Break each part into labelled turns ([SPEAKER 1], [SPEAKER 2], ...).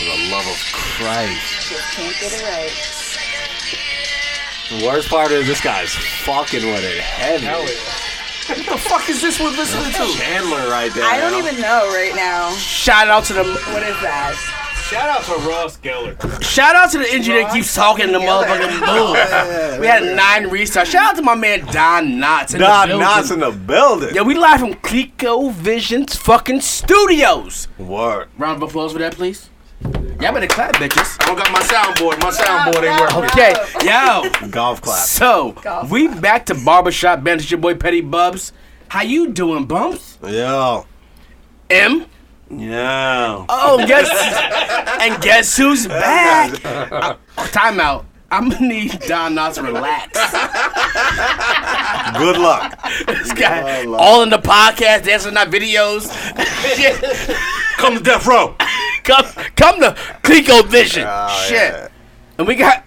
[SPEAKER 1] Jesus Christ.
[SPEAKER 2] Just can't get it right.
[SPEAKER 1] The worst part is this guy's fucking with it heavy.
[SPEAKER 3] Hell yeah.
[SPEAKER 4] What the fuck is this we're listening to?
[SPEAKER 1] Chandler right there.
[SPEAKER 2] I don't even know right now.
[SPEAKER 4] Shout out to the
[SPEAKER 2] What is that?
[SPEAKER 3] Shout out to Ross Geller.
[SPEAKER 4] shout out to the engineer that keeps talking the motherfucking bull. We had nine restarts. Shout out to my man Don Knotts. in the
[SPEAKER 1] Don
[SPEAKER 4] building.
[SPEAKER 1] Knotts in the building.
[SPEAKER 4] Yeah, we live from Clico Vision's fucking studios.
[SPEAKER 1] Word.
[SPEAKER 4] Round of applause for that, please. Y'all better clap, bitches. I don't got my soundboard. My soundboard ain't
[SPEAKER 2] no,
[SPEAKER 4] working. Okay, yo.
[SPEAKER 1] Golf clap.
[SPEAKER 4] So
[SPEAKER 2] Golf
[SPEAKER 4] we back to barbershop band. It's your boy Petty Bubs. How you doing, Bumps?
[SPEAKER 1] Yo.
[SPEAKER 4] M.
[SPEAKER 1] Yeah.
[SPEAKER 4] Oh, guess and guess who's back? Uh, time out. I'm gonna need Don Knotts to relax.
[SPEAKER 1] Good luck.
[SPEAKER 4] This guy,
[SPEAKER 1] Oh, Lord.
[SPEAKER 4] all in the podcast, dancing our videos. Shit.
[SPEAKER 1] Come to death row. Oh,
[SPEAKER 4] come, come to Clico Vision. Shit.
[SPEAKER 1] yeah.
[SPEAKER 4] And we got,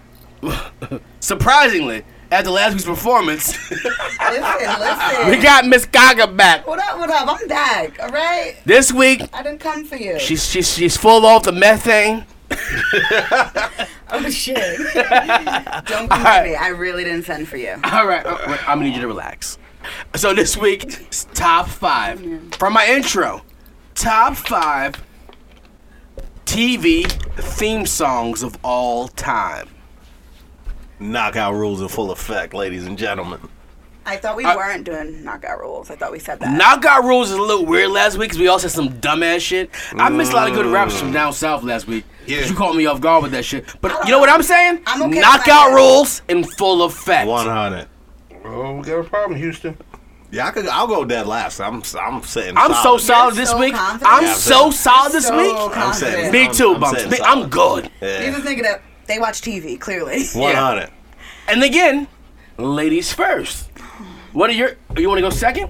[SPEAKER 4] surprisingly, after last week's performance,
[SPEAKER 2] Listen,
[SPEAKER 4] we
[SPEAKER 2] listen.
[SPEAKER 4] got Miss Gaga back.
[SPEAKER 2] What up, what up? I'm back, all right?
[SPEAKER 4] This week,
[SPEAKER 2] I didn't come for you.
[SPEAKER 4] she's, she's, she's full off the methane.
[SPEAKER 2] oh, shit. don't come for
[SPEAKER 4] right.
[SPEAKER 2] me. I really didn't send for you.
[SPEAKER 4] All right, all right, I'm gonna need you to relax. So this week's top five from my intro, top five TV theme songs of all time.
[SPEAKER 1] Knockout rules in full effect, ladies and gentlemen.
[SPEAKER 2] I thought we
[SPEAKER 4] I-
[SPEAKER 2] weren't doing knockout rules. I thought we said that.
[SPEAKER 4] Knockout rules is a little weird last week because we all said some dumbass shit. I missed a lot of good raps from down south last week.
[SPEAKER 1] Yeah.
[SPEAKER 4] You caught me off guard with that shit. But you know what I'm saying?
[SPEAKER 2] I'm okay with
[SPEAKER 4] Knockout
[SPEAKER 2] that.
[SPEAKER 4] rules in full effect.
[SPEAKER 1] 100.
[SPEAKER 3] Oh, we got a problem, Houston.
[SPEAKER 1] Yeah, I could. I'll go dead last. I'm. I'm sitting.
[SPEAKER 4] I'm so
[SPEAKER 1] solid.
[SPEAKER 4] solid
[SPEAKER 2] You're
[SPEAKER 4] this
[SPEAKER 2] so
[SPEAKER 4] week.
[SPEAKER 2] confident.
[SPEAKER 4] I'm
[SPEAKER 1] Yeah, I'm
[SPEAKER 4] so
[SPEAKER 1] saying.
[SPEAKER 4] solid this
[SPEAKER 2] So
[SPEAKER 4] week.
[SPEAKER 1] I'm saying.
[SPEAKER 2] confident.
[SPEAKER 4] Me too,
[SPEAKER 1] I'm,
[SPEAKER 4] Bumps.
[SPEAKER 1] sitting
[SPEAKER 4] Me-
[SPEAKER 1] solid.
[SPEAKER 4] I'm good.
[SPEAKER 2] These
[SPEAKER 1] Yeah.
[SPEAKER 2] are thinking that they watch TV, clearly.
[SPEAKER 1] 100.
[SPEAKER 4] And again, ladies first. What are your? You want to go second?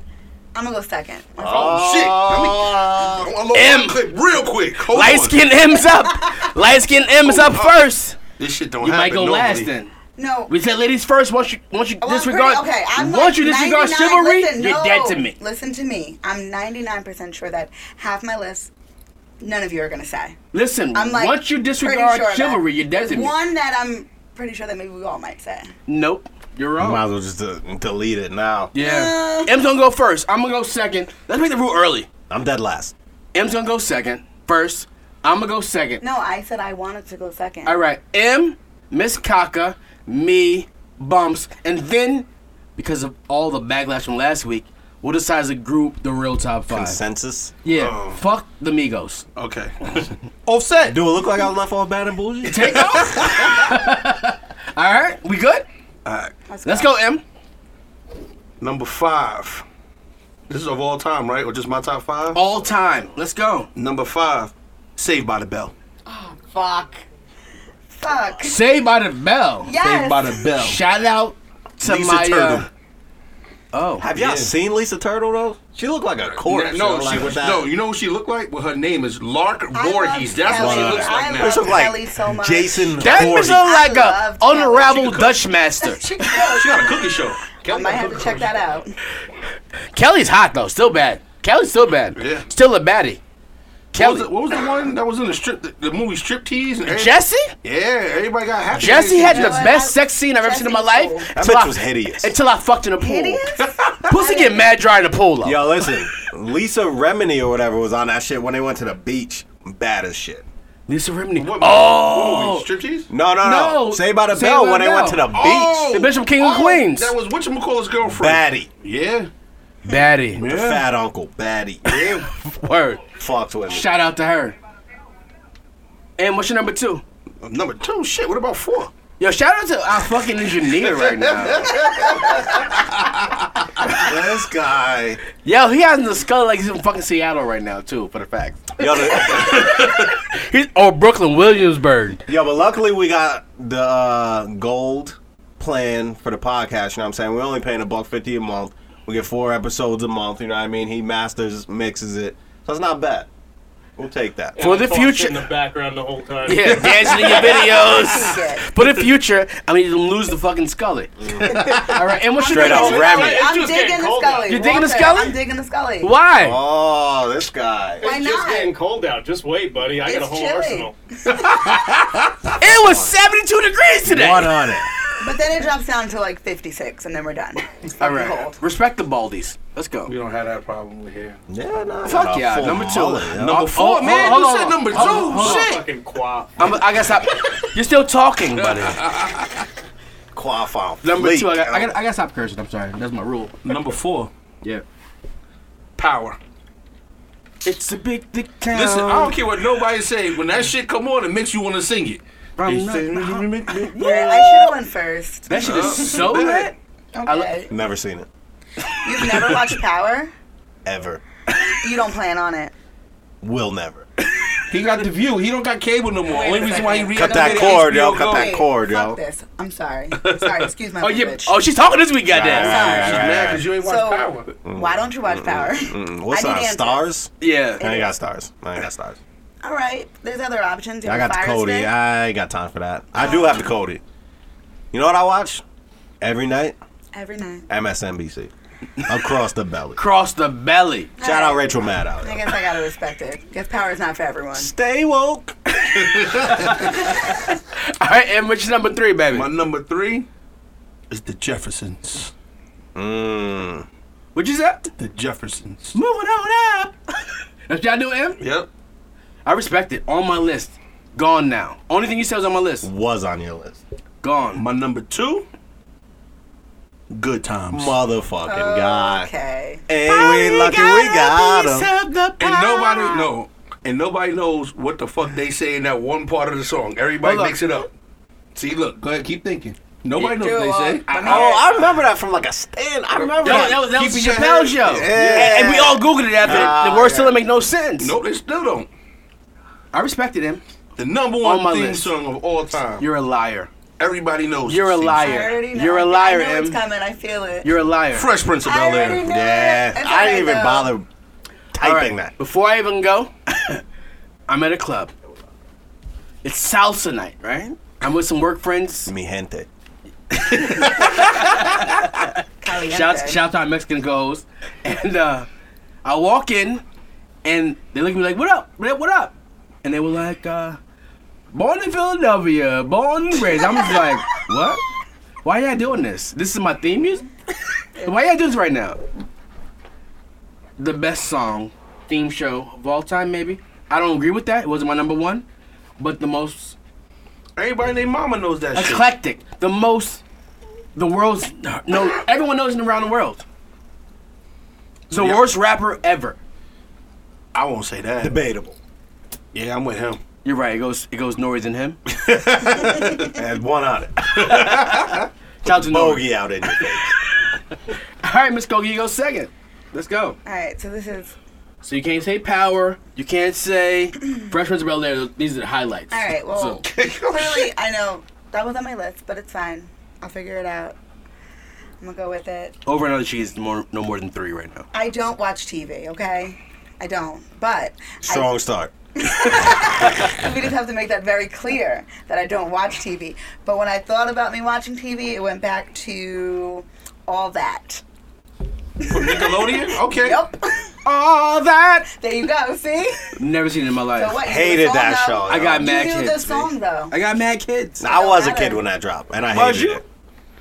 [SPEAKER 2] I'm going to go second.
[SPEAKER 4] Uh,
[SPEAKER 1] Oh,
[SPEAKER 3] Uh, I'm gonna
[SPEAKER 4] M.
[SPEAKER 3] M. clip real quick. Hold on.
[SPEAKER 4] Light skin M's up. Light skin M's up first.
[SPEAKER 3] This shit don't
[SPEAKER 4] You
[SPEAKER 3] happen.
[SPEAKER 4] might go
[SPEAKER 3] normally.
[SPEAKER 4] last then.
[SPEAKER 2] No.
[SPEAKER 4] We said ladies first. Once you once you
[SPEAKER 2] Well, I'm
[SPEAKER 4] disregard,
[SPEAKER 2] pretty- okay, I'm like
[SPEAKER 4] once you disregard
[SPEAKER 2] 99
[SPEAKER 4] chivalry,
[SPEAKER 2] listen,
[SPEAKER 4] you're
[SPEAKER 2] no,
[SPEAKER 4] dead to me.
[SPEAKER 2] Listen to me. I'm 99% sure that half my list, none of you are going to say.
[SPEAKER 4] Listen,
[SPEAKER 2] I'm like,
[SPEAKER 4] once you
[SPEAKER 2] pretty
[SPEAKER 4] disregard
[SPEAKER 2] sure of that.
[SPEAKER 4] chivalry, you're dead to me.
[SPEAKER 2] One that I'm pretty sure that maybe we all might say.
[SPEAKER 4] Nope, you're wrong.
[SPEAKER 1] Might as well just uh, delete it now.
[SPEAKER 4] Yeah,
[SPEAKER 2] Uh.
[SPEAKER 4] M's gonna go first. I'm gonna go second. Let's make the rule early.
[SPEAKER 1] I'm dead last.
[SPEAKER 4] M's gonna go second first. I'm gonna go second.
[SPEAKER 2] No, I said I wanted to go second.
[SPEAKER 4] All right, M, Miss Kaka, me, Bumps, and then because of all the backlash from last week, we'll decide as a group the real top five.
[SPEAKER 1] Consensus.
[SPEAKER 4] Yeah,
[SPEAKER 3] Oh.
[SPEAKER 4] fuck the Migos.
[SPEAKER 3] Okay.
[SPEAKER 4] Offset.
[SPEAKER 1] Do it look like I left all bad and bougie?
[SPEAKER 4] Take off. all right, we good? Let's go, M.
[SPEAKER 3] Number five. This is of all time, right? Or just my top five?
[SPEAKER 4] All time. Let's go.
[SPEAKER 3] Number five. Saved by the Bell.
[SPEAKER 2] Fuck. Fuck.
[SPEAKER 4] Saved by the Bell.
[SPEAKER 2] Yes.
[SPEAKER 1] Saved by the bell.
[SPEAKER 4] Shout out to
[SPEAKER 3] Lisa
[SPEAKER 4] my.
[SPEAKER 3] Turtle.
[SPEAKER 4] uh, oh.
[SPEAKER 1] Have y'all
[SPEAKER 3] Yeah.
[SPEAKER 1] seen Lisa Turtle though? She looked like a corpse.
[SPEAKER 3] no,
[SPEAKER 1] yo,
[SPEAKER 3] she
[SPEAKER 1] like
[SPEAKER 3] was,
[SPEAKER 1] with that-
[SPEAKER 3] no. You know what she looked like? Well, her name is Lark
[SPEAKER 2] I love
[SPEAKER 3] Voorhees. That's what she
[SPEAKER 2] Kelly.
[SPEAKER 3] looks like
[SPEAKER 2] I
[SPEAKER 3] now.
[SPEAKER 1] She
[SPEAKER 2] love-
[SPEAKER 1] looked like
[SPEAKER 2] Kelly so much.
[SPEAKER 1] Jason
[SPEAKER 4] That
[SPEAKER 1] Voorhees.
[SPEAKER 4] was like a
[SPEAKER 2] loved that.
[SPEAKER 4] unraveled Dutch master.
[SPEAKER 2] She could go.
[SPEAKER 3] She got a cookie show.
[SPEAKER 2] I
[SPEAKER 3] Kelly
[SPEAKER 2] might
[SPEAKER 3] got a
[SPEAKER 2] have to
[SPEAKER 3] cookie
[SPEAKER 2] check
[SPEAKER 3] show.
[SPEAKER 2] that out.
[SPEAKER 4] Kelly's hot though, still bad. Kelly's still bad.
[SPEAKER 3] Yeah.
[SPEAKER 4] Still a baddie.
[SPEAKER 3] What was,
[SPEAKER 4] Kelly.
[SPEAKER 3] the, what was the one that was in the strip, the, the movie Striptease? And every-
[SPEAKER 4] Jesse?
[SPEAKER 3] Yeah, everybody got happy.
[SPEAKER 4] Jesse had the
[SPEAKER 2] what?
[SPEAKER 4] best sex scene I've ever seen in my
[SPEAKER 2] Jesse
[SPEAKER 4] life.
[SPEAKER 2] was cool.
[SPEAKER 1] That
[SPEAKER 4] until
[SPEAKER 1] bitch
[SPEAKER 4] I-
[SPEAKER 1] was hideous.
[SPEAKER 4] Until I fucked in a pool.
[SPEAKER 2] Hideous?
[SPEAKER 4] Pussy get mad dry in the pool though.
[SPEAKER 1] Yo, listen, Lisa Remini or whatever was on that shit when they went to the beach. Bad as shit.
[SPEAKER 4] Lisa Remini.
[SPEAKER 3] What,
[SPEAKER 4] Oh.
[SPEAKER 3] what movie? Striptease?
[SPEAKER 1] No, no, no.
[SPEAKER 4] No,
[SPEAKER 1] Say by the
[SPEAKER 4] Saved
[SPEAKER 1] bell
[SPEAKER 4] by
[SPEAKER 1] when
[SPEAKER 4] the
[SPEAKER 1] they went
[SPEAKER 4] Bell.
[SPEAKER 1] to
[SPEAKER 4] Oh.
[SPEAKER 1] the beach.
[SPEAKER 4] The bitch from King of Queens.
[SPEAKER 3] Oh, That was whatchamacallit's girlfriend.
[SPEAKER 1] Baddie.
[SPEAKER 3] Yeah.
[SPEAKER 4] Baddie.
[SPEAKER 1] The fat uncle, baddie.
[SPEAKER 3] Yeah.
[SPEAKER 4] Word.
[SPEAKER 1] Fucked with me.
[SPEAKER 4] Shout out to her. And what's your number two?
[SPEAKER 3] Number two, shit. What about four?
[SPEAKER 4] Yo, shout out to our fucking engineer right now.
[SPEAKER 1] this guy.
[SPEAKER 4] Yo, he has the skull like he's in fucking Seattle right now too, for the fact.
[SPEAKER 1] Yo, the-
[SPEAKER 4] He's, or Brooklyn, Williamsburg.
[SPEAKER 1] yo, but luckily we got the uh, gold plan for the podcast. You know what I'm saying? We're only paying a buck fifty a month. We get four episodes a month. You know what I mean? He masters, mixes it, so it's not bad. We'll take that.
[SPEAKER 4] For the
[SPEAKER 5] Paul sitting
[SPEAKER 4] future-
[SPEAKER 5] In the background the whole time.
[SPEAKER 4] Yeah, dancing in your videos.
[SPEAKER 2] Shit.
[SPEAKER 4] For the future, I need them to lose the fucking scully. All right, and what you
[SPEAKER 5] Straight
[SPEAKER 4] gonna
[SPEAKER 5] up
[SPEAKER 4] do?
[SPEAKER 5] rabbit. It's
[SPEAKER 2] I'm
[SPEAKER 5] just
[SPEAKER 2] digging
[SPEAKER 5] getting
[SPEAKER 2] the
[SPEAKER 5] cold now.
[SPEAKER 2] Scully.
[SPEAKER 4] You're digging the
[SPEAKER 2] Walter,
[SPEAKER 4] Scully?
[SPEAKER 2] I'm digging the Scully.
[SPEAKER 4] Why?
[SPEAKER 1] Oh, this guy.
[SPEAKER 2] Why
[SPEAKER 5] It's just
[SPEAKER 2] not?
[SPEAKER 5] getting cold out. Just wait, buddy. I got a
[SPEAKER 2] It's
[SPEAKER 5] whole
[SPEAKER 2] chilly.
[SPEAKER 5] arsenal.
[SPEAKER 4] It was 72 degrees today.
[SPEAKER 1] One on it.
[SPEAKER 2] But then it drops down to like 56, and then we're done. It's
[SPEAKER 4] All
[SPEAKER 2] fucking
[SPEAKER 4] right,
[SPEAKER 2] cold.
[SPEAKER 4] respect the baldies. Let's go.
[SPEAKER 3] We don't have that problem over here.
[SPEAKER 1] Yeah, nah,
[SPEAKER 4] Fuck
[SPEAKER 1] nah,
[SPEAKER 4] yeah,
[SPEAKER 1] full
[SPEAKER 4] number two.
[SPEAKER 1] mullet, yo.
[SPEAKER 4] Oh,
[SPEAKER 3] four,
[SPEAKER 4] oh,
[SPEAKER 3] man.
[SPEAKER 4] hold
[SPEAKER 3] You
[SPEAKER 4] on,
[SPEAKER 3] said
[SPEAKER 4] hold
[SPEAKER 3] number
[SPEAKER 4] on,
[SPEAKER 3] two.
[SPEAKER 4] hold on.
[SPEAKER 3] Shit.
[SPEAKER 5] Fucking quaff.
[SPEAKER 4] I'm, I gotta stop. You're still talking, buddy.
[SPEAKER 1] Quaff on
[SPEAKER 3] Number
[SPEAKER 1] fleek.
[SPEAKER 4] Two, I, gotta, I, gotta, I gotta stop cursing. I'm sorry. That's my rule.
[SPEAKER 5] Number four.
[SPEAKER 4] Yeah.
[SPEAKER 3] Power.
[SPEAKER 4] It's a big dick town.
[SPEAKER 3] Listen, I don't care what nobody say. When that shit come on, it makes you want to sing it.
[SPEAKER 4] I'm not-
[SPEAKER 2] Yeah, I should have went first.
[SPEAKER 4] that shit is so lit.
[SPEAKER 2] Okay.
[SPEAKER 1] Never seen it.
[SPEAKER 2] You've never watched Power?
[SPEAKER 1] Ever.
[SPEAKER 2] You don't plan on it.
[SPEAKER 1] Will never.
[SPEAKER 3] He got the view. He don't got cable no more.
[SPEAKER 2] Wait a
[SPEAKER 3] Only reason why he
[SPEAKER 2] second.
[SPEAKER 1] Cut that cord, yo. Cut that
[SPEAKER 2] Wait,
[SPEAKER 1] cord,
[SPEAKER 2] fuck
[SPEAKER 1] yo.
[SPEAKER 2] this. I'm sorry. Sorry, excuse my
[SPEAKER 4] Oh yeah.
[SPEAKER 2] language.
[SPEAKER 4] Oh, she's talking this week, goddamn.
[SPEAKER 2] Sorry.
[SPEAKER 3] She's mad because you ain't watch
[SPEAKER 2] So-
[SPEAKER 3] Power.
[SPEAKER 2] Why don't you watch Power?
[SPEAKER 1] Mm, What's
[SPEAKER 2] I need
[SPEAKER 1] that?
[SPEAKER 2] answers.
[SPEAKER 1] Stars? I
[SPEAKER 4] Yeah.
[SPEAKER 1] ain't got stars. I ain't got stars.
[SPEAKER 2] All right, there's other options. You
[SPEAKER 1] I
[SPEAKER 2] can
[SPEAKER 1] got the
[SPEAKER 2] fire
[SPEAKER 1] Cody.
[SPEAKER 2] stick.
[SPEAKER 1] I ain't got time for that. I do have the Cody. You know what I watch? Every night?
[SPEAKER 2] Every night.
[SPEAKER 1] MSNBC. Across the belly.
[SPEAKER 4] Cross the belly.
[SPEAKER 1] Shout out Rachel Maddow.
[SPEAKER 2] I guess I gotta respect it. Guess Power is not for everyone.
[SPEAKER 1] Stay woke.
[SPEAKER 4] All right, and which is number three, baby?
[SPEAKER 3] My number three is the Jeffersons.
[SPEAKER 1] Mm.
[SPEAKER 4] Which is that?
[SPEAKER 3] The Jeffersons.
[SPEAKER 4] Moving on up. That's what y'all do, M.
[SPEAKER 3] Yep.
[SPEAKER 4] I respect it. On my list. Gone now. Only thing you said was on my list.
[SPEAKER 1] Was on your list.
[SPEAKER 4] Gone.
[SPEAKER 3] My number two, Good Times.
[SPEAKER 1] Motherfucking God.
[SPEAKER 2] Okay.
[SPEAKER 1] And we lucky we got
[SPEAKER 3] And
[SPEAKER 1] him.
[SPEAKER 3] nobody
[SPEAKER 2] Ah.
[SPEAKER 3] no, and nobody knows what the fuck they say in that one part of the song. Everybody
[SPEAKER 4] Hold up.
[SPEAKER 3] makes it up. See, look, go ahead, keep thinking. Nobody knows
[SPEAKER 2] Do
[SPEAKER 3] what they
[SPEAKER 2] all-
[SPEAKER 3] say.
[SPEAKER 2] I-
[SPEAKER 1] Oh, I remember that from like a stand. I remember
[SPEAKER 4] That
[SPEAKER 1] that.
[SPEAKER 4] was, that was, that was
[SPEAKER 3] Keep your
[SPEAKER 4] Chappelle's
[SPEAKER 3] head-
[SPEAKER 4] show.
[SPEAKER 1] Yeah.
[SPEAKER 4] And, and we all Googled it after.
[SPEAKER 1] Ah,
[SPEAKER 4] the words
[SPEAKER 1] yeah.
[SPEAKER 4] still didn't make no sense.
[SPEAKER 3] No, they still don't.
[SPEAKER 4] I respected him.
[SPEAKER 3] The number one
[SPEAKER 4] On my
[SPEAKER 3] theme
[SPEAKER 4] list.
[SPEAKER 3] song of all time.
[SPEAKER 4] You're a liar.
[SPEAKER 3] Everybody knows.
[SPEAKER 4] You're a
[SPEAKER 3] it, see.
[SPEAKER 4] liar.
[SPEAKER 2] I already know.
[SPEAKER 4] You're a
[SPEAKER 2] I-
[SPEAKER 4] liar,
[SPEAKER 2] I know it's
[SPEAKER 4] Em.
[SPEAKER 2] coming. I feel it.
[SPEAKER 4] You're a liar.
[SPEAKER 3] Fresh Prince of
[SPEAKER 2] I
[SPEAKER 3] Bel
[SPEAKER 2] already
[SPEAKER 3] Air.
[SPEAKER 2] know.
[SPEAKER 1] Yeah,
[SPEAKER 2] It's
[SPEAKER 1] I didn't
[SPEAKER 2] alright,
[SPEAKER 1] even
[SPEAKER 2] though.
[SPEAKER 1] bother
[SPEAKER 4] All right,
[SPEAKER 1] typing that.
[SPEAKER 4] Before I even go, I'm at a club. It's salsa night, right? I'm with some work friends.
[SPEAKER 1] Mi gente.
[SPEAKER 2] Caliente.
[SPEAKER 4] Shout shout out Mexican goes. And uh, I walk in and they look at me like, what up? What up? What up? And they were like, uh, born in Philadelphia, born and raised. I'm just like, what? Why y'all doing this? This is my theme music? Why y'all doing this right now? The best song, theme show of all time, maybe. I don't agree with that. It wasn't my number one, but the most
[SPEAKER 3] Everybody named Mama knows that shit.
[SPEAKER 4] eclectic, the most, the world's no, everyone knows it around the world. The
[SPEAKER 3] Yeah.
[SPEAKER 4] worst rapper ever.
[SPEAKER 3] I won't say that.
[SPEAKER 1] Debatable.
[SPEAKER 3] Yeah, I'm with him.
[SPEAKER 4] You're right. It goes it goes Nori than him.
[SPEAKER 1] Had one on it.
[SPEAKER 4] Shout out to Nori.
[SPEAKER 1] Bogey out in your face.
[SPEAKER 4] All right, Miss Kogi, you go second. Let's go.
[SPEAKER 2] All right, so this is
[SPEAKER 4] So you can't say power. You can't say freshman's Bel Air. These are the highlights.
[SPEAKER 2] all right. Well,
[SPEAKER 4] So,
[SPEAKER 2] clearly, I know that was on my list, but it's fine. I'll figure it out. I'm gonna go with it.
[SPEAKER 4] over another cheese, more no more than three right now.
[SPEAKER 2] I don't watch TV, okay? I don't. But I,
[SPEAKER 1] Strong start.
[SPEAKER 2] we just have to make that very clear that I don't watch TV. But when I thought about me watching TV, it went back to all that.
[SPEAKER 3] From Nickelodeon? Okay.
[SPEAKER 2] Yep.
[SPEAKER 4] All that.
[SPEAKER 2] there you go. See?
[SPEAKER 4] Never seen it in my life.
[SPEAKER 2] So what? you knew
[SPEAKER 1] Hated
[SPEAKER 2] the song,
[SPEAKER 1] that
[SPEAKER 2] though?
[SPEAKER 1] show.
[SPEAKER 4] I got
[SPEAKER 1] yo.
[SPEAKER 4] mad
[SPEAKER 2] You knew
[SPEAKER 4] kids.
[SPEAKER 2] the song though.
[SPEAKER 4] I got mad kids.
[SPEAKER 1] I was a
[SPEAKER 2] matter.
[SPEAKER 1] kid when that dropped, and I
[SPEAKER 4] Was
[SPEAKER 1] hated
[SPEAKER 4] you?
[SPEAKER 1] it.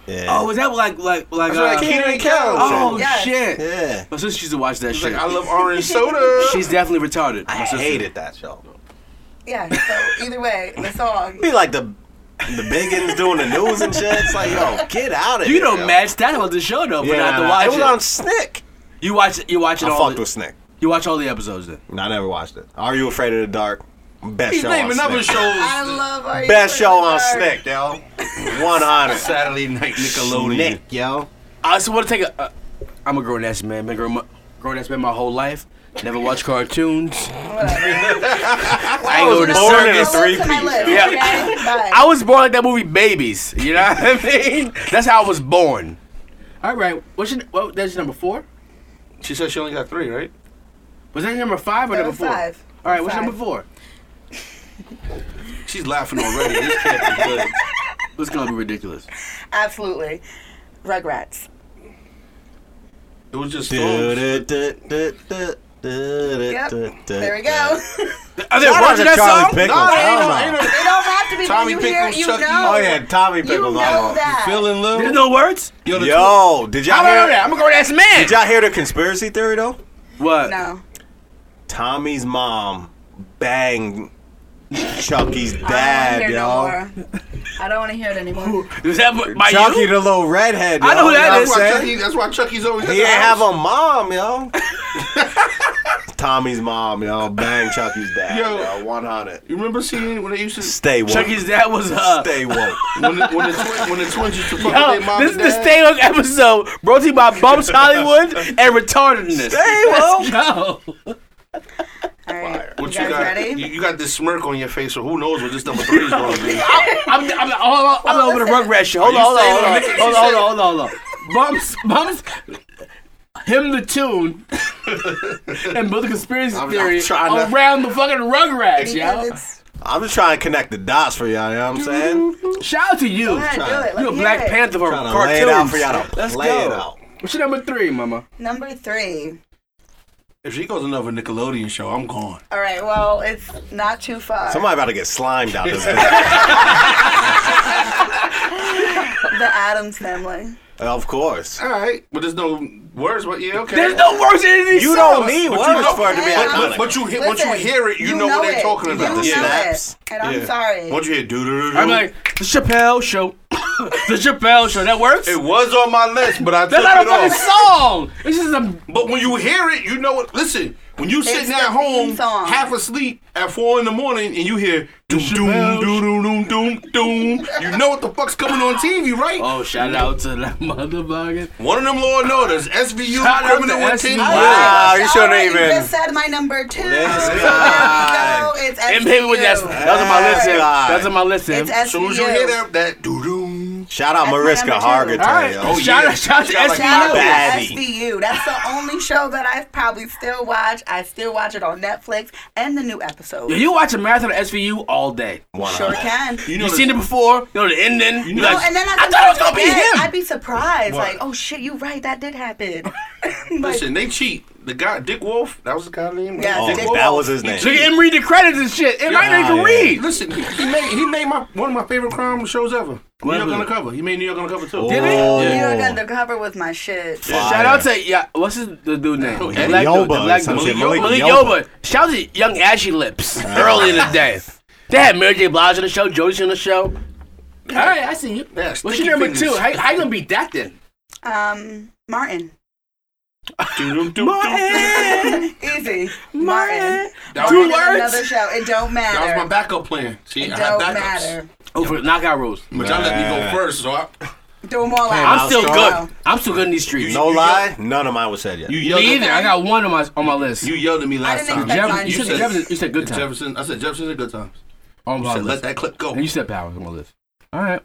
[SPEAKER 1] Yeah.
[SPEAKER 4] Oh, was that like like like? uh,
[SPEAKER 3] That's like Keenan and Kel.
[SPEAKER 4] oh
[SPEAKER 2] Yes.
[SPEAKER 4] shit.
[SPEAKER 1] yeah.
[SPEAKER 4] My sister used to watch that
[SPEAKER 3] It's
[SPEAKER 4] shit.
[SPEAKER 3] like I love orange soda.
[SPEAKER 4] She's definitely retarded.
[SPEAKER 1] I
[SPEAKER 4] My sister.
[SPEAKER 1] hated that show.
[SPEAKER 2] Yeah. So either way, the song.
[SPEAKER 1] Be like the the biggins doing the news and shit. It's like, yo, get out of
[SPEAKER 4] You
[SPEAKER 1] here.
[SPEAKER 4] don't
[SPEAKER 1] yo.
[SPEAKER 4] match that on the show though, but
[SPEAKER 1] Yeah,
[SPEAKER 4] I have to
[SPEAKER 1] nah,
[SPEAKER 4] watch
[SPEAKER 1] it
[SPEAKER 4] it.
[SPEAKER 1] was on Snick.
[SPEAKER 4] You watch you watch it
[SPEAKER 1] I
[SPEAKER 4] all.
[SPEAKER 1] fucked
[SPEAKER 4] The,
[SPEAKER 1] with Snick.
[SPEAKER 4] you watch all the episodes then.
[SPEAKER 1] No, I never watched it. Are you afraid of the dark? Best
[SPEAKER 3] He's
[SPEAKER 1] show
[SPEAKER 3] naming
[SPEAKER 1] on
[SPEAKER 3] other
[SPEAKER 1] Snick.
[SPEAKER 2] I
[SPEAKER 3] shows.
[SPEAKER 2] love. Are You
[SPEAKER 1] Best show on
[SPEAKER 2] Pretty Dark?
[SPEAKER 1] Snick, yo. One hundred.
[SPEAKER 3] Saturday night Nickelodeon.
[SPEAKER 1] Snick, yo.
[SPEAKER 4] I just want to take a. Uh, I'm a grown ass man. Been grown, grown ass man my whole life. Never watched cartoons.
[SPEAKER 2] Whatever.
[SPEAKER 4] I ain't go to
[SPEAKER 1] born in
[SPEAKER 4] circus.
[SPEAKER 1] a three-
[SPEAKER 2] Listen to my
[SPEAKER 1] piece,
[SPEAKER 2] lips,
[SPEAKER 4] yeah.
[SPEAKER 2] okay? Bye.
[SPEAKER 4] I was born like that movie Babies. You know what I mean? That's how I was born. All right. What's your, what, that's your number four?
[SPEAKER 3] She said she only got three, right?
[SPEAKER 4] Was that number five or
[SPEAKER 2] That
[SPEAKER 4] number
[SPEAKER 2] was
[SPEAKER 4] four?
[SPEAKER 2] five.
[SPEAKER 4] All right, what's
[SPEAKER 2] Five.
[SPEAKER 4] number four?
[SPEAKER 6] She's laughing already. This can't be good.
[SPEAKER 4] This is gonna be ridiculous.
[SPEAKER 2] Absolutely. Rugrats.
[SPEAKER 6] It was just storms.
[SPEAKER 2] Yep.
[SPEAKER 1] Yep.
[SPEAKER 2] There we go.
[SPEAKER 4] Are they
[SPEAKER 1] Shout out
[SPEAKER 4] watching
[SPEAKER 1] to
[SPEAKER 4] that
[SPEAKER 1] Charlie
[SPEAKER 4] song?
[SPEAKER 1] Pickles.
[SPEAKER 4] No, they
[SPEAKER 1] Hell
[SPEAKER 4] don't-
[SPEAKER 1] no.
[SPEAKER 4] they don't-
[SPEAKER 2] they don't have to be
[SPEAKER 6] Tommy
[SPEAKER 2] when you hear
[SPEAKER 6] Pickles,
[SPEAKER 2] you
[SPEAKER 6] Chucky.
[SPEAKER 2] know.
[SPEAKER 1] Oh yeah, Tommy
[SPEAKER 2] You
[SPEAKER 1] Pickles.
[SPEAKER 2] know
[SPEAKER 4] Oh.
[SPEAKER 1] I'm
[SPEAKER 2] that.
[SPEAKER 1] Feeling Lou.
[SPEAKER 4] There's no words.
[SPEAKER 6] Yo, the
[SPEAKER 1] Yo, did y'all
[SPEAKER 4] I don't know
[SPEAKER 1] hear?
[SPEAKER 4] that. I'm gonna go with that's man.
[SPEAKER 1] Did y'all hear the conspiracy theory though?
[SPEAKER 6] Oh,
[SPEAKER 4] What?
[SPEAKER 2] No.
[SPEAKER 1] Tommy's mom banged Chucky's
[SPEAKER 2] I
[SPEAKER 1] dad,
[SPEAKER 2] don't
[SPEAKER 1] y'all.
[SPEAKER 2] want to hear it no more. I don't want to hear it anymore.
[SPEAKER 4] Is that by
[SPEAKER 1] Chucky,
[SPEAKER 6] E.
[SPEAKER 4] you?
[SPEAKER 1] the little redhead.
[SPEAKER 4] I
[SPEAKER 1] Yo.
[SPEAKER 4] know who that
[SPEAKER 1] I'm
[SPEAKER 4] is.
[SPEAKER 6] That's why,
[SPEAKER 1] saying.
[SPEAKER 6] Chucky, that's why Chucky's always at
[SPEAKER 1] He
[SPEAKER 6] the
[SPEAKER 1] ain't have
[SPEAKER 6] house.
[SPEAKER 1] a mom, yo. Tommy's mom, yo. Bang Chucky's dad.
[SPEAKER 6] Yo.
[SPEAKER 1] Yo, 100.
[SPEAKER 6] You remember seeing when they used to
[SPEAKER 1] Stay woke.
[SPEAKER 4] Chucky's dad was uh.
[SPEAKER 1] Stay woke.
[SPEAKER 6] when the, when the, twin, when the twins used to fuck
[SPEAKER 4] Yo,
[SPEAKER 6] with their mom
[SPEAKER 4] this is
[SPEAKER 6] and
[SPEAKER 4] the
[SPEAKER 6] dad?
[SPEAKER 4] Stay Woke episode brought to you by Bumps Hollywood and Retardedness.
[SPEAKER 1] Stay woke.
[SPEAKER 4] Go.
[SPEAKER 2] All right.
[SPEAKER 6] What
[SPEAKER 2] you guys ready?
[SPEAKER 6] You, you got this smirk on your face, so who knows what this number three is going to be?
[SPEAKER 4] I'm, I'm, I'm, hold on, I'm
[SPEAKER 2] Well,
[SPEAKER 4] over the
[SPEAKER 2] listen.
[SPEAKER 4] Rugrats show. Hold on,
[SPEAKER 6] you
[SPEAKER 4] hold
[SPEAKER 6] saying
[SPEAKER 4] on,
[SPEAKER 6] what it is?
[SPEAKER 4] hold
[SPEAKER 6] You
[SPEAKER 4] on, hold on, hold on, hold on, hold on. Bumps, bumps. Him the tune and build a conspiracy
[SPEAKER 6] I'm- I'm
[SPEAKER 4] theory
[SPEAKER 6] trying to-
[SPEAKER 4] around the fucking
[SPEAKER 2] Because
[SPEAKER 4] Rugrats, yo.
[SPEAKER 2] it's.
[SPEAKER 1] I'm just trying to connect the dots for y'all, you know what I'm
[SPEAKER 4] Mm-hmm.
[SPEAKER 1] saying?
[SPEAKER 4] Shout out to you.
[SPEAKER 2] Go ahead, do it. Let
[SPEAKER 4] You a
[SPEAKER 2] me
[SPEAKER 4] Black
[SPEAKER 2] hear it.
[SPEAKER 4] Panther for
[SPEAKER 1] Trying to
[SPEAKER 4] cartoons.
[SPEAKER 1] lay it out for y'all to
[SPEAKER 4] Let's
[SPEAKER 1] play
[SPEAKER 4] go.
[SPEAKER 1] it out.
[SPEAKER 4] What's your number three, Mama?
[SPEAKER 2] Number three.
[SPEAKER 6] If she goes another Nickelodeon show, I'm gone.
[SPEAKER 2] All right. Well, it's not too far.
[SPEAKER 1] Somebody about to get slimed out this thing.
[SPEAKER 2] The Adams Family.
[SPEAKER 1] of course.
[SPEAKER 6] All right, but there's no words. But yeah, okay.
[SPEAKER 4] There's no worse than these
[SPEAKER 1] You
[SPEAKER 4] songs.
[SPEAKER 1] don't need
[SPEAKER 6] But
[SPEAKER 1] words
[SPEAKER 6] you know-
[SPEAKER 1] for it to be
[SPEAKER 2] But-
[SPEAKER 1] iconic.
[SPEAKER 6] But, but you hear, once you
[SPEAKER 2] Listen,
[SPEAKER 6] hear it, you, know, what they're
[SPEAKER 2] it.
[SPEAKER 6] talking about.
[SPEAKER 2] You
[SPEAKER 1] The
[SPEAKER 2] know
[SPEAKER 1] snaps.
[SPEAKER 2] it. And I'm
[SPEAKER 6] Yeah.
[SPEAKER 2] sorry.
[SPEAKER 6] Once you hear doo doo doo,
[SPEAKER 4] I'm like the Chappelle Show. the Chappelle Show. That works.
[SPEAKER 6] it was on my list, but I took
[SPEAKER 4] That's not a
[SPEAKER 6] it
[SPEAKER 4] fucking
[SPEAKER 6] off.
[SPEAKER 4] song. It's just a
[SPEAKER 6] But when you hear it, you know what. Listen, when you sitting
[SPEAKER 2] the
[SPEAKER 6] at home,
[SPEAKER 2] theme song.
[SPEAKER 6] half asleep at four in the morning, and you hear doom doom doom doom doom doom, you know what the fuck's coming on TV, right?
[SPEAKER 4] Oh, shout out to that motherfucker.
[SPEAKER 6] One of them Lord Notice, SVU
[SPEAKER 4] Shout out
[SPEAKER 6] criminal
[SPEAKER 4] to
[SPEAKER 6] intent.
[SPEAKER 4] SVU.
[SPEAKER 1] Wow, you
[SPEAKER 2] All
[SPEAKER 1] shouldn't
[SPEAKER 2] right,
[SPEAKER 1] even.
[SPEAKER 2] You just said my number two.
[SPEAKER 1] Let's
[SPEAKER 2] so there we
[SPEAKER 1] go.
[SPEAKER 2] go. It's
[SPEAKER 4] And maybe with that,
[SPEAKER 2] SVU.
[SPEAKER 4] that was on my list. Him.
[SPEAKER 1] God.
[SPEAKER 4] That's on my list. Him.
[SPEAKER 2] It's SVU.
[SPEAKER 6] As soon as you hear that, that doo doom.
[SPEAKER 1] Shout out
[SPEAKER 2] That's my
[SPEAKER 1] Mariska
[SPEAKER 2] number two.
[SPEAKER 4] All
[SPEAKER 1] Hargitay.
[SPEAKER 4] right.
[SPEAKER 1] yo.
[SPEAKER 4] Oh,
[SPEAKER 6] Oh,
[SPEAKER 4] shout,
[SPEAKER 6] yeah.
[SPEAKER 4] out, shout out to
[SPEAKER 6] Shout out
[SPEAKER 2] Shout out
[SPEAKER 4] SVU.
[SPEAKER 1] Bad.
[SPEAKER 2] to
[SPEAKER 1] Baddie.
[SPEAKER 2] SVU. That's the only show that I probably still watch. I still watch it on Netflix and the new episode.
[SPEAKER 4] Yo, you watch a marathon of SVU all day.
[SPEAKER 1] Why not?
[SPEAKER 2] sure can.
[SPEAKER 4] You
[SPEAKER 6] know
[SPEAKER 4] have
[SPEAKER 6] the-
[SPEAKER 4] seen it before. You know the ending. You
[SPEAKER 6] know-
[SPEAKER 4] like,
[SPEAKER 2] Oh, and then I,
[SPEAKER 4] I thought it was gonna be
[SPEAKER 2] yeah,
[SPEAKER 4] him.
[SPEAKER 2] I'd be surprised.
[SPEAKER 6] What?
[SPEAKER 2] Like, oh shit, you right? That did happen. like,
[SPEAKER 6] Listen, they cheat. The guy, Dick Wolf, that was the guy's name. right?
[SPEAKER 2] Yeah,
[SPEAKER 1] Oh,
[SPEAKER 2] Dick
[SPEAKER 6] Dick
[SPEAKER 2] Wolf.
[SPEAKER 1] that was his name.
[SPEAKER 4] Look at him read the credits and shit. And I didn't
[SPEAKER 1] Yeah.
[SPEAKER 4] even read.
[SPEAKER 6] Listen, he made he made my one of my favorite crime shows ever. New
[SPEAKER 4] What
[SPEAKER 6] York
[SPEAKER 4] was it?
[SPEAKER 6] Undercover. He made New York Undercover too.
[SPEAKER 4] Did he?
[SPEAKER 1] Oh,
[SPEAKER 2] you are gonna cover with my shit.
[SPEAKER 1] fire.
[SPEAKER 4] Shout out to yeah, what's his the dude name? The
[SPEAKER 6] Malik
[SPEAKER 4] black dude,
[SPEAKER 1] Yoba
[SPEAKER 4] the
[SPEAKER 1] or
[SPEAKER 4] black
[SPEAKER 1] some
[SPEAKER 4] dude.
[SPEAKER 1] shit.
[SPEAKER 4] Malik
[SPEAKER 1] Malik
[SPEAKER 4] Malik
[SPEAKER 1] Yoba.
[SPEAKER 4] Yoba. Shout out to Young Ashy Lips early in the day. They had Mary J. Blige on the show, Jodie's on the show. All right, I see you.
[SPEAKER 6] Yeah,
[SPEAKER 4] What's
[SPEAKER 6] sticky
[SPEAKER 4] your number
[SPEAKER 6] fingers.
[SPEAKER 4] two? How, how you gonna beat that then?
[SPEAKER 2] Um, Martin.
[SPEAKER 6] Doo-doo, doo-doo.
[SPEAKER 2] Easy. Martin.
[SPEAKER 6] That
[SPEAKER 2] Martin
[SPEAKER 6] was
[SPEAKER 2] is
[SPEAKER 6] my-
[SPEAKER 4] words?
[SPEAKER 2] Another show. It don't matter.
[SPEAKER 6] that was my backup plan. See, I had
[SPEAKER 2] don't
[SPEAKER 6] backups.
[SPEAKER 2] matter.
[SPEAKER 4] Oh, for knockout rules.
[SPEAKER 6] But y'all let me
[SPEAKER 1] Nah.
[SPEAKER 6] go first, so I,
[SPEAKER 2] Do them all out.
[SPEAKER 4] I'm still
[SPEAKER 1] Outstart.
[SPEAKER 4] good. I'm still good in these streets.
[SPEAKER 1] No lie, none of mine was said yet.
[SPEAKER 6] you
[SPEAKER 4] Me
[SPEAKER 6] yelled
[SPEAKER 4] either.
[SPEAKER 6] At
[SPEAKER 4] I got one on my on my list.
[SPEAKER 6] You yelled at me last
[SPEAKER 2] didn't
[SPEAKER 6] time.
[SPEAKER 2] expect mine
[SPEAKER 4] Jefferson,
[SPEAKER 2] That's
[SPEAKER 4] you,
[SPEAKER 2] fine.
[SPEAKER 4] said Jefferson. You said good time.
[SPEAKER 6] Jefferson. I said Jefferson's a good time.
[SPEAKER 4] on
[SPEAKER 6] You
[SPEAKER 4] my
[SPEAKER 6] said let
[SPEAKER 4] list.
[SPEAKER 6] that clip go.
[SPEAKER 4] And you said Powers on my list. All right.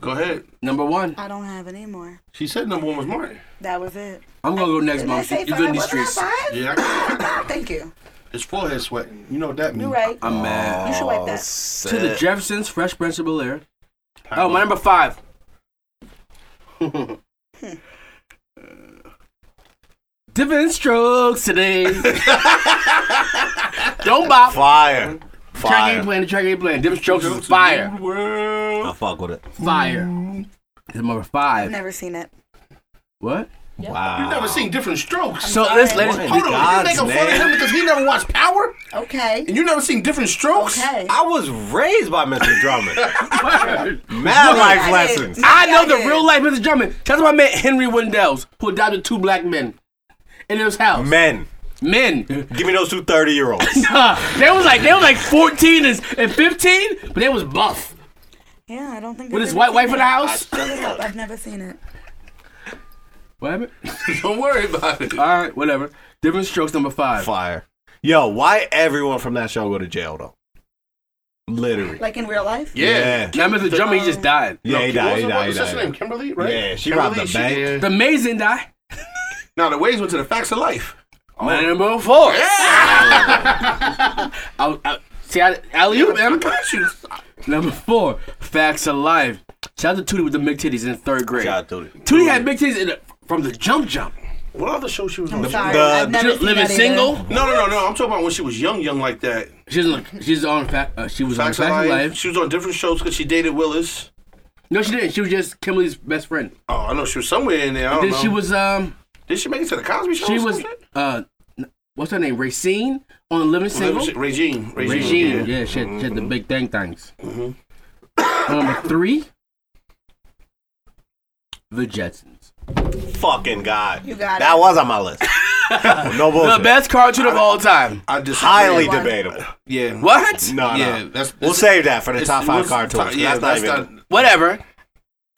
[SPEAKER 6] Go ahead.
[SPEAKER 4] Number one.
[SPEAKER 2] I don't have any more.
[SPEAKER 6] She said number one was Martin.
[SPEAKER 2] That was it.
[SPEAKER 4] I'm gonna go next
[SPEAKER 2] Did I
[SPEAKER 4] month.
[SPEAKER 2] say
[SPEAKER 4] You
[SPEAKER 2] five?
[SPEAKER 4] good in these
[SPEAKER 2] Wasn't that
[SPEAKER 4] streets?
[SPEAKER 2] five? Ah,
[SPEAKER 6] Yeah, I-
[SPEAKER 2] Thank you.
[SPEAKER 6] his forehead sweating. You know what that means.
[SPEAKER 2] You're right.
[SPEAKER 4] I'm mad.
[SPEAKER 1] Oh,
[SPEAKER 2] You should wipe that.
[SPEAKER 4] To the
[SPEAKER 1] Said-
[SPEAKER 4] Jeffersons, Fresh Prince of Bel Air. Oh, my number five. Different strokes today. Don't bop.
[SPEAKER 1] Fire.
[SPEAKER 4] Track ain't
[SPEAKER 1] Fire.
[SPEAKER 4] playing. The track ain't playing. Different strokes
[SPEAKER 6] Go
[SPEAKER 4] is
[SPEAKER 6] to
[SPEAKER 4] fire.
[SPEAKER 6] the world.
[SPEAKER 1] I fuck with it.
[SPEAKER 4] Fire. It's number
[SPEAKER 2] I've
[SPEAKER 4] five.
[SPEAKER 2] never seen it.
[SPEAKER 4] What?
[SPEAKER 1] Wow.
[SPEAKER 6] You've never seen different strokes.
[SPEAKER 4] So
[SPEAKER 2] sorry.
[SPEAKER 4] this ladies.
[SPEAKER 1] What?
[SPEAKER 6] Hold on, you
[SPEAKER 1] God's
[SPEAKER 6] making fun of
[SPEAKER 1] name.
[SPEAKER 6] him because he never watched Power,
[SPEAKER 2] Okay.
[SPEAKER 6] and you never seen different strokes.
[SPEAKER 2] Okay.
[SPEAKER 1] I was raised by Mr. Drummond.
[SPEAKER 4] Look,
[SPEAKER 1] Mad life
[SPEAKER 2] I did.
[SPEAKER 1] lessons.
[SPEAKER 4] I
[SPEAKER 2] Yeah,
[SPEAKER 4] know
[SPEAKER 2] I
[SPEAKER 4] the
[SPEAKER 2] did.
[SPEAKER 4] real life Mr. Drummond. Shout out to my man Henry Wendells, who adopted two black men in his house.
[SPEAKER 1] Men,
[SPEAKER 4] Men.
[SPEAKER 1] give me those two 30 year olds.
[SPEAKER 4] Huh. they was like they was like 14 and, and 15, but they was buff.
[SPEAKER 2] Yeah, I don't think.
[SPEAKER 4] With his white wife in the house.
[SPEAKER 2] I've never seen it.
[SPEAKER 4] What happened?
[SPEAKER 6] Don't worry about it.
[SPEAKER 4] All right, whatever. Different strokes number five.
[SPEAKER 1] Fire. Yo, why everyone from that show go to jail though? Literally.
[SPEAKER 2] Like in real life.
[SPEAKER 1] Yeah.
[SPEAKER 4] Now Mr. Drummond, he just died.
[SPEAKER 1] Yeah, he
[SPEAKER 6] What
[SPEAKER 1] died.
[SPEAKER 6] was
[SPEAKER 1] He
[SPEAKER 6] her-
[SPEAKER 1] died. He
[SPEAKER 6] What's his name?
[SPEAKER 1] died.
[SPEAKER 6] Kimberly, right?
[SPEAKER 1] Yeah, she
[SPEAKER 6] Kimberly,
[SPEAKER 1] robbed the bank.
[SPEAKER 4] The Mays didn't die.
[SPEAKER 6] Now the ways went to the facts of life.
[SPEAKER 4] My number four. I, I, see, I, I you,
[SPEAKER 6] Man, I'm
[SPEAKER 4] man.
[SPEAKER 6] got you.
[SPEAKER 4] Number four, facts of life. Shout out to Tootie with the big titties in third grade.
[SPEAKER 1] Shout out to Tootie.
[SPEAKER 4] Tootie had big titties in the, from the jump jump.
[SPEAKER 6] What other show she was on?
[SPEAKER 2] I'm sorry.
[SPEAKER 1] the-
[SPEAKER 2] I've never seen
[SPEAKER 4] Living
[SPEAKER 2] that either.
[SPEAKER 4] single.
[SPEAKER 6] No, no, no, no. I'm talking about when she was young, young like that.
[SPEAKER 4] She's on. She's on. Fa- uh, she was
[SPEAKER 6] Facts
[SPEAKER 4] on
[SPEAKER 6] of
[SPEAKER 4] Facts
[SPEAKER 6] Life.
[SPEAKER 4] of Life.
[SPEAKER 6] She was on different shows because she dated Willis.
[SPEAKER 4] No, she didn't. She was just Kimberly's best friend.
[SPEAKER 6] Oh, I know she was somewhere in there. I don't
[SPEAKER 4] Then
[SPEAKER 6] know.
[SPEAKER 4] she was um.
[SPEAKER 6] Did she make it to the Cosby Show?
[SPEAKER 4] She
[SPEAKER 6] or some
[SPEAKER 4] was
[SPEAKER 6] shit?
[SPEAKER 4] uh. n- What's her name? Racine on Living Single.
[SPEAKER 6] Regine. Regine.
[SPEAKER 4] Regine.
[SPEAKER 6] yeah. Mm-hmm.
[SPEAKER 4] Yeah, she had, she had the big dang things. Number three, the Jetsons.
[SPEAKER 1] Fucking God.
[SPEAKER 2] You got
[SPEAKER 1] that
[SPEAKER 2] it.
[SPEAKER 1] was on my list. no bullshit.
[SPEAKER 4] cartoon of all time.
[SPEAKER 6] I disagree.
[SPEAKER 1] Highly
[SPEAKER 2] One.
[SPEAKER 1] debatable.
[SPEAKER 6] Yeah.
[SPEAKER 4] What?
[SPEAKER 1] No,
[SPEAKER 6] Yeah,
[SPEAKER 1] no.
[SPEAKER 6] that's-
[SPEAKER 1] we'll
[SPEAKER 6] it's-
[SPEAKER 1] save that for the
[SPEAKER 6] It's-
[SPEAKER 1] top five
[SPEAKER 6] what's-
[SPEAKER 1] cartoons. 'cause
[SPEAKER 6] Yeah,
[SPEAKER 1] that's, not even.
[SPEAKER 4] Whatever.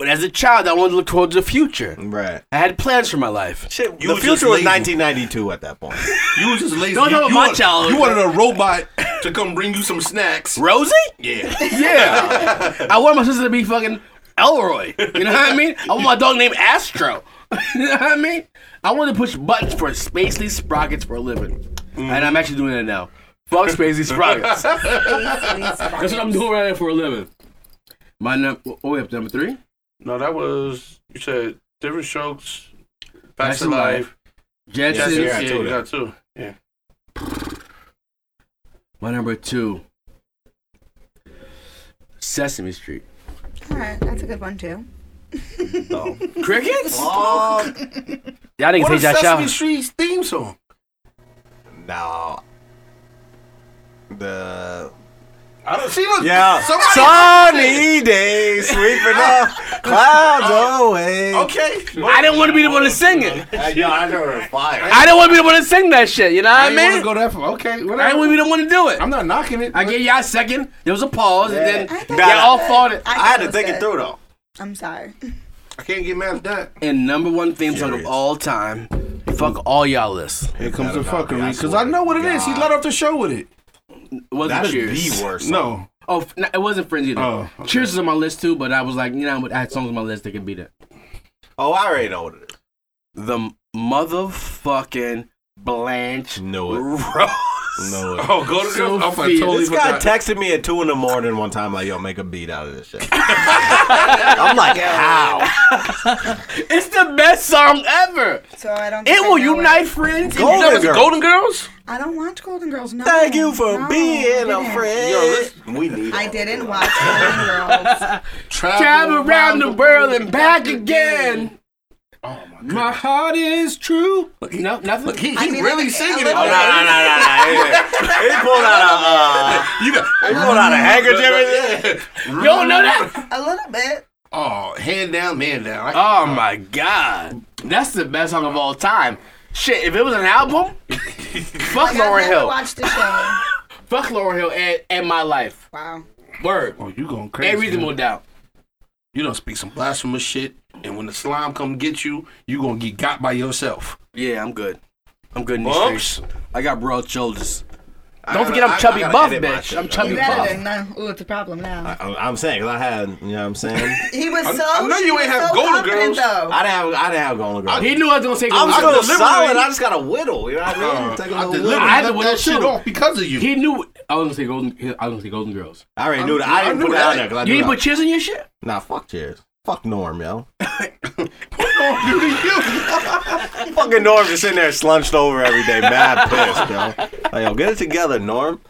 [SPEAKER 4] But as a child, I wanted to look towards the future.
[SPEAKER 6] Mm.
[SPEAKER 1] Right.
[SPEAKER 4] I had plans for my life.
[SPEAKER 1] Shit,
[SPEAKER 6] You
[SPEAKER 1] the
[SPEAKER 6] was
[SPEAKER 1] future was
[SPEAKER 6] just lazy.
[SPEAKER 1] 1992 at that point.
[SPEAKER 6] You was just lazy.
[SPEAKER 4] Don't
[SPEAKER 6] you,
[SPEAKER 4] talk about
[SPEAKER 6] you
[SPEAKER 4] my
[SPEAKER 6] wanted-
[SPEAKER 4] childhood.
[SPEAKER 6] You wanted a robot to come bring you some snacks.
[SPEAKER 4] Rosie?
[SPEAKER 6] Yeah.
[SPEAKER 4] Yeah. I want my sister to be fucking Elroy. You know what I mean? I want my dog named Astro. you know what I mean? I want to push buttons for Spacely Sprockets for a living. And I'm actually doing that now. Fuck Spacely Sprockets. That's what I'm doing right now for a living. My number, oh, we up to number three?
[SPEAKER 6] No, that was you said different strokes.
[SPEAKER 4] Facts of Life.
[SPEAKER 6] Yeah,
[SPEAKER 4] Jetsons.
[SPEAKER 1] Yes,
[SPEAKER 6] yeah,
[SPEAKER 1] yeah,
[SPEAKER 6] you
[SPEAKER 1] too.
[SPEAKER 6] got two. Yeah.
[SPEAKER 4] My number two. Sesame Street.
[SPEAKER 2] All right, that's a good one too.
[SPEAKER 4] Crickets?
[SPEAKER 1] oh,
[SPEAKER 4] Y'all niggas
[SPEAKER 6] What
[SPEAKER 4] hate
[SPEAKER 6] is
[SPEAKER 4] that
[SPEAKER 6] Sesame
[SPEAKER 4] show.
[SPEAKER 6] Street's theme song?
[SPEAKER 1] no. The
[SPEAKER 6] I don't see. Look,
[SPEAKER 1] yeah,
[SPEAKER 6] somebody-
[SPEAKER 1] sunny days sweeping up clouds away.
[SPEAKER 6] Oh, Okay.
[SPEAKER 4] I didn't want to be the one to sing it.
[SPEAKER 1] Hey, yo, I never fire.
[SPEAKER 4] I didn't want to be the one to sing that shit. You know what I,
[SPEAKER 6] I
[SPEAKER 4] mean?
[SPEAKER 6] want to go that far. Okay, whatever.
[SPEAKER 4] I didn't even want to do it.
[SPEAKER 6] I'm not knocking it.
[SPEAKER 4] I gave y'all a second. There was a pause, and
[SPEAKER 2] I
[SPEAKER 4] then
[SPEAKER 2] thought
[SPEAKER 4] y'all
[SPEAKER 1] that
[SPEAKER 4] all
[SPEAKER 2] was
[SPEAKER 4] fought
[SPEAKER 2] good.
[SPEAKER 4] it.
[SPEAKER 1] I had to
[SPEAKER 2] thought
[SPEAKER 1] think
[SPEAKER 2] was
[SPEAKER 1] it
[SPEAKER 2] good.
[SPEAKER 1] through though.
[SPEAKER 2] I'm sorry.
[SPEAKER 6] I can't get mad at that.
[SPEAKER 4] And number one theme song of
[SPEAKER 1] Serious.
[SPEAKER 4] all time. Fuck all y'all lists.
[SPEAKER 6] Here
[SPEAKER 1] comes
[SPEAKER 6] comes
[SPEAKER 1] the
[SPEAKER 6] the
[SPEAKER 1] Better not be, I
[SPEAKER 6] fuckery,
[SPEAKER 1] fuckery, 'cause
[SPEAKER 6] because
[SPEAKER 1] swear
[SPEAKER 6] I
[SPEAKER 1] I know
[SPEAKER 6] know
[SPEAKER 1] to
[SPEAKER 6] what it is. He
[SPEAKER 1] God.
[SPEAKER 6] let off the show with it.
[SPEAKER 4] It wasn't
[SPEAKER 1] That
[SPEAKER 4] Cheers.
[SPEAKER 1] is the worst. song.
[SPEAKER 6] No,
[SPEAKER 4] Oh, f- no, it wasn't Friends either.
[SPEAKER 6] Oh, okay.
[SPEAKER 4] Cheers is on my list too, but I was like, you know, I had songs on my list that could beat it.
[SPEAKER 1] Oh, I already know what it is.
[SPEAKER 4] The motherfucking Blanche
[SPEAKER 1] Know
[SPEAKER 4] Rose.
[SPEAKER 1] Know it.
[SPEAKER 6] Oh, go to
[SPEAKER 4] So
[SPEAKER 6] so I
[SPEAKER 4] fierce.
[SPEAKER 6] totally
[SPEAKER 1] This guy
[SPEAKER 6] forgot.
[SPEAKER 1] texted me at two in the morning one time, like, "Yo, make a beat out of this shit." I'm like, "How?"
[SPEAKER 4] It's the best song ever.
[SPEAKER 2] So I don't.
[SPEAKER 4] It
[SPEAKER 2] think I
[SPEAKER 4] will
[SPEAKER 2] know
[SPEAKER 4] unite friends.
[SPEAKER 1] Golden
[SPEAKER 4] You know it's
[SPEAKER 1] Girls.
[SPEAKER 4] Golden Girls.
[SPEAKER 2] I don't watch Golden Girls. No.
[SPEAKER 1] Thank you for
[SPEAKER 2] No, I
[SPEAKER 1] being a
[SPEAKER 2] didn't.
[SPEAKER 1] friend.
[SPEAKER 6] Yo, let's-
[SPEAKER 1] we need.
[SPEAKER 2] I
[SPEAKER 1] it.
[SPEAKER 2] didn't watch Golden Girls.
[SPEAKER 4] Travel around the world and back again.
[SPEAKER 6] Oh my
[SPEAKER 4] My heart is true. No, nothing.
[SPEAKER 6] He, he
[SPEAKER 2] I mean,
[SPEAKER 6] really
[SPEAKER 2] like,
[SPEAKER 6] singing
[SPEAKER 2] a
[SPEAKER 6] it.
[SPEAKER 1] Oh no no no no! no. He pulled out a uh,
[SPEAKER 6] You got
[SPEAKER 1] he pulled out a
[SPEAKER 6] Mm-hmm.
[SPEAKER 1] handkerchief. and shit.
[SPEAKER 4] You don't know that?
[SPEAKER 2] A little bit.
[SPEAKER 6] Oh, hand down, man down. I,
[SPEAKER 4] Oh my god. That's the best song of all time. Shit, if it was an album, fuck
[SPEAKER 2] Like, I
[SPEAKER 4] Lauren
[SPEAKER 2] never
[SPEAKER 4] Hill.
[SPEAKER 2] watched the show.
[SPEAKER 4] Fuck Lauren Hill and, and my life.
[SPEAKER 2] Wow.
[SPEAKER 4] Word.
[SPEAKER 6] oh, you going crazy?
[SPEAKER 4] Ain't reasonable
[SPEAKER 6] man.
[SPEAKER 4] doubt.
[SPEAKER 6] You don't speak some blasphemous shit, and when the slime come get you, you gonna get got by yourself.
[SPEAKER 4] Yeah, I'm good. I'm good in these
[SPEAKER 6] Bumps.
[SPEAKER 4] streets. I got broad shoulders.
[SPEAKER 1] I
[SPEAKER 4] Don't
[SPEAKER 1] gotta-
[SPEAKER 4] forget
[SPEAKER 1] I- I
[SPEAKER 4] I'm chubby
[SPEAKER 1] gotta
[SPEAKER 4] buff,
[SPEAKER 1] edit my
[SPEAKER 4] bitch.
[SPEAKER 1] shit.
[SPEAKER 4] I'm chubby
[SPEAKER 2] You better
[SPEAKER 4] buff.
[SPEAKER 2] than none. Ooh, it's a problem now.
[SPEAKER 1] I- I'm saying because I had, you know what I'm saying?
[SPEAKER 2] He was so.
[SPEAKER 6] I know you
[SPEAKER 2] he
[SPEAKER 6] ain't
[SPEAKER 2] was
[SPEAKER 6] have
[SPEAKER 2] so
[SPEAKER 6] Golden
[SPEAKER 2] confident,
[SPEAKER 6] Girls.
[SPEAKER 2] Though.
[SPEAKER 1] I didn't have, I didn't have going girl.
[SPEAKER 4] He knew I was gonna take
[SPEAKER 1] I'm
[SPEAKER 4] over.
[SPEAKER 1] still
[SPEAKER 6] deliberately-
[SPEAKER 1] solid. I just got to whittle. You know what
[SPEAKER 3] Oh,
[SPEAKER 1] I mean?
[SPEAKER 6] Uh,
[SPEAKER 1] Take a
[SPEAKER 6] I
[SPEAKER 1] little
[SPEAKER 6] deliberately
[SPEAKER 1] whittle.
[SPEAKER 4] I had to
[SPEAKER 6] let
[SPEAKER 4] with
[SPEAKER 6] that
[SPEAKER 4] it
[SPEAKER 6] shit
[SPEAKER 4] too.
[SPEAKER 6] off because of you.
[SPEAKER 4] He knew I was gonna say Golden. I was gonna say Golden Girls.
[SPEAKER 1] I already knew that. I
[SPEAKER 6] I
[SPEAKER 1] didn't
[SPEAKER 6] knew
[SPEAKER 1] put that on
[SPEAKER 6] that.
[SPEAKER 1] there because I
[SPEAKER 4] You
[SPEAKER 1] knew
[SPEAKER 4] didn't put
[SPEAKER 1] that.
[SPEAKER 4] cheers in your shit.
[SPEAKER 1] Nah, fuck cheers. Fuck Norm, yo.
[SPEAKER 6] Don't do to you.
[SPEAKER 1] Fucking Norm just sitting there slunched over every day, mad pissed, yo. Like, yo, get it together, Norm.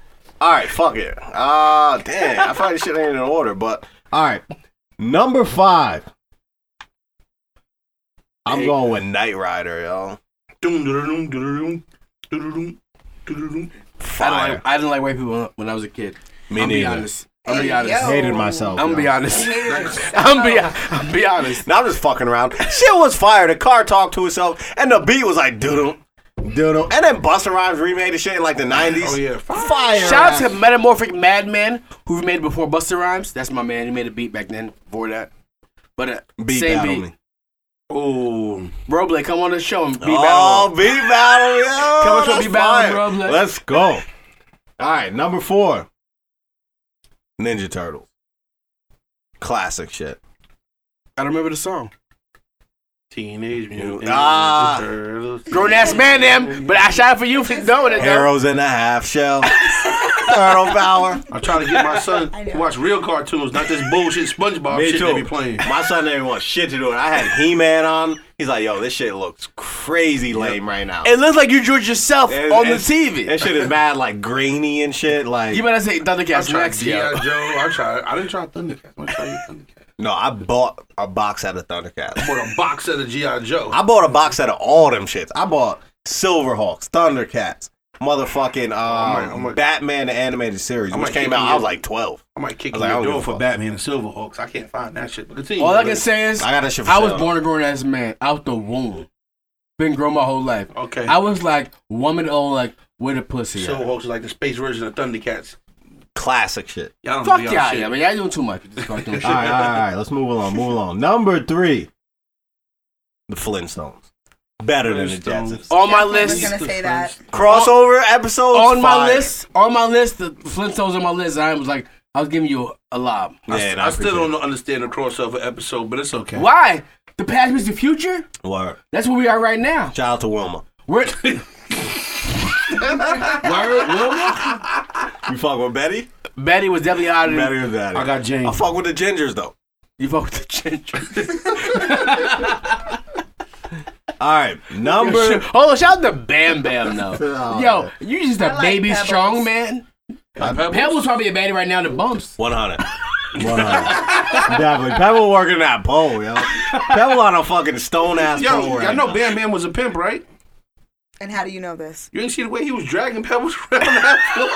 [SPEAKER 1] All right, fuck it. Ah, damn. I thought this shit ain't in order, but all right. Number five. I'm going with Knight Rider, yo.
[SPEAKER 6] Doom, doom, doom, doom, doom,
[SPEAKER 4] I didn't
[SPEAKER 1] Fire.
[SPEAKER 4] like, I didn't like white people when I was a kid.
[SPEAKER 1] Me
[SPEAKER 4] I'm
[SPEAKER 1] neither.
[SPEAKER 4] be honest. I'm be
[SPEAKER 2] Hey,
[SPEAKER 4] honest.
[SPEAKER 2] yo.
[SPEAKER 1] Hated myself.
[SPEAKER 4] I'm
[SPEAKER 1] yo.
[SPEAKER 4] be honest.
[SPEAKER 2] He hated himself.
[SPEAKER 4] I'm be I'm be honest.
[SPEAKER 1] No, I'm just fucking around. Shit was fire. The car talked to itself, and the beat was like doodle, doodle. And then Busta Rhymes remade the shit in like the '90s.
[SPEAKER 6] Oh, yeah.
[SPEAKER 1] fire!
[SPEAKER 4] Shout out to Metamorphic Madman who made it before Buster Rhymes. That's my man. He made a beat back then before that. But uh,
[SPEAKER 1] beat
[SPEAKER 4] same
[SPEAKER 1] battle
[SPEAKER 4] beat.
[SPEAKER 1] me.
[SPEAKER 6] Oh,
[SPEAKER 4] Robley, come on the show and beat
[SPEAKER 1] oh,
[SPEAKER 4] battle.
[SPEAKER 1] beat battle! Yo,
[SPEAKER 4] Come on,
[SPEAKER 1] that's
[SPEAKER 4] beat battle,
[SPEAKER 1] fire.
[SPEAKER 4] bro. Let's-
[SPEAKER 1] Let's go. All right, number four, Ninja Turtles. Classic shit.
[SPEAKER 4] I don't remember the song.
[SPEAKER 3] Teenage Mutant.
[SPEAKER 1] Ah.
[SPEAKER 3] Ninja Turtles.
[SPEAKER 4] Grown ass man, them. But I shot for you for knowing it. though.
[SPEAKER 1] Arrows in a half shell. Turtle power.
[SPEAKER 3] I'm trying to get my son to
[SPEAKER 2] know.
[SPEAKER 3] watch real cartoons, not this bullshit SpongeBob
[SPEAKER 1] Me
[SPEAKER 3] Oh, shit
[SPEAKER 1] too.
[SPEAKER 3] they be playing.
[SPEAKER 1] My son didn't want shit to do it. I had He Man on. He's like, yo, this shit looks crazy lame right now.
[SPEAKER 4] It looks like you drew it yourself
[SPEAKER 1] And-
[SPEAKER 4] on the
[SPEAKER 1] and-
[SPEAKER 4] TV.
[SPEAKER 1] That shit is mad, like grainy and shit. Like,
[SPEAKER 4] you better say Thundercats
[SPEAKER 3] tried
[SPEAKER 4] next,
[SPEAKER 3] G.I.
[SPEAKER 4] yo.
[SPEAKER 3] Joe. I tried. I didn't try Thundercat. I'm gonna try you Thundercat.
[SPEAKER 1] no, I bought a box out of Thundercats.
[SPEAKER 3] Bought a box set of GI Joe.
[SPEAKER 1] I bought a box out of all them shits. I bought Silverhawks, Thundercats, motherfucking um,
[SPEAKER 3] might- I might-
[SPEAKER 1] Batman the animated series,
[SPEAKER 3] I
[SPEAKER 1] which
[SPEAKER 3] might
[SPEAKER 1] came
[SPEAKER 3] kick
[SPEAKER 1] out.
[SPEAKER 3] you
[SPEAKER 1] I was
[SPEAKER 3] in.
[SPEAKER 1] like twelve.
[SPEAKER 3] I might kick
[SPEAKER 1] I
[SPEAKER 3] in
[SPEAKER 1] was like, I
[SPEAKER 3] the
[SPEAKER 1] don't
[SPEAKER 3] door
[SPEAKER 1] give a
[SPEAKER 3] for
[SPEAKER 1] fuck.
[SPEAKER 3] Batman and Silverhawks. I can't find that shit. But continue.
[SPEAKER 4] All I
[SPEAKER 3] brother.
[SPEAKER 4] can say is
[SPEAKER 1] I got that shit. For
[SPEAKER 4] I was
[SPEAKER 1] sale.
[SPEAKER 4] born a grown ass man out the womb. Been grown my whole life.
[SPEAKER 3] Okay.
[SPEAKER 4] I was like woman old, like with a pussy. at?
[SPEAKER 3] Silverhawks is like the space version of Thundercats.
[SPEAKER 1] classic shit.
[SPEAKER 3] Y'all don't
[SPEAKER 4] Fuck
[SPEAKER 3] do
[SPEAKER 4] y'all,
[SPEAKER 3] y'all shit.
[SPEAKER 4] yeah, man. Y'all doing too much. with this cartoon shit.
[SPEAKER 1] all right, all right, all right. Let's move along. Move along. Number three, the Flintstones. Better than the
[SPEAKER 3] Flintstones.
[SPEAKER 1] Jetsons.
[SPEAKER 4] On my
[SPEAKER 2] I was
[SPEAKER 4] list,
[SPEAKER 2] gonna say that.
[SPEAKER 1] Crossover episodes
[SPEAKER 4] on my
[SPEAKER 1] fire.
[SPEAKER 4] list, on my list, the Flintstones on my list. I was like, I was giving you a lob.
[SPEAKER 1] Yeah, and
[SPEAKER 3] I, still
[SPEAKER 1] appreciate
[SPEAKER 3] don't understand the crossover episode, but it's okay.
[SPEAKER 4] Why? The past means the future.
[SPEAKER 1] it. Word.
[SPEAKER 4] That's where we are right now.
[SPEAKER 1] Child to Wilma.
[SPEAKER 4] We're
[SPEAKER 1] You fuck with Betty?
[SPEAKER 4] Betty was definitely out of
[SPEAKER 1] Better than that.
[SPEAKER 6] I got
[SPEAKER 1] I
[SPEAKER 6] James.
[SPEAKER 1] fuck with the Gingers though.
[SPEAKER 4] You fuck with the ginger.
[SPEAKER 1] All right, number.
[SPEAKER 4] Hold on, shout out to Bam Bam though.
[SPEAKER 1] Oh,
[SPEAKER 4] Yo, you just a
[SPEAKER 2] I like
[SPEAKER 4] baby
[SPEAKER 2] Pebbles.
[SPEAKER 4] strong man. Pebbles probably a baddie right now. The bumps.
[SPEAKER 1] 100. 100. Definitely. Pebble working that pole, yo. Pebble on a fucking stone ass
[SPEAKER 3] Yo,
[SPEAKER 1] pole.
[SPEAKER 3] y'all
[SPEAKER 1] right
[SPEAKER 3] know
[SPEAKER 1] now.
[SPEAKER 3] Bam Bam was a pimp, right?
[SPEAKER 2] And how do you know this?
[SPEAKER 3] You ain't see the way he was dragging Pebbles around that floor?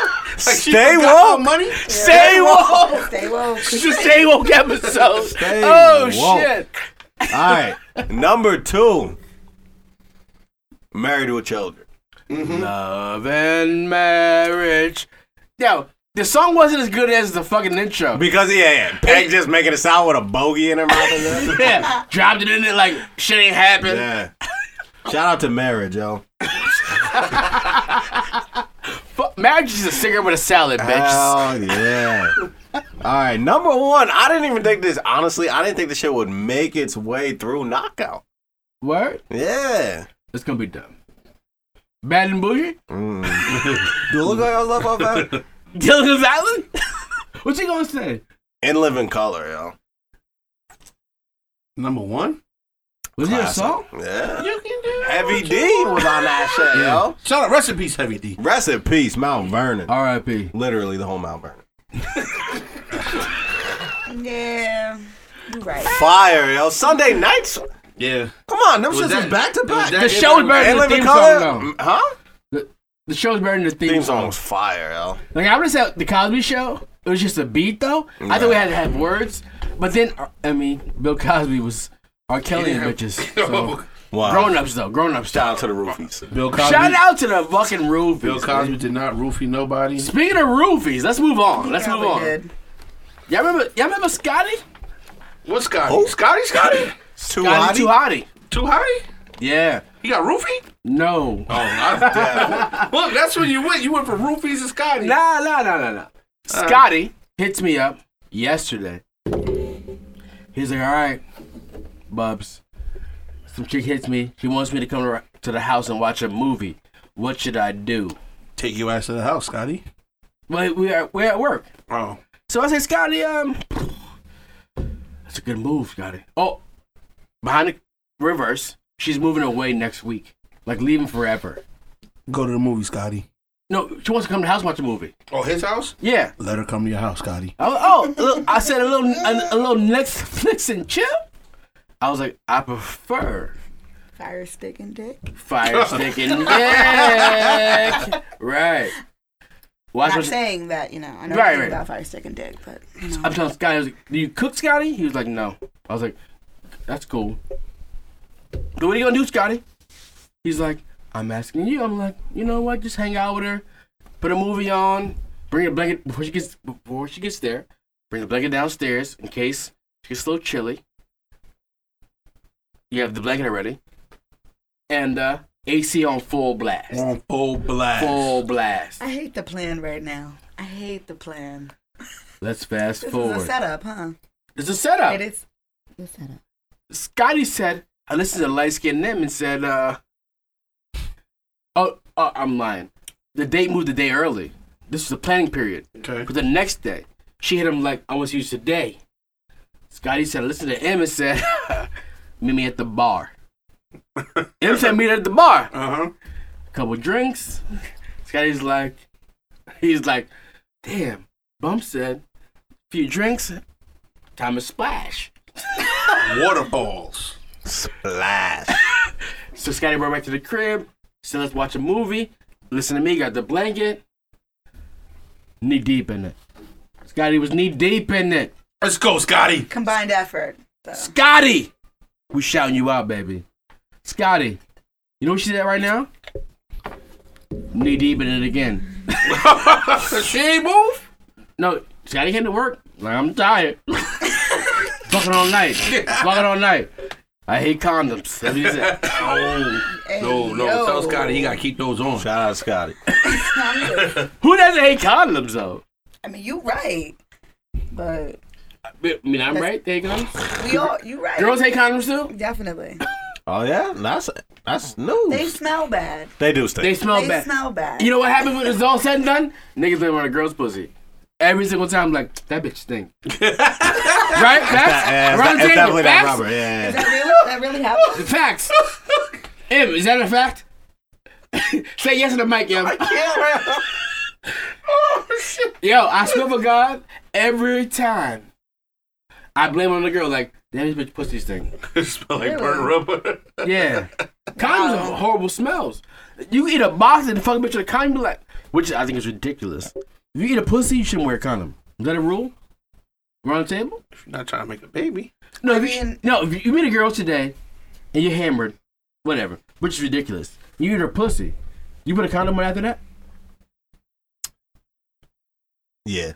[SPEAKER 3] Like she
[SPEAKER 1] Stay
[SPEAKER 3] forgot her
[SPEAKER 1] woke.
[SPEAKER 3] money?
[SPEAKER 4] Stay woke.
[SPEAKER 2] Stay woke.
[SPEAKER 4] Just stay woke episode.
[SPEAKER 1] Stay
[SPEAKER 4] oh
[SPEAKER 1] woke.
[SPEAKER 4] shit.
[SPEAKER 1] All right, number two. Married with children.
[SPEAKER 6] Mm-hmm.
[SPEAKER 4] Love and marriage. Yo, the song wasn't as good as the fucking intro.
[SPEAKER 1] Because, yeah, yeah. Peg just making it sound with a bogey in her mouth. and that.
[SPEAKER 4] Yeah, dropped it in there like shit ain't happened.
[SPEAKER 1] yeah. Shout out to marriage, yo.
[SPEAKER 4] Fuck, marriage is a cigarette with a salad, bitch.
[SPEAKER 1] Hell yeah. All right, number one. I didn't even think this. Honestly, I didn't think this shit would make its way through knockout.
[SPEAKER 4] Word?
[SPEAKER 1] Yeah.
[SPEAKER 4] It's gonna be dumb. Bad and bougie?
[SPEAKER 1] Mm. Do it look like I was left off that?
[SPEAKER 4] Gilligan's Island? what you gonna say?
[SPEAKER 1] And live in color, yo.
[SPEAKER 3] Number one?
[SPEAKER 4] Was it a song?
[SPEAKER 1] Yeah.
[SPEAKER 3] You can do
[SPEAKER 1] Heavy D was on that shit, yo.
[SPEAKER 3] Shout out, rest in peace, Heavy D.
[SPEAKER 1] Rest in peace, Mount Vernon.
[SPEAKER 4] R.I.P.
[SPEAKER 1] Literally the whole Mount Vernon.
[SPEAKER 2] Yeah. You're right.
[SPEAKER 1] Fire, yo. Sunday nights.
[SPEAKER 3] Yeah.
[SPEAKER 1] Come on, them
[SPEAKER 3] Was
[SPEAKER 1] shits
[SPEAKER 3] that-
[SPEAKER 1] is back to
[SPEAKER 3] was
[SPEAKER 1] back.
[SPEAKER 3] that-
[SPEAKER 4] The show's better
[SPEAKER 1] And
[SPEAKER 4] than the
[SPEAKER 1] live
[SPEAKER 4] theme
[SPEAKER 1] in
[SPEAKER 4] song,
[SPEAKER 1] color.
[SPEAKER 4] though.
[SPEAKER 1] Mm, Huh?
[SPEAKER 4] The show's better than the theme,
[SPEAKER 1] Theme song
[SPEAKER 4] song.
[SPEAKER 1] was fire, yo.
[SPEAKER 4] Like I would say the Cosby Show. It was just a beat, though. I thought we had to have words, but then uh, I mean, Bill Cosby was R. Kelly and bitches. So.
[SPEAKER 1] Wow.
[SPEAKER 4] grown ups though, grown ups.
[SPEAKER 1] Down to the roofies.
[SPEAKER 3] Bill Cosby.
[SPEAKER 4] Shout out to the fucking roofies.
[SPEAKER 3] Bill Cosby did not roofie nobody.
[SPEAKER 4] Speaking of roofies, let's move on. Let's move
[SPEAKER 2] Probably
[SPEAKER 4] on.
[SPEAKER 2] did.
[SPEAKER 4] Y'all remember? Y'all remember Scotty?
[SPEAKER 3] What's Scotty?
[SPEAKER 1] Who?
[SPEAKER 3] Scotty, Scotty?
[SPEAKER 1] Too
[SPEAKER 4] Scotty Too
[SPEAKER 1] hotty.
[SPEAKER 4] Hotty.
[SPEAKER 3] Too high?
[SPEAKER 4] Yeah.
[SPEAKER 3] He got roofie?
[SPEAKER 4] No.
[SPEAKER 3] Oh, I, look, that's when you went. You went from roofies to Scotty.
[SPEAKER 4] Nah, nah, nah, nah, nah. Scotty hits me up yesterday. He's like, all right, Bubs. Some chick hits me. She wants me to come to- to the house and watch a movie. What should I do?
[SPEAKER 3] Take your ass to the house, Scotty.
[SPEAKER 4] Well, we are we're at work.
[SPEAKER 3] Oh,
[SPEAKER 4] So I say, Scotty, um, that's a good move, Scotty. Oh, behind the reverse. She's moving away next week, like leaving forever.
[SPEAKER 6] Go to the movie, Scotty.
[SPEAKER 4] No, she wants to come to the house and watch a movie.
[SPEAKER 3] oh, his house?
[SPEAKER 4] Yeah.
[SPEAKER 6] Let her come to your house, Scotty.
[SPEAKER 4] Oh, oh a little- I said a little, a, a little Netflix and chill. I was like, I prefer
[SPEAKER 2] Fire stick and dick.
[SPEAKER 4] fire stick and dick. Right. Watch
[SPEAKER 2] Not
[SPEAKER 4] what she-
[SPEAKER 2] saying that, you know. I know
[SPEAKER 4] Right,
[SPEAKER 2] nothing
[SPEAKER 4] right.
[SPEAKER 2] about fire stick and dick, but you know.
[SPEAKER 4] I'm telling Scotty, I was like, do you cook, Scotty? He was like, no. I was like, that's cool. So what are you gonna do, Scotty? He's like, I'm asking you. I'm like, you know what? Just hang out with her, put a movie on, bring a blanket before she gets before she gets there. Bring a blanket downstairs in case she gets a little chilly. You have the blanket already, and uh, AC on full blast,
[SPEAKER 3] On full blast.
[SPEAKER 4] full blast.
[SPEAKER 2] I hate the plan right now. I hate the plan.
[SPEAKER 4] Let's fast
[SPEAKER 2] This is a
[SPEAKER 4] forward.
[SPEAKER 2] setup, huh?
[SPEAKER 4] It's a setup.
[SPEAKER 2] It is the setup.
[SPEAKER 4] Scotty said, I listened to light skinned them and said, uh, "Oh, oh, I'm lying. The date moved the day early. This was a planning period.
[SPEAKER 3] Okay.
[SPEAKER 4] But the next day, she hit him like, I want to use today. Scotty said, listen to M and said, meet me at the bar. M said, meet at the bar.
[SPEAKER 3] Uh huh.
[SPEAKER 4] Couple drinks. Scotty's like, he's like, damn. Bump said, few drinks, time to splash.
[SPEAKER 3] Waterballs.
[SPEAKER 1] Splash.
[SPEAKER 4] So Scotty brought back to the crib. So let's watch a movie. Listen to me, got the blanket. Knee deep in it. Scotty was knee deep in it.
[SPEAKER 3] Let's go, Scotty.
[SPEAKER 2] Combined effort. So.
[SPEAKER 4] Scotty, we shouting you out, baby. Scotty, you know what she's at right now? Knee deep in it again.
[SPEAKER 3] she ain't move.
[SPEAKER 4] No, Scotty came to work. Like I'm tired. Fucking all night. Fucking all night. I hate condoms. That's what he said.
[SPEAKER 3] Oh.
[SPEAKER 2] Hey,
[SPEAKER 3] No, no.
[SPEAKER 2] yo.
[SPEAKER 3] Tell Scotty he gotta keep those on.
[SPEAKER 1] Shout out Scotty.
[SPEAKER 4] Who doesn't hate condoms though?
[SPEAKER 2] I mean, you right, but
[SPEAKER 4] I mean, I'm right. They hate condoms.
[SPEAKER 2] we all you right.
[SPEAKER 4] Girls hate condoms too.
[SPEAKER 2] Definitely.
[SPEAKER 1] Oh yeah, that's that's news.
[SPEAKER 2] They smell bad.
[SPEAKER 1] They do stink.
[SPEAKER 4] They smell
[SPEAKER 2] they
[SPEAKER 4] bad.
[SPEAKER 2] smell bad.
[SPEAKER 4] You know what happens when it's all said and done? Niggas live on a girl's pussy. Every single time, like that bitch stink. right? Facts.
[SPEAKER 1] Yeah, it's,
[SPEAKER 4] Around
[SPEAKER 1] de-
[SPEAKER 4] the
[SPEAKER 1] it's
[SPEAKER 4] table,
[SPEAKER 1] definitely that
[SPEAKER 4] facts?
[SPEAKER 1] rubber. Yeah,
[SPEAKER 2] Is
[SPEAKER 1] yeah.
[SPEAKER 2] that really? that really happened?
[SPEAKER 4] Facts. Em, is that a fact? Say yes to the mic, Em. Yo, I swear for God, every time I blame on the girl, like, damn, this bitch pussy thing.
[SPEAKER 3] It smell like burnt rubber.
[SPEAKER 4] Yeah. Condoms are horrible smells. You eat a box and the fucking bitch with a condom, you be like, which I think is ridiculous. If you eat a pussy, you shouldn't wear a condom. Is that a rule? Round table?
[SPEAKER 3] Not trying to make a baby.
[SPEAKER 4] No,
[SPEAKER 2] I
[SPEAKER 4] if you,
[SPEAKER 2] mean-
[SPEAKER 4] no, if you- you meet a girl today and you're hammered, whatever, which is ridiculous. You eat her pussy. You put a condom on after that?
[SPEAKER 1] yeah.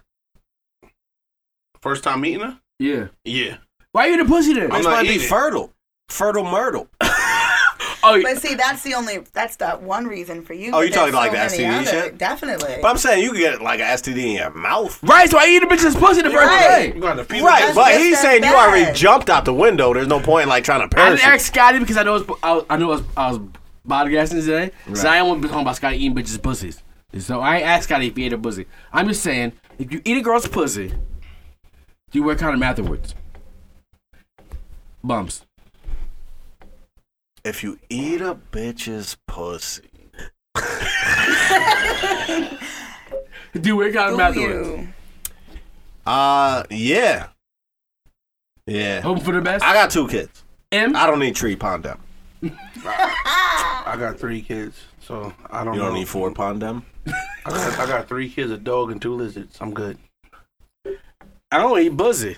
[SPEAKER 3] First time meeting her.
[SPEAKER 4] Yeah.
[SPEAKER 3] Yeah.
[SPEAKER 4] Why you eat a pussy then?
[SPEAKER 3] I'm
[SPEAKER 1] This
[SPEAKER 3] not
[SPEAKER 1] might be
[SPEAKER 3] eating it.
[SPEAKER 1] fertile. Fertile myrtle.
[SPEAKER 4] Oh,
[SPEAKER 2] But see, that's the only that's that one reason for you.
[SPEAKER 1] Oh,
[SPEAKER 2] but
[SPEAKER 1] you talking
[SPEAKER 2] there's
[SPEAKER 1] like
[SPEAKER 2] so
[SPEAKER 1] the
[SPEAKER 2] many
[SPEAKER 1] STD
[SPEAKER 2] other-
[SPEAKER 1] shit?
[SPEAKER 2] Definitely.
[SPEAKER 1] But I'm saying you can get like an STD in your mouth.
[SPEAKER 4] right, so I eat a bitch's pussy the first
[SPEAKER 2] Right.
[SPEAKER 3] You
[SPEAKER 4] day.
[SPEAKER 3] got to feel
[SPEAKER 1] Right,
[SPEAKER 2] that's
[SPEAKER 1] but
[SPEAKER 2] just
[SPEAKER 1] he's
[SPEAKER 2] that
[SPEAKER 1] saying you already
[SPEAKER 2] bad.
[SPEAKER 1] jumped out the window. There's no point in like trying to
[SPEAKER 4] I
[SPEAKER 1] parachute.
[SPEAKER 4] didn't ask Scotty because I know it's, I, was- I know I was, I was body gassing today. So I don't want to be talking about Scotty eating bitches' pussies. So I ain't asked Scotty if he ate a pussy. I'm just saying, if you eat a girl's pussy, you wear condom afterwards. Bumps.
[SPEAKER 1] if you eat a bitch's pussy,
[SPEAKER 4] Do you wear condom
[SPEAKER 2] Do
[SPEAKER 4] afterwards?
[SPEAKER 2] you?
[SPEAKER 1] uh, yeah, yeah.
[SPEAKER 4] Hoping for the best.
[SPEAKER 1] I got two kids.
[SPEAKER 4] M.
[SPEAKER 1] I don't need tree pondem.
[SPEAKER 3] I got three kids, so I don't.
[SPEAKER 1] You
[SPEAKER 4] Oh.
[SPEAKER 1] don't
[SPEAKER 3] know.
[SPEAKER 1] need four pondem.
[SPEAKER 3] I got, I got three kids, a dog, and two lizards. I'm good.
[SPEAKER 4] I don't eat pussy.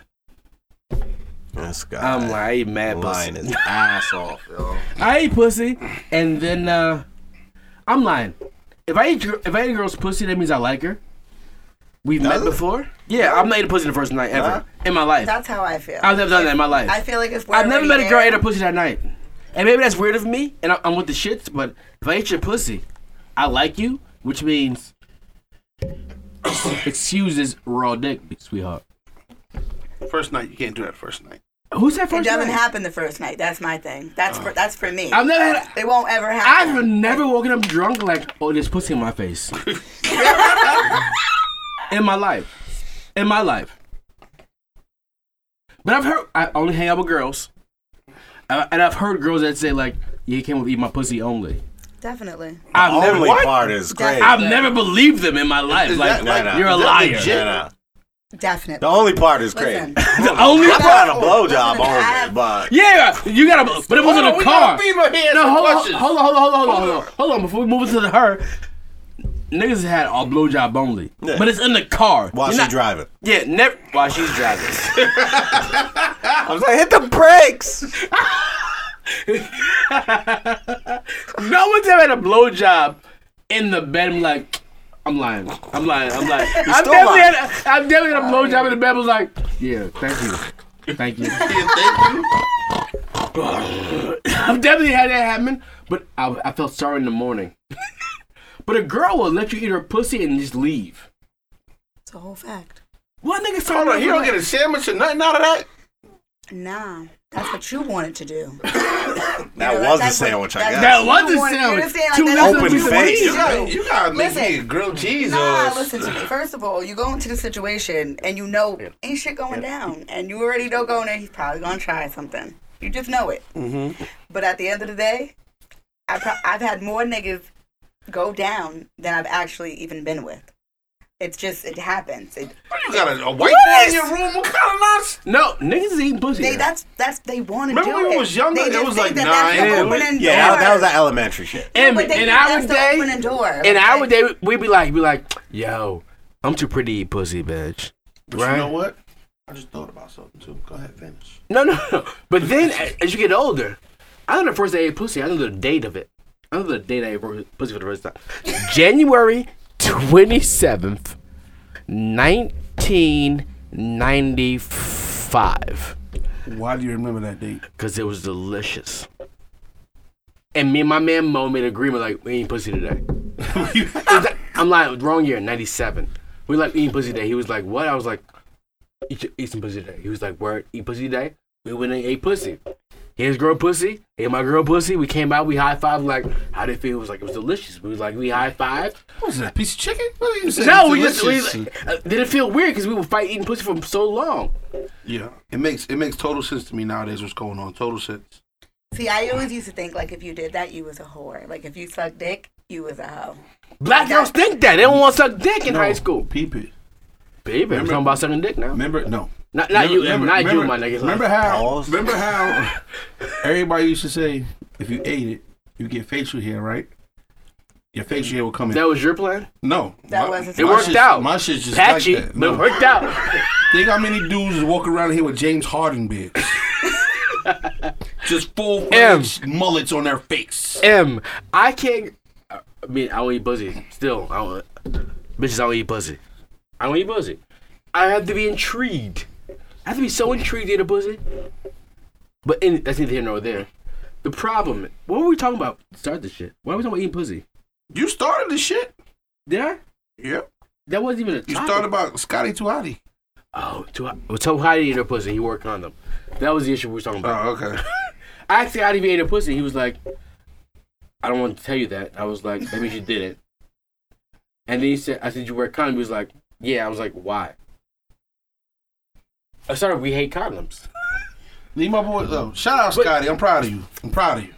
[SPEAKER 1] This guy
[SPEAKER 4] I'm like, I eat mad
[SPEAKER 1] lying
[SPEAKER 4] pussy.
[SPEAKER 1] his ass off. Yo.
[SPEAKER 4] I eat pussy, and then uh, I'm lying. If I eat gir- if I eat a girl's pussy, that means I like her. We've met
[SPEAKER 1] Does it?
[SPEAKER 4] before. Yeah, I'm not eating pussy the first night ever
[SPEAKER 1] Huh?
[SPEAKER 4] in my life.
[SPEAKER 2] That's how I feel.
[SPEAKER 4] I've never done that in my life.
[SPEAKER 2] I feel like if we're
[SPEAKER 4] I've never
[SPEAKER 2] already
[SPEAKER 4] met a girl
[SPEAKER 2] there-
[SPEAKER 4] eat her pussy that night. And maybe that's weird of me, and I- I'm with the shits. But if I eat your pussy, I like you, which means excuses raw dick, sweetheart.
[SPEAKER 3] First night, you can't do that. First night.
[SPEAKER 4] Who said
[SPEAKER 2] It
[SPEAKER 4] first
[SPEAKER 2] doesn't
[SPEAKER 4] night?
[SPEAKER 2] happen the first night. That's my thing. That's for that's for me.
[SPEAKER 4] Oh. I've never had.
[SPEAKER 2] It won't ever happen.
[SPEAKER 4] I've never woken up drunk like, oh, there's pussy in my face. in my life. In my life. But I've heard, I only hang out with girls. Uh, And I've heard girls that say, like, yeah, you can't eat my pussy only.
[SPEAKER 2] Definitely.
[SPEAKER 4] I've never,
[SPEAKER 1] Only
[SPEAKER 4] what?
[SPEAKER 1] part is crazy.
[SPEAKER 4] I've never believed them in my life.
[SPEAKER 3] Is
[SPEAKER 4] like,
[SPEAKER 3] that uh,
[SPEAKER 1] like-
[SPEAKER 4] you're a
[SPEAKER 1] is that
[SPEAKER 4] liar.
[SPEAKER 3] legit?
[SPEAKER 1] No, no.
[SPEAKER 2] Definitely.
[SPEAKER 1] The only part is crazy.
[SPEAKER 2] Listen.
[SPEAKER 4] The only
[SPEAKER 1] I'm
[SPEAKER 4] part.
[SPEAKER 1] trying a blowjob
[SPEAKER 2] Listen, I
[SPEAKER 1] only,
[SPEAKER 2] have-
[SPEAKER 1] but
[SPEAKER 4] Yeah, you gotta. But it wasn't
[SPEAKER 6] Oh,
[SPEAKER 3] Hold on,
[SPEAKER 4] a
[SPEAKER 3] we
[SPEAKER 4] car.
[SPEAKER 3] got female here.
[SPEAKER 4] No,
[SPEAKER 3] Some
[SPEAKER 4] hold on,
[SPEAKER 3] questions.
[SPEAKER 4] hold on, hold on, hold on, hold on, hold on. Before we move into the her, niggas had all blowjob only,
[SPEAKER 1] Yeah.
[SPEAKER 4] but it's in the car.
[SPEAKER 1] while
[SPEAKER 4] You're
[SPEAKER 1] she's
[SPEAKER 4] not-
[SPEAKER 1] driving,
[SPEAKER 4] Yeah, never. While she's driving.
[SPEAKER 1] I was like, hit the brakes.
[SPEAKER 4] no one's ever had a blowjob in the bed. I'm like, I'm lying. I'm lying. I'm lying. I'm
[SPEAKER 1] still
[SPEAKER 4] definitely,
[SPEAKER 1] lying.
[SPEAKER 4] had a, I'm definitely had a blowjob in the bed. I was like, yeah, thank you, thank you. I've definitely had that happen, but I, I felt sorry in the morning. but a girl will let you eat her pussy and just leave.
[SPEAKER 2] It's a whole fact.
[SPEAKER 4] What nigga
[SPEAKER 3] Hold on, he don't get a sandwich or nothing out of that.
[SPEAKER 2] Nah. That's what you wanted to do. You know,
[SPEAKER 1] was a
[SPEAKER 2] that's what-
[SPEAKER 1] sandwich, I
[SPEAKER 2] that's
[SPEAKER 1] guess.
[SPEAKER 2] what
[SPEAKER 1] That
[SPEAKER 2] you
[SPEAKER 4] was a
[SPEAKER 2] want, you
[SPEAKER 4] sandwich.
[SPEAKER 2] understand? Like,
[SPEAKER 4] Two
[SPEAKER 2] that's
[SPEAKER 4] nuts
[SPEAKER 2] what
[SPEAKER 1] and
[SPEAKER 2] you
[SPEAKER 1] a
[SPEAKER 2] want
[SPEAKER 1] face.
[SPEAKER 2] to
[SPEAKER 1] You
[SPEAKER 2] do.
[SPEAKER 3] You gotta make me a
[SPEAKER 2] Listen.
[SPEAKER 3] grilled cheese
[SPEAKER 2] Nah,
[SPEAKER 3] or
[SPEAKER 2] listen to me. First of all, you go into the situation and you know ain't shit going down, and you already know going there. He's probably gonna try something. You just know it. But at the end of the day, I pro- I've had more niggas go down than I've actually even been with. It's just it happens. It,
[SPEAKER 3] you got a, a white boy in your room. What kind of nonsense?
[SPEAKER 4] No, niggas is eating pussy.
[SPEAKER 2] they that's that's they want to do
[SPEAKER 3] Remember when we
[SPEAKER 2] it.
[SPEAKER 3] was younger,
[SPEAKER 2] They
[SPEAKER 3] it
[SPEAKER 2] just
[SPEAKER 3] was
[SPEAKER 2] think
[SPEAKER 3] like
[SPEAKER 2] that that's
[SPEAKER 3] nine.
[SPEAKER 2] the
[SPEAKER 3] Yeah,
[SPEAKER 2] opening
[SPEAKER 1] Yeah, that,
[SPEAKER 2] door.
[SPEAKER 1] that was that elementary shit.
[SPEAKER 4] and,
[SPEAKER 2] But they
[SPEAKER 4] in
[SPEAKER 2] think
[SPEAKER 4] our
[SPEAKER 2] that's the
[SPEAKER 4] day,
[SPEAKER 2] opening door.
[SPEAKER 4] in our
[SPEAKER 2] Like,
[SPEAKER 4] day, we'd be like, be like, yo, I'm too pretty to eat pussy, bitch.
[SPEAKER 3] But
[SPEAKER 4] Right.
[SPEAKER 3] you know what? I just thought about something too. Go ahead, finish.
[SPEAKER 4] No, no, no. But then, a- as you get older, I know the first day I ate pussy. I know the date of it. I know the date I ate pu- pussy for the first time. January 27th, 1995.
[SPEAKER 6] Why do you remember that date?
[SPEAKER 4] Because it was delicious. And me and my man Mo made an agreement like, we ain't pussy today. Is that- I'm lying, wrong year, 97. We like, we ain't pussy today. He was like, what? I was like, eat, eat some pussy today. He was like, word, eat pussy today. We went and ate pussy. He his girl pussy, and my girl pussy. We came out, we high five, like, how did it feel? It was like, it was delicious. We was like, we high five.
[SPEAKER 3] What is that? Piece of chicken? What are you saying?
[SPEAKER 4] No, we just, we,
[SPEAKER 3] Delicious.
[SPEAKER 4] uh, did it feel weird? Because we would fight eating pussy for so long.
[SPEAKER 3] Yeah, it makes it makes total sense to me nowadays. What's going on? Total sense.
[SPEAKER 2] See, I always used to think like if you did that, you was a whore. Like if you sucked dick, you was a hoe.
[SPEAKER 4] Black girls think that. They don't want to suck dick in high school.
[SPEAKER 6] Peep it.
[SPEAKER 4] Baby, we're talking about sucking dick now.
[SPEAKER 6] Remember? No.
[SPEAKER 4] Not, not you, not you, my nigga.
[SPEAKER 6] Remember how?
[SPEAKER 1] Pause.
[SPEAKER 6] Remember how? everybody used to say, if you ate it, you get facial hair, right? Your facial hair will come in.
[SPEAKER 4] that was your plan?
[SPEAKER 6] no,
[SPEAKER 2] That
[SPEAKER 6] My-
[SPEAKER 2] wasn't-
[SPEAKER 6] my
[SPEAKER 4] It worked
[SPEAKER 6] shit's-
[SPEAKER 4] out.
[SPEAKER 6] My shit's just
[SPEAKER 4] Patchy,
[SPEAKER 6] like that.
[SPEAKER 4] but it worked out.
[SPEAKER 6] Think how many dudes is walking around here with James Harden beards? Just full fledged mullets on their face.
[SPEAKER 4] M, I can't. I mean, I don't eat pussy. Still, I don't. Bitches, I don't eat pussy. I don't eat pussy. I have to be intrigued. I have to be so intrigued in a pussy. But in, that's neither here nor there. The problem. What were we talking about? to Start this shit. Why are we talking about eating pussy?
[SPEAKER 3] You started this shit.
[SPEAKER 4] Did I?
[SPEAKER 3] Yep.
[SPEAKER 4] That wasn't even a.
[SPEAKER 3] You
[SPEAKER 4] topic.
[SPEAKER 3] started about Scotty Tuati.
[SPEAKER 4] Oh, too hot. Well, too hot to eat her pussy. He worked on them. That was the issue we were talking about.
[SPEAKER 3] Oh, okay.
[SPEAKER 4] I asked him how he ate a pussy. He was like, I don't want to tell you that. I was like, that means you did it. And then he said, I said, you wear condoms? He was like, yeah. I was like, why? I started, we hate condoms.
[SPEAKER 6] Leave my boy alone. Shout out,
[SPEAKER 4] But-
[SPEAKER 6] Scotty. I'm proud of you. I'm proud of you.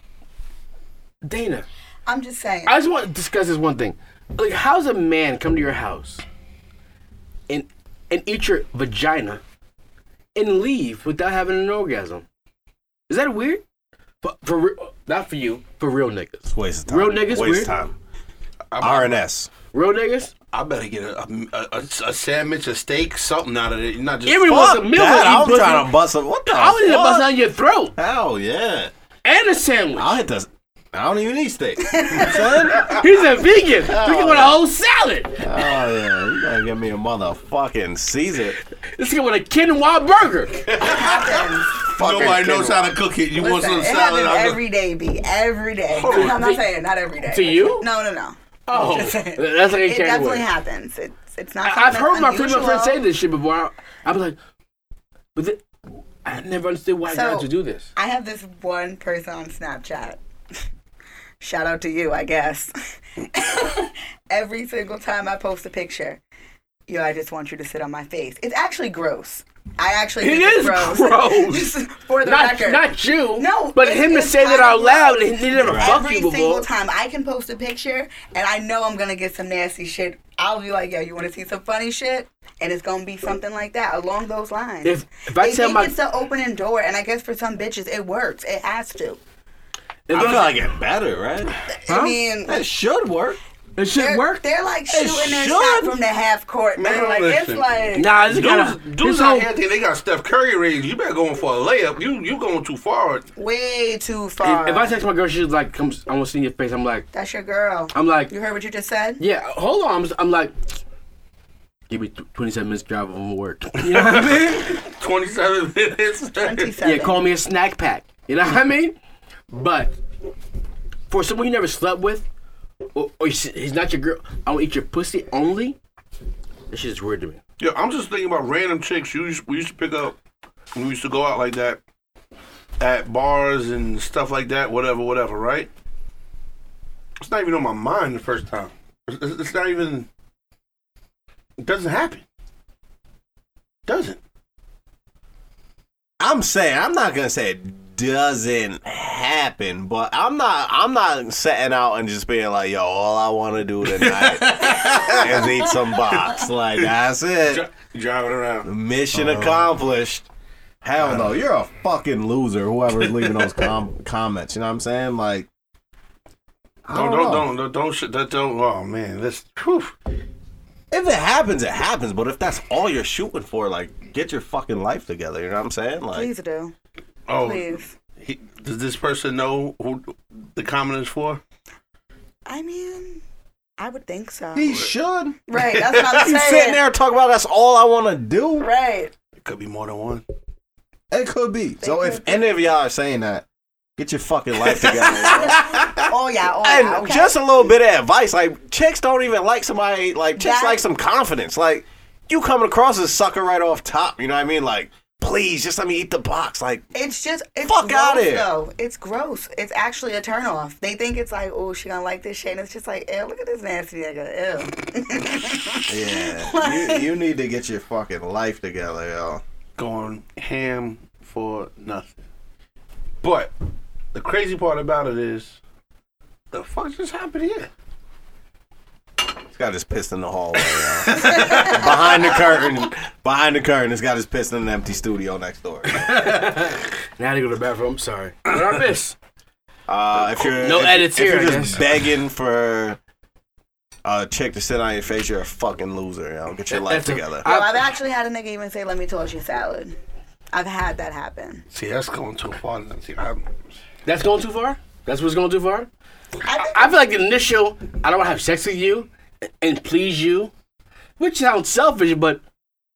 [SPEAKER 4] Dana,
[SPEAKER 2] I'm just saying.
[SPEAKER 4] I just want to discuss this one thing. Like, how's a man come to your house and and eat your vagina and leave without having an orgasm? Is that weird? For, for re- not for you, for real niggas.
[SPEAKER 1] Waste of time.
[SPEAKER 4] Real niggas
[SPEAKER 1] Waste
[SPEAKER 4] weird.
[SPEAKER 1] time. RNS.
[SPEAKER 4] Real niggas.
[SPEAKER 3] I better get a, a, a, a sandwich, a steak, something out of it. Not just
[SPEAKER 4] Everyone-
[SPEAKER 1] Fuck
[SPEAKER 4] a meal
[SPEAKER 1] that,
[SPEAKER 4] that you
[SPEAKER 1] I'm
[SPEAKER 4] pussy.
[SPEAKER 1] trying to bust a what the
[SPEAKER 4] I would need to bust
[SPEAKER 1] fuck?
[SPEAKER 4] down your throat
[SPEAKER 1] Hell yeah.
[SPEAKER 4] and a sandwich.
[SPEAKER 1] I'll hit this. I don't even eat steak. Son? Oh
[SPEAKER 4] He's a vegan. Look at what a whole salad.
[SPEAKER 1] yeah. You gotta give me a motherfucking Caesar.
[SPEAKER 4] This nigga with a quinoa burger.
[SPEAKER 3] nobody
[SPEAKER 1] Fucking
[SPEAKER 3] knows
[SPEAKER 1] kidding.
[SPEAKER 3] how to cook it. You want
[SPEAKER 2] Listen,
[SPEAKER 3] some
[SPEAKER 2] it
[SPEAKER 3] salad?
[SPEAKER 2] happens
[SPEAKER 3] I'm
[SPEAKER 2] every day, B. Every day. I'm not saying not every day.
[SPEAKER 4] To you?
[SPEAKER 2] No, no, no.
[SPEAKER 4] Oh, that's like a
[SPEAKER 2] It
[SPEAKER 4] carry
[SPEAKER 2] definitely
[SPEAKER 4] away.
[SPEAKER 2] happens. It's it's not.
[SPEAKER 4] I- I've
[SPEAKER 2] something
[SPEAKER 4] heard my friend, my
[SPEAKER 2] unusual.
[SPEAKER 4] friend say this shit before. I, I was like, but the, I never understood why
[SPEAKER 2] So-
[SPEAKER 4] guys would do this.
[SPEAKER 2] I have this one person on Snapchat. Shout out to you, I guess. Every single time I post a picture, yo, I just want you to sit on my face. It's actually gross. I actually
[SPEAKER 4] It
[SPEAKER 2] think it's
[SPEAKER 4] is
[SPEAKER 2] gross.
[SPEAKER 4] gross.
[SPEAKER 2] Just for the
[SPEAKER 4] Not,
[SPEAKER 2] record.
[SPEAKER 4] not you.
[SPEAKER 2] No,
[SPEAKER 4] but
[SPEAKER 2] it's-
[SPEAKER 4] him to
[SPEAKER 2] it's
[SPEAKER 4] say that
[SPEAKER 2] I
[SPEAKER 4] out
[SPEAKER 2] know.
[SPEAKER 4] loud and he never fucked
[SPEAKER 2] Every
[SPEAKER 4] you before.
[SPEAKER 2] single time I can post a picture and I know I'm gonna get some nasty shit, I'll be like, yo, you wanna see some funny shit? And it's gonna be something like that along those lines.
[SPEAKER 4] If- if I
[SPEAKER 2] they
[SPEAKER 4] tell
[SPEAKER 2] think
[SPEAKER 4] my-
[SPEAKER 2] it's the opening door, and I guess for some bitches it works. It has to.
[SPEAKER 1] I feel like it better, right?
[SPEAKER 2] I mean,
[SPEAKER 1] That should work.
[SPEAKER 4] It should
[SPEAKER 2] they're,
[SPEAKER 4] work.
[SPEAKER 2] they're like shooting their
[SPEAKER 1] should.
[SPEAKER 2] shot from the half court. Man,
[SPEAKER 3] Man,
[SPEAKER 2] like
[SPEAKER 3] listen.
[SPEAKER 2] it's like
[SPEAKER 4] Nah, this
[SPEAKER 3] Dudes,
[SPEAKER 4] kind
[SPEAKER 3] dudes
[SPEAKER 4] of
[SPEAKER 3] out
[SPEAKER 4] whole
[SPEAKER 3] here think they got Steph Curry rings. You better going for a layup. You you going too far.
[SPEAKER 2] way too far.
[SPEAKER 4] If, if I text my girl, she's like, "Come, I want to see your face." I'm like,
[SPEAKER 2] That's your girl.
[SPEAKER 4] I'm like,
[SPEAKER 2] you heard what you just said?
[SPEAKER 4] yeah, hold on. I'm, s- I'm like, give me tw- 27 minutes drive home from work. You know what I mean?
[SPEAKER 3] Twenty seven minutes.
[SPEAKER 4] yeah,
[SPEAKER 2] 27.
[SPEAKER 4] call me a snack pack. You know what I mean? But for someone you never slept with, or, or he's he's not your girl, I will eat your pussy only. This shit is weird to me.
[SPEAKER 3] Yeah, I'm just thinking about random chicks you used, we used to pick up when we used to go out like that.
[SPEAKER 6] at bars and stuff like that, whatever, whatever, right? It's not even on my mind the first time. It's, it's- it's not even. It doesn't happen. Doesn't.
[SPEAKER 1] I'm saying I'm not gonna say it doesn't happen, but I'm not I'm not setting out and just being like, yo, all I want to do tonight is eat some box. Like that's it.
[SPEAKER 6] Driving around.
[SPEAKER 1] Mission accomplished. Hell no, you're a fucking loser. Whoever's leaving those com- comments, you know what I'm saying? Like, I
[SPEAKER 6] Don't
[SPEAKER 1] don't know.
[SPEAKER 6] don't don't don't don't shit that don't. Oh man, that's. Whew.
[SPEAKER 1] If it happens, it happens. But if that's all you're shooting for, like, get your fucking life together. You know what I'm saying? Like,
[SPEAKER 2] Please do.
[SPEAKER 6] Oh,
[SPEAKER 2] Please.
[SPEAKER 6] he, does this person know who the comment is for?
[SPEAKER 2] I mean, I would think so.
[SPEAKER 1] he should.
[SPEAKER 2] Right. That's what I'm
[SPEAKER 1] You
[SPEAKER 2] saying.
[SPEAKER 1] sitting there talking about that's all I want to do.
[SPEAKER 2] Right.
[SPEAKER 6] It could be more than one.
[SPEAKER 1] It could be. so
[SPEAKER 2] could
[SPEAKER 1] if any of y'all are saying that, get your fucking life together. bro.
[SPEAKER 2] Oh yeah. Oh
[SPEAKER 1] and
[SPEAKER 2] yeah. Okay.
[SPEAKER 1] just a little bit of advice, like chicks don't even like somebody like chicks
[SPEAKER 2] That-
[SPEAKER 1] like some confidence. Like you coming across as sucker right off top. You know what I mean? Like please, just let me eat the box. Like
[SPEAKER 2] It's just it's
[SPEAKER 1] Fuck
[SPEAKER 2] gross,
[SPEAKER 1] outta here.
[SPEAKER 2] Though. It's gross. It's actually a turnoff. They think it's like, oh, she gonna like this shit, and it's just like, ew, look at this nasty nigga, ew.
[SPEAKER 1] yeah, you, you need to get your fucking life together, yo.
[SPEAKER 6] going ham for nothing. But the crazy part about it is, the fuck just happened here?
[SPEAKER 1] This guy just pissed in the hallway, yo. behind the curtain, behind the curtain. This guy just pissed in an empty studio next door.
[SPEAKER 4] Now to go to the bathroom. I'm sorry. What I miss?
[SPEAKER 1] Uh, if you're
[SPEAKER 4] No
[SPEAKER 1] if,
[SPEAKER 4] edits
[SPEAKER 1] if
[SPEAKER 4] here,
[SPEAKER 1] you're
[SPEAKER 4] I
[SPEAKER 1] just
[SPEAKER 4] guess.
[SPEAKER 1] begging for a chick to sit on your face, you're a fucking loser. Yo. Get your life
[SPEAKER 4] That's a-
[SPEAKER 1] together.
[SPEAKER 2] Yo, I've actually had a nigga even say, "Let me toss you salad." I've had that happen.
[SPEAKER 6] See, that's going too far. Now. See, I'm,
[SPEAKER 4] That's going too far. That's what's going too far.
[SPEAKER 2] I think
[SPEAKER 4] I feel like the initial, I don't want to have sex with you and please you, which sounds selfish, but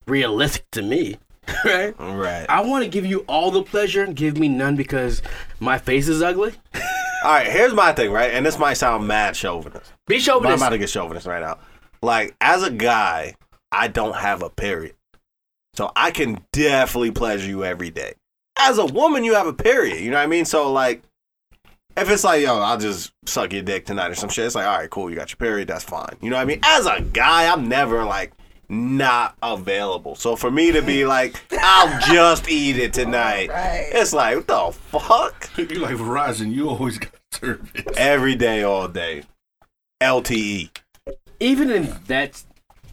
[SPEAKER 4] realistic to me, right?
[SPEAKER 1] right.
[SPEAKER 4] I want to give you all the pleasure, give me none because my face is ugly.
[SPEAKER 1] All right. Here's my thing, right? And this might sound mad chauvinist,
[SPEAKER 4] Be
[SPEAKER 1] but I'm
[SPEAKER 4] chauvinist.
[SPEAKER 1] about to get chauvinist right now. Like as a guy, I don't have a period, so I can definitely pleasure you every day. As a woman, you have a period. You know what I mean? So like. If it's like, yo, I'll just suck your dick tonight or some shit, it's like, all right, cool, you got your period, that's fine. You know what I mean? As a guy, I'm never like not available. So for me to be like, I'll just eat it tonight,
[SPEAKER 2] Right.
[SPEAKER 1] it's like, what the fuck?
[SPEAKER 6] you like Verizon. You always got service.
[SPEAKER 1] Every day, all day. E. LTE.
[SPEAKER 4] Even in that,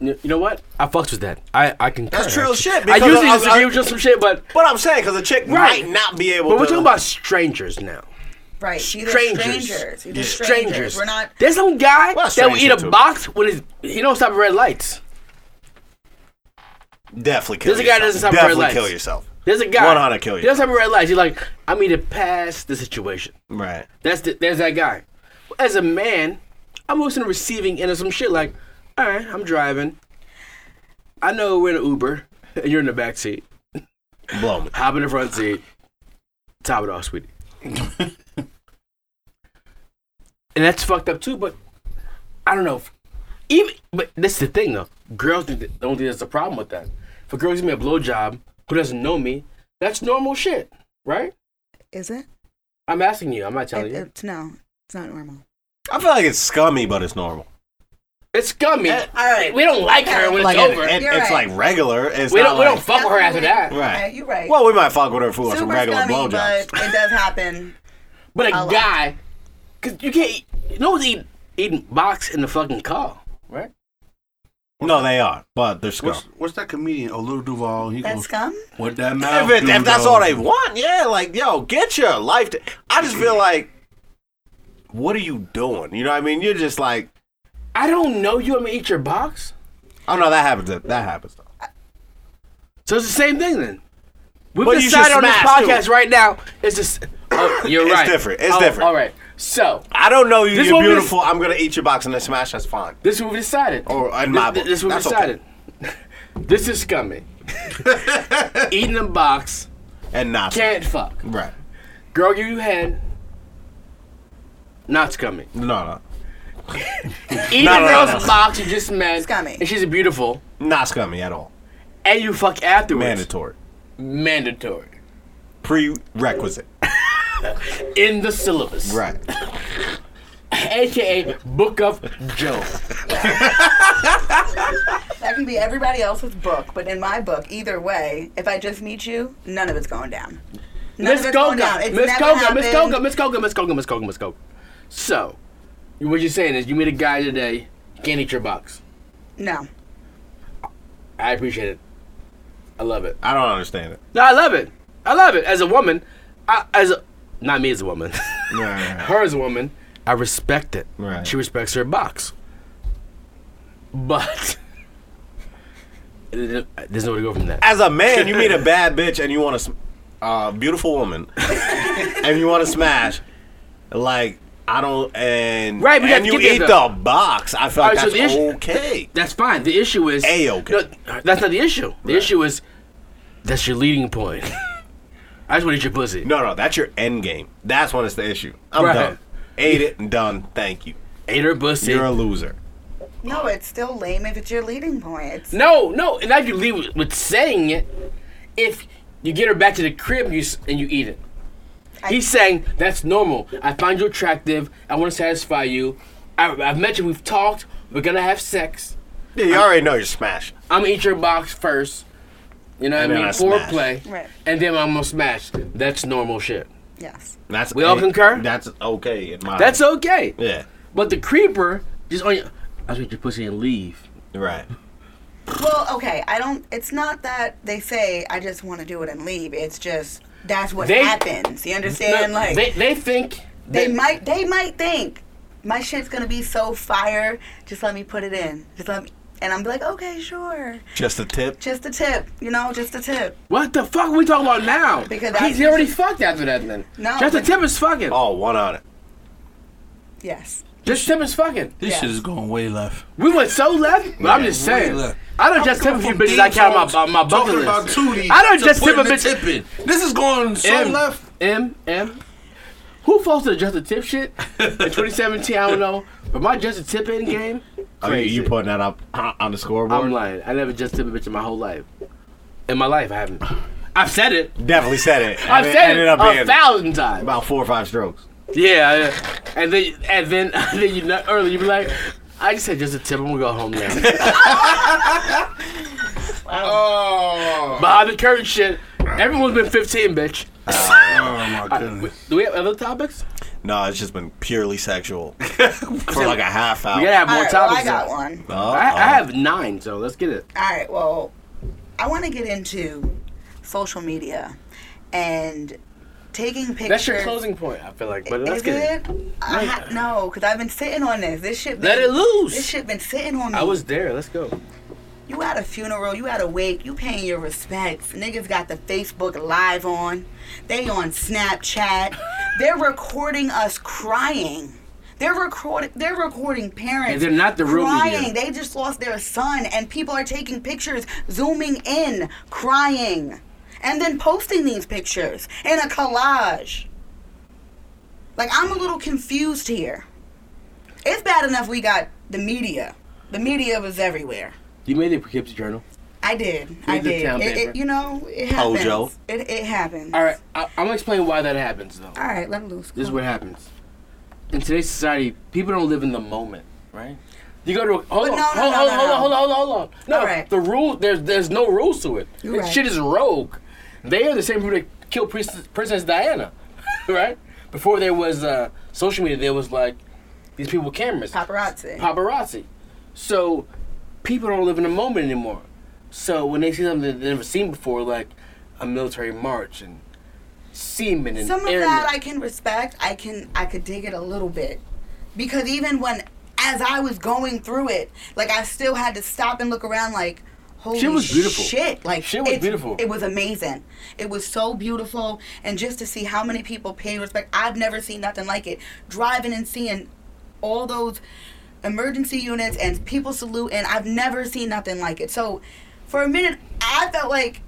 [SPEAKER 4] you know what? I fucks with that. I, I can.
[SPEAKER 1] That's true as shit,
[SPEAKER 4] I
[SPEAKER 1] because
[SPEAKER 4] usually
[SPEAKER 1] I- I-
[SPEAKER 4] disagree with you on some shit, but
[SPEAKER 1] But I'm saying, because a chick
[SPEAKER 4] Right.
[SPEAKER 1] might not be able
[SPEAKER 4] but
[SPEAKER 1] to.
[SPEAKER 4] we're talking about strangers now.
[SPEAKER 2] right. Strangers.
[SPEAKER 4] strangers.
[SPEAKER 2] Strangers. These
[SPEAKER 4] Yeah.
[SPEAKER 2] are
[SPEAKER 4] strangers.
[SPEAKER 2] strangers. We're not.
[SPEAKER 4] There's some guy
[SPEAKER 1] Well,
[SPEAKER 4] that will eat a
[SPEAKER 1] stranger, too.
[SPEAKER 4] box when his, he don't stop at red lights.
[SPEAKER 1] Definitely kill
[SPEAKER 4] This guy
[SPEAKER 1] yourself.
[SPEAKER 4] doesn't stop
[SPEAKER 1] Definitely
[SPEAKER 4] red
[SPEAKER 1] kill
[SPEAKER 4] lights.
[SPEAKER 1] yourself.
[SPEAKER 4] There's a guy.
[SPEAKER 1] 100 kill you.
[SPEAKER 4] He don't stop at red lights. He's like, I need to pass the situation.
[SPEAKER 1] Right.
[SPEAKER 4] That's the, there's that guy. As a man, I'm always in the receiving end of some shit. Like, all right, I'm driving. I know we're in an Uber. and You're in the back seat.
[SPEAKER 1] Blow me.
[SPEAKER 4] Hop in the front seat. Top it off, sweetie. and that's fucked up too. But I don't know. Even but this is the thing though. Girls think that- don't think there's a problem with that. If a girl gives me a blowjob who doesn't know me, that's normal shit, right?
[SPEAKER 2] Is it?
[SPEAKER 4] I'm asking you. I'm not telling
[SPEAKER 2] It-
[SPEAKER 4] you.
[SPEAKER 2] it's no. It's not normal.
[SPEAKER 1] I feel like it's scummy, but it's normal.
[SPEAKER 4] It's scummy.
[SPEAKER 2] Eh, All right.
[SPEAKER 4] We don't like her when
[SPEAKER 1] Like,
[SPEAKER 4] it's
[SPEAKER 1] and-
[SPEAKER 4] over.
[SPEAKER 1] and
[SPEAKER 2] You're
[SPEAKER 1] it's
[SPEAKER 2] right.
[SPEAKER 1] like regular. It's
[SPEAKER 4] we
[SPEAKER 1] not
[SPEAKER 4] don't. We don't
[SPEAKER 1] like-
[SPEAKER 4] fuck with her after that.
[SPEAKER 1] Right.
[SPEAKER 2] Right. You're right.
[SPEAKER 1] Well, we might fuck with her for some
[SPEAKER 2] Super
[SPEAKER 1] regular
[SPEAKER 2] scummy,
[SPEAKER 1] blowjobs.
[SPEAKER 2] but it does happen.
[SPEAKER 4] But a
[SPEAKER 2] I like-
[SPEAKER 4] guy, cause you can't. Eat, no one's eating eating box in the fucking car, right?
[SPEAKER 1] No, they are, but they're scum.
[SPEAKER 6] What's, what's that comedian? Oh, Lil Duval. He
[SPEAKER 2] That
[SPEAKER 6] goes,
[SPEAKER 2] scum.
[SPEAKER 6] what that mouth
[SPEAKER 1] If, it,
[SPEAKER 6] do,
[SPEAKER 1] if that's
[SPEAKER 6] though?"
[SPEAKER 1] all they want, yeah, like yo, get your life. To, I just feel like, what are you doing? You know what I mean? You're just like,
[SPEAKER 4] I don't know you. I'm gonna eat your box.
[SPEAKER 1] oh no, that happens. That happens though.
[SPEAKER 4] So it's the same thing then. We've
[SPEAKER 1] But you should
[SPEAKER 4] decided on this
[SPEAKER 1] smash,
[SPEAKER 4] podcast right now. It's just. Oh, you're
[SPEAKER 1] It's
[SPEAKER 4] right.
[SPEAKER 1] different, it's
[SPEAKER 4] Oh,
[SPEAKER 1] different.
[SPEAKER 4] All right. So
[SPEAKER 1] I don't know you.
[SPEAKER 4] This
[SPEAKER 1] you're
[SPEAKER 4] woman is-
[SPEAKER 1] beautiful. I'm gonna eat your box and then smash. That's fine.
[SPEAKER 4] this is what we decided.
[SPEAKER 1] Or Oh, in
[SPEAKER 4] This-
[SPEAKER 1] my
[SPEAKER 4] this,
[SPEAKER 1] book.
[SPEAKER 4] is what we
[SPEAKER 1] That's okay.
[SPEAKER 4] decided. this is scummy. eating a box
[SPEAKER 1] And not
[SPEAKER 4] can't fuck.
[SPEAKER 1] right.
[SPEAKER 4] Girl, give you head. Not scummy.
[SPEAKER 1] No, no,
[SPEAKER 4] Even
[SPEAKER 1] No, no, no,
[SPEAKER 4] girls
[SPEAKER 1] no.
[SPEAKER 4] box you just met
[SPEAKER 2] Scummy.
[SPEAKER 4] and she's beautiful
[SPEAKER 1] not scummy at all.
[SPEAKER 4] and you fuck afterwards.
[SPEAKER 1] Mandatory,
[SPEAKER 4] Mandatory.
[SPEAKER 1] prerequisite.
[SPEAKER 4] in the syllabus.
[SPEAKER 1] Right.
[SPEAKER 4] AKA Book of Joe.
[SPEAKER 2] That can be everybody else's book, but in my book, either way, if I just meet you, none of it's going down. None
[SPEAKER 4] Miss
[SPEAKER 2] of it's
[SPEAKER 4] Coca.
[SPEAKER 2] going down. It's
[SPEAKER 4] Miss
[SPEAKER 2] never
[SPEAKER 4] Coca. Miss
[SPEAKER 2] happened.
[SPEAKER 4] Coca. Miss Coca. Miss Coca. Miss Coca. Miss Coca. So, what you're saying is you meet a guy today, he can't eat your box.
[SPEAKER 2] No.
[SPEAKER 4] I appreciate it. I love it.
[SPEAKER 1] I don't understand it.
[SPEAKER 4] No, I love it. I love it. As a woman, I, as a, not me as a woman,
[SPEAKER 1] Right.
[SPEAKER 4] her as a woman, I respect it.
[SPEAKER 1] Right.
[SPEAKER 4] She respects her box. But there's nowhere to go from that.
[SPEAKER 1] As a man, you meet a bad bitch and you want to, uh, beautiful woman, and you want to smash. Like I don't and
[SPEAKER 4] Right, we
[SPEAKER 1] and
[SPEAKER 4] have
[SPEAKER 1] you
[SPEAKER 4] to get
[SPEAKER 1] eat
[SPEAKER 4] there,
[SPEAKER 1] the box. I feel like
[SPEAKER 4] All right, so
[SPEAKER 1] that's
[SPEAKER 4] the issue-
[SPEAKER 1] okay.
[SPEAKER 4] That's fine. The issue is
[SPEAKER 1] A-okay.
[SPEAKER 4] No, that's not the issue. The issue is that's your leading point. I just want to eat your pussy.
[SPEAKER 1] No, no, that's your end game. That's when it's the issue. I'm
[SPEAKER 4] Right.
[SPEAKER 1] done. Ate it and done. Thank you.
[SPEAKER 4] Ate her pussy.
[SPEAKER 1] You're a loser.
[SPEAKER 2] No, it's still lame if it's your leading point. It's
[SPEAKER 4] No, no, and not if you leave with- with saying it. If you get her back to the crib, you s- and you eat it. He's saying that's normal. I find you attractive. I want to satisfy you. I, I've met you. We've talked. We're gonna have sex.
[SPEAKER 1] Yeah, you already know you're smashed.
[SPEAKER 4] I'm gonna eat your box first. You know what
[SPEAKER 1] And
[SPEAKER 4] I
[SPEAKER 1] then
[SPEAKER 4] mean?
[SPEAKER 1] I smash.
[SPEAKER 4] Foreplay,
[SPEAKER 2] Right.
[SPEAKER 4] and then I'm gonna smash. That's normal shit.
[SPEAKER 2] yes.
[SPEAKER 1] That's
[SPEAKER 4] We all
[SPEAKER 1] hey,
[SPEAKER 4] concur?
[SPEAKER 1] That's okay in my.
[SPEAKER 4] That's okay.
[SPEAKER 1] yeah.
[SPEAKER 4] But the creeper just on. Your, I just eat your pussy and leave.
[SPEAKER 1] Right.
[SPEAKER 2] Well, okay. I don't. It's not that they say I just want to do it and leave. It's just that's what
[SPEAKER 4] They-
[SPEAKER 2] happens. You understand?
[SPEAKER 4] No,
[SPEAKER 2] like
[SPEAKER 4] they,
[SPEAKER 2] they,
[SPEAKER 4] they think that-
[SPEAKER 2] might. They might think my shit's gonna be so fire. Just let me put it in. Just let me. And I'm like, okay, sure.
[SPEAKER 1] Just a tip.
[SPEAKER 2] Just a tip, you know, just a tip.
[SPEAKER 4] What the fuck are we talking about now?
[SPEAKER 2] Because
[SPEAKER 4] he's
[SPEAKER 2] I-
[SPEAKER 4] already fucked after that. Then
[SPEAKER 2] No,
[SPEAKER 4] just the
[SPEAKER 2] but-
[SPEAKER 4] tip is fucking.
[SPEAKER 1] Oh, one on it.
[SPEAKER 2] Yes.
[SPEAKER 4] Just tip is fucking.
[SPEAKER 7] This
[SPEAKER 2] Yeah.
[SPEAKER 7] shit is going way left.
[SPEAKER 4] We went so left, but I'm just saying.
[SPEAKER 7] way left.
[SPEAKER 4] I don't just tip a few bitches I count on my my my bucket
[SPEAKER 7] Talking about
[SPEAKER 4] list.
[SPEAKER 7] Tootie.
[SPEAKER 4] I don't
[SPEAKER 7] to
[SPEAKER 4] just tip a
[SPEAKER 7] putting the
[SPEAKER 4] bitch-
[SPEAKER 7] Tip in. This is going so
[SPEAKER 4] M,
[SPEAKER 7] left.
[SPEAKER 4] M M. Who falls to the just a tip shit in 2017? I don't know, but my just a tip in game.
[SPEAKER 1] Oh, you, you
[SPEAKER 4] Crazy.
[SPEAKER 1] putting that up on on the scoreboard?
[SPEAKER 4] I'm lying. I never just tip a bitch in my whole life. In my life, I haven't. I've said it.
[SPEAKER 1] Definitely said it.
[SPEAKER 4] I've
[SPEAKER 1] And
[SPEAKER 4] said
[SPEAKER 1] ended
[SPEAKER 4] it
[SPEAKER 1] up
[SPEAKER 4] a
[SPEAKER 1] being
[SPEAKER 4] thousand times.
[SPEAKER 1] about four or five strokes.
[SPEAKER 4] Yeah, yeah. and then and then and then you know, early you be like, I just said just a tip. I'm gonna go home now.
[SPEAKER 6] Oh,
[SPEAKER 4] Behind the curtain shit. Everyone's been 15, bitch.
[SPEAKER 6] Oh, my goodness.
[SPEAKER 4] Do we have other topics?
[SPEAKER 1] No, it's just been purely sexual for like a half hour.
[SPEAKER 4] We gotta have
[SPEAKER 2] All
[SPEAKER 4] more
[SPEAKER 2] right, well, I
[SPEAKER 4] topics.
[SPEAKER 2] got
[SPEAKER 4] though.
[SPEAKER 2] one.
[SPEAKER 1] Oh,
[SPEAKER 4] I, I have nine, so let's get it.
[SPEAKER 2] All right. Well, I want to get into social media and taking pictures.
[SPEAKER 4] That's your closing point. I feel like, but let's
[SPEAKER 2] Is
[SPEAKER 4] get it.
[SPEAKER 2] it? I ha- no, because I've been sitting on this. This shit. Been,
[SPEAKER 4] Let it
[SPEAKER 2] This
[SPEAKER 4] loose.
[SPEAKER 2] shit been sitting on me.
[SPEAKER 4] I was there. Let's go.
[SPEAKER 2] You at a funeral. You at a wake. You paying your respects. Niggas got the Facebook live on. They on Snapchat. They're recording us crying. They're recording. They're recording parents.
[SPEAKER 4] And they're not the real media.
[SPEAKER 2] crying. They just lost their son, and people are taking pictures, zooming in, crying, and then posting these pictures in a collage. Like I'm a little confused here. It's bad enough we got the media. The media was everywhere.
[SPEAKER 4] You made it for Kip's journal.
[SPEAKER 2] I did. I
[SPEAKER 4] Read the
[SPEAKER 2] did.
[SPEAKER 4] town
[SPEAKER 2] It,
[SPEAKER 4] paper.
[SPEAKER 2] it, you know, it happens.
[SPEAKER 1] Hojo.
[SPEAKER 2] It, it happens.
[SPEAKER 4] All right, I, I'm gonna explain why that happens though.
[SPEAKER 2] All right, let it loose.
[SPEAKER 4] This is what happens. In today's society, people don't live in the moment, right? You go to a,
[SPEAKER 2] But
[SPEAKER 4] hold, on,
[SPEAKER 2] no, no, no,
[SPEAKER 4] hold, hold,
[SPEAKER 2] no,
[SPEAKER 4] hold
[SPEAKER 2] no.
[SPEAKER 4] on, hold on, hold on, hold on. No,
[SPEAKER 2] All right.
[SPEAKER 4] the rule there's there's no rules to it.
[SPEAKER 2] You're
[SPEAKER 4] This
[SPEAKER 2] right.
[SPEAKER 4] Shit is rogue. They are the same people that killed Princess, Princess Diana, right? Before there was uh, social media, there was like these people with cameras,
[SPEAKER 2] Paparazzi.
[SPEAKER 4] paparazzi. So people don't live in the moment anymore. So when they see something they've never seen before, like a military march and seamen and
[SPEAKER 2] Some of
[SPEAKER 4] airmen.
[SPEAKER 2] that I can respect. I can I could dig it a little bit because even when as I was going through it, like I still had to stop and look around, like. Holy
[SPEAKER 4] Shit was beautiful.
[SPEAKER 2] Shit, like
[SPEAKER 4] Shit was
[SPEAKER 2] it's-
[SPEAKER 4] beautiful.
[SPEAKER 2] It was amazing. It was so beautiful, and just to see how many people paid respect, I've never seen nothing like it. Driving and seeing all those emergency units and people salute and I've never seen nothing like it. So for a minute I felt like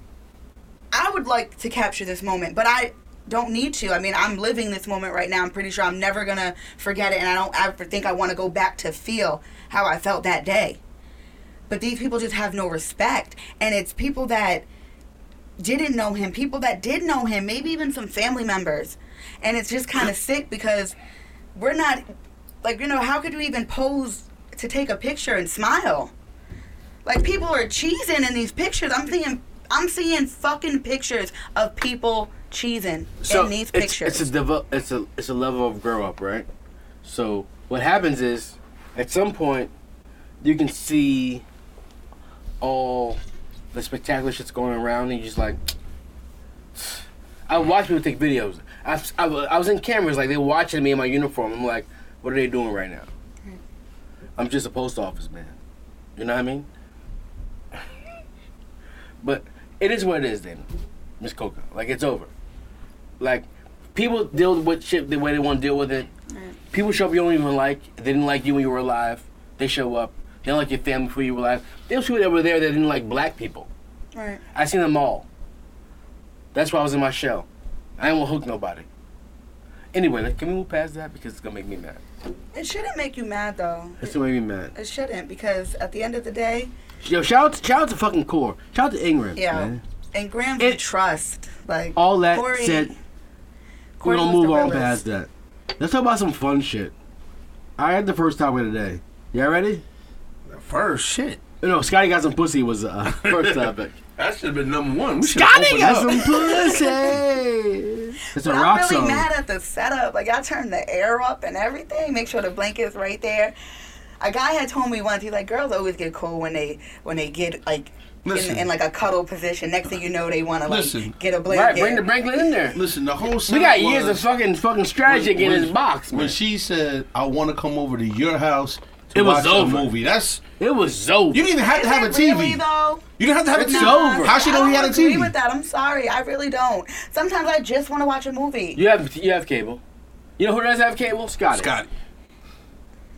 [SPEAKER 2] I would like to capture this moment, but I don't need to. I mean, I'm living this moment right now. I'm pretty sure I'm never going to forget it and I don't ever think I want to go back to feel how I felt that day. But these people just have no respect and it's people that didn't know him, people that did know him, maybe even some family members. And it's just kind of sick because we're not, like, you know, how could you even pose to take a picture and smile? Like, people are cheesing in these pictures. I'm thinking, I'm seeing fucking pictures of people cheesing
[SPEAKER 4] so
[SPEAKER 2] in these
[SPEAKER 4] it's,
[SPEAKER 2] pictures.
[SPEAKER 4] it's a devel- it's a it's a level of grow up, right? So what happens is, at some point, you can see all the spectacular shit's going around, and you're just like, I watch people take videos. I, I, wa- I was in cameras, like they were watching me in my uniform. I'm like, what are they doing right now? I'm just a post office man. You know what I mean? but it is what it is, then, Miss Coca. Like it's over like people deal with shit the way they want to deal with it. People show up you don't even like. They didn't like you when you were alive. They show up. They don't like your family before you were alive. There's people that were there that didn't like black people.
[SPEAKER 2] right.
[SPEAKER 4] I seen them all. That's why I was in my shell. I ain't gonna hook nobody. Anyway, like, can we move past that because it's gonna make me mad.
[SPEAKER 2] It shouldn't make you mad, though.
[SPEAKER 4] It's gonna make me mad.
[SPEAKER 2] It shouldn't because at the end of the day,
[SPEAKER 4] Yo, shout out, to, shout out to fucking core. Shout out to Ingram.
[SPEAKER 2] yeah,
[SPEAKER 4] man.
[SPEAKER 2] and Graham
[SPEAKER 4] It-
[SPEAKER 2] trust, like
[SPEAKER 4] All that
[SPEAKER 2] Corey-
[SPEAKER 4] said, we're
[SPEAKER 2] Corey
[SPEAKER 4] gonna
[SPEAKER 2] was
[SPEAKER 4] move
[SPEAKER 2] the
[SPEAKER 4] on
[SPEAKER 2] realest.
[SPEAKER 4] past that. Let's talk about some fun shit. I had the first topic today. Y'all ready?
[SPEAKER 6] First shit.
[SPEAKER 4] No, Scotty got some pussy was uh, first topic.
[SPEAKER 6] That should have been number one. We should
[SPEAKER 4] Scotty
[SPEAKER 6] have
[SPEAKER 4] got some pussy. It's a
[SPEAKER 2] But
[SPEAKER 4] rock
[SPEAKER 2] I'm really
[SPEAKER 4] song.
[SPEAKER 2] mad at the setup. Like I turned the air up and everything. Make sure the blanket's right there. A guy had told me once. He's like, girls always get cool when they when they get like in,
[SPEAKER 6] Listen.
[SPEAKER 2] in like a cuddle position. Next thing you know, they want to like
[SPEAKER 6] Listen.
[SPEAKER 2] get a blanket.
[SPEAKER 4] Right, bring the Franklin in there.
[SPEAKER 6] Listen, the whole
[SPEAKER 4] We
[SPEAKER 6] setup
[SPEAKER 4] got years
[SPEAKER 6] was-
[SPEAKER 4] of fucking fucking strategy in this box, man.
[SPEAKER 6] When she said, "I want to come over to your house to
[SPEAKER 4] It was
[SPEAKER 6] watch
[SPEAKER 4] over.
[SPEAKER 6] a movie," that's
[SPEAKER 4] it was over.
[SPEAKER 6] you didn't even have
[SPEAKER 2] Is
[SPEAKER 6] to have a
[SPEAKER 2] it
[SPEAKER 6] TV.
[SPEAKER 2] really, though?
[SPEAKER 6] you didn't have to have a
[SPEAKER 4] It's
[SPEAKER 6] TV.
[SPEAKER 4] over.
[SPEAKER 6] How she
[SPEAKER 2] I
[SPEAKER 6] know he had a
[SPEAKER 2] don't agree
[SPEAKER 6] TV?
[SPEAKER 2] with that. I'm sorry. I really don't. Sometimes I just want to watch a movie.
[SPEAKER 4] You have you have cable. You know who does have cable? Scotty.
[SPEAKER 6] Scott,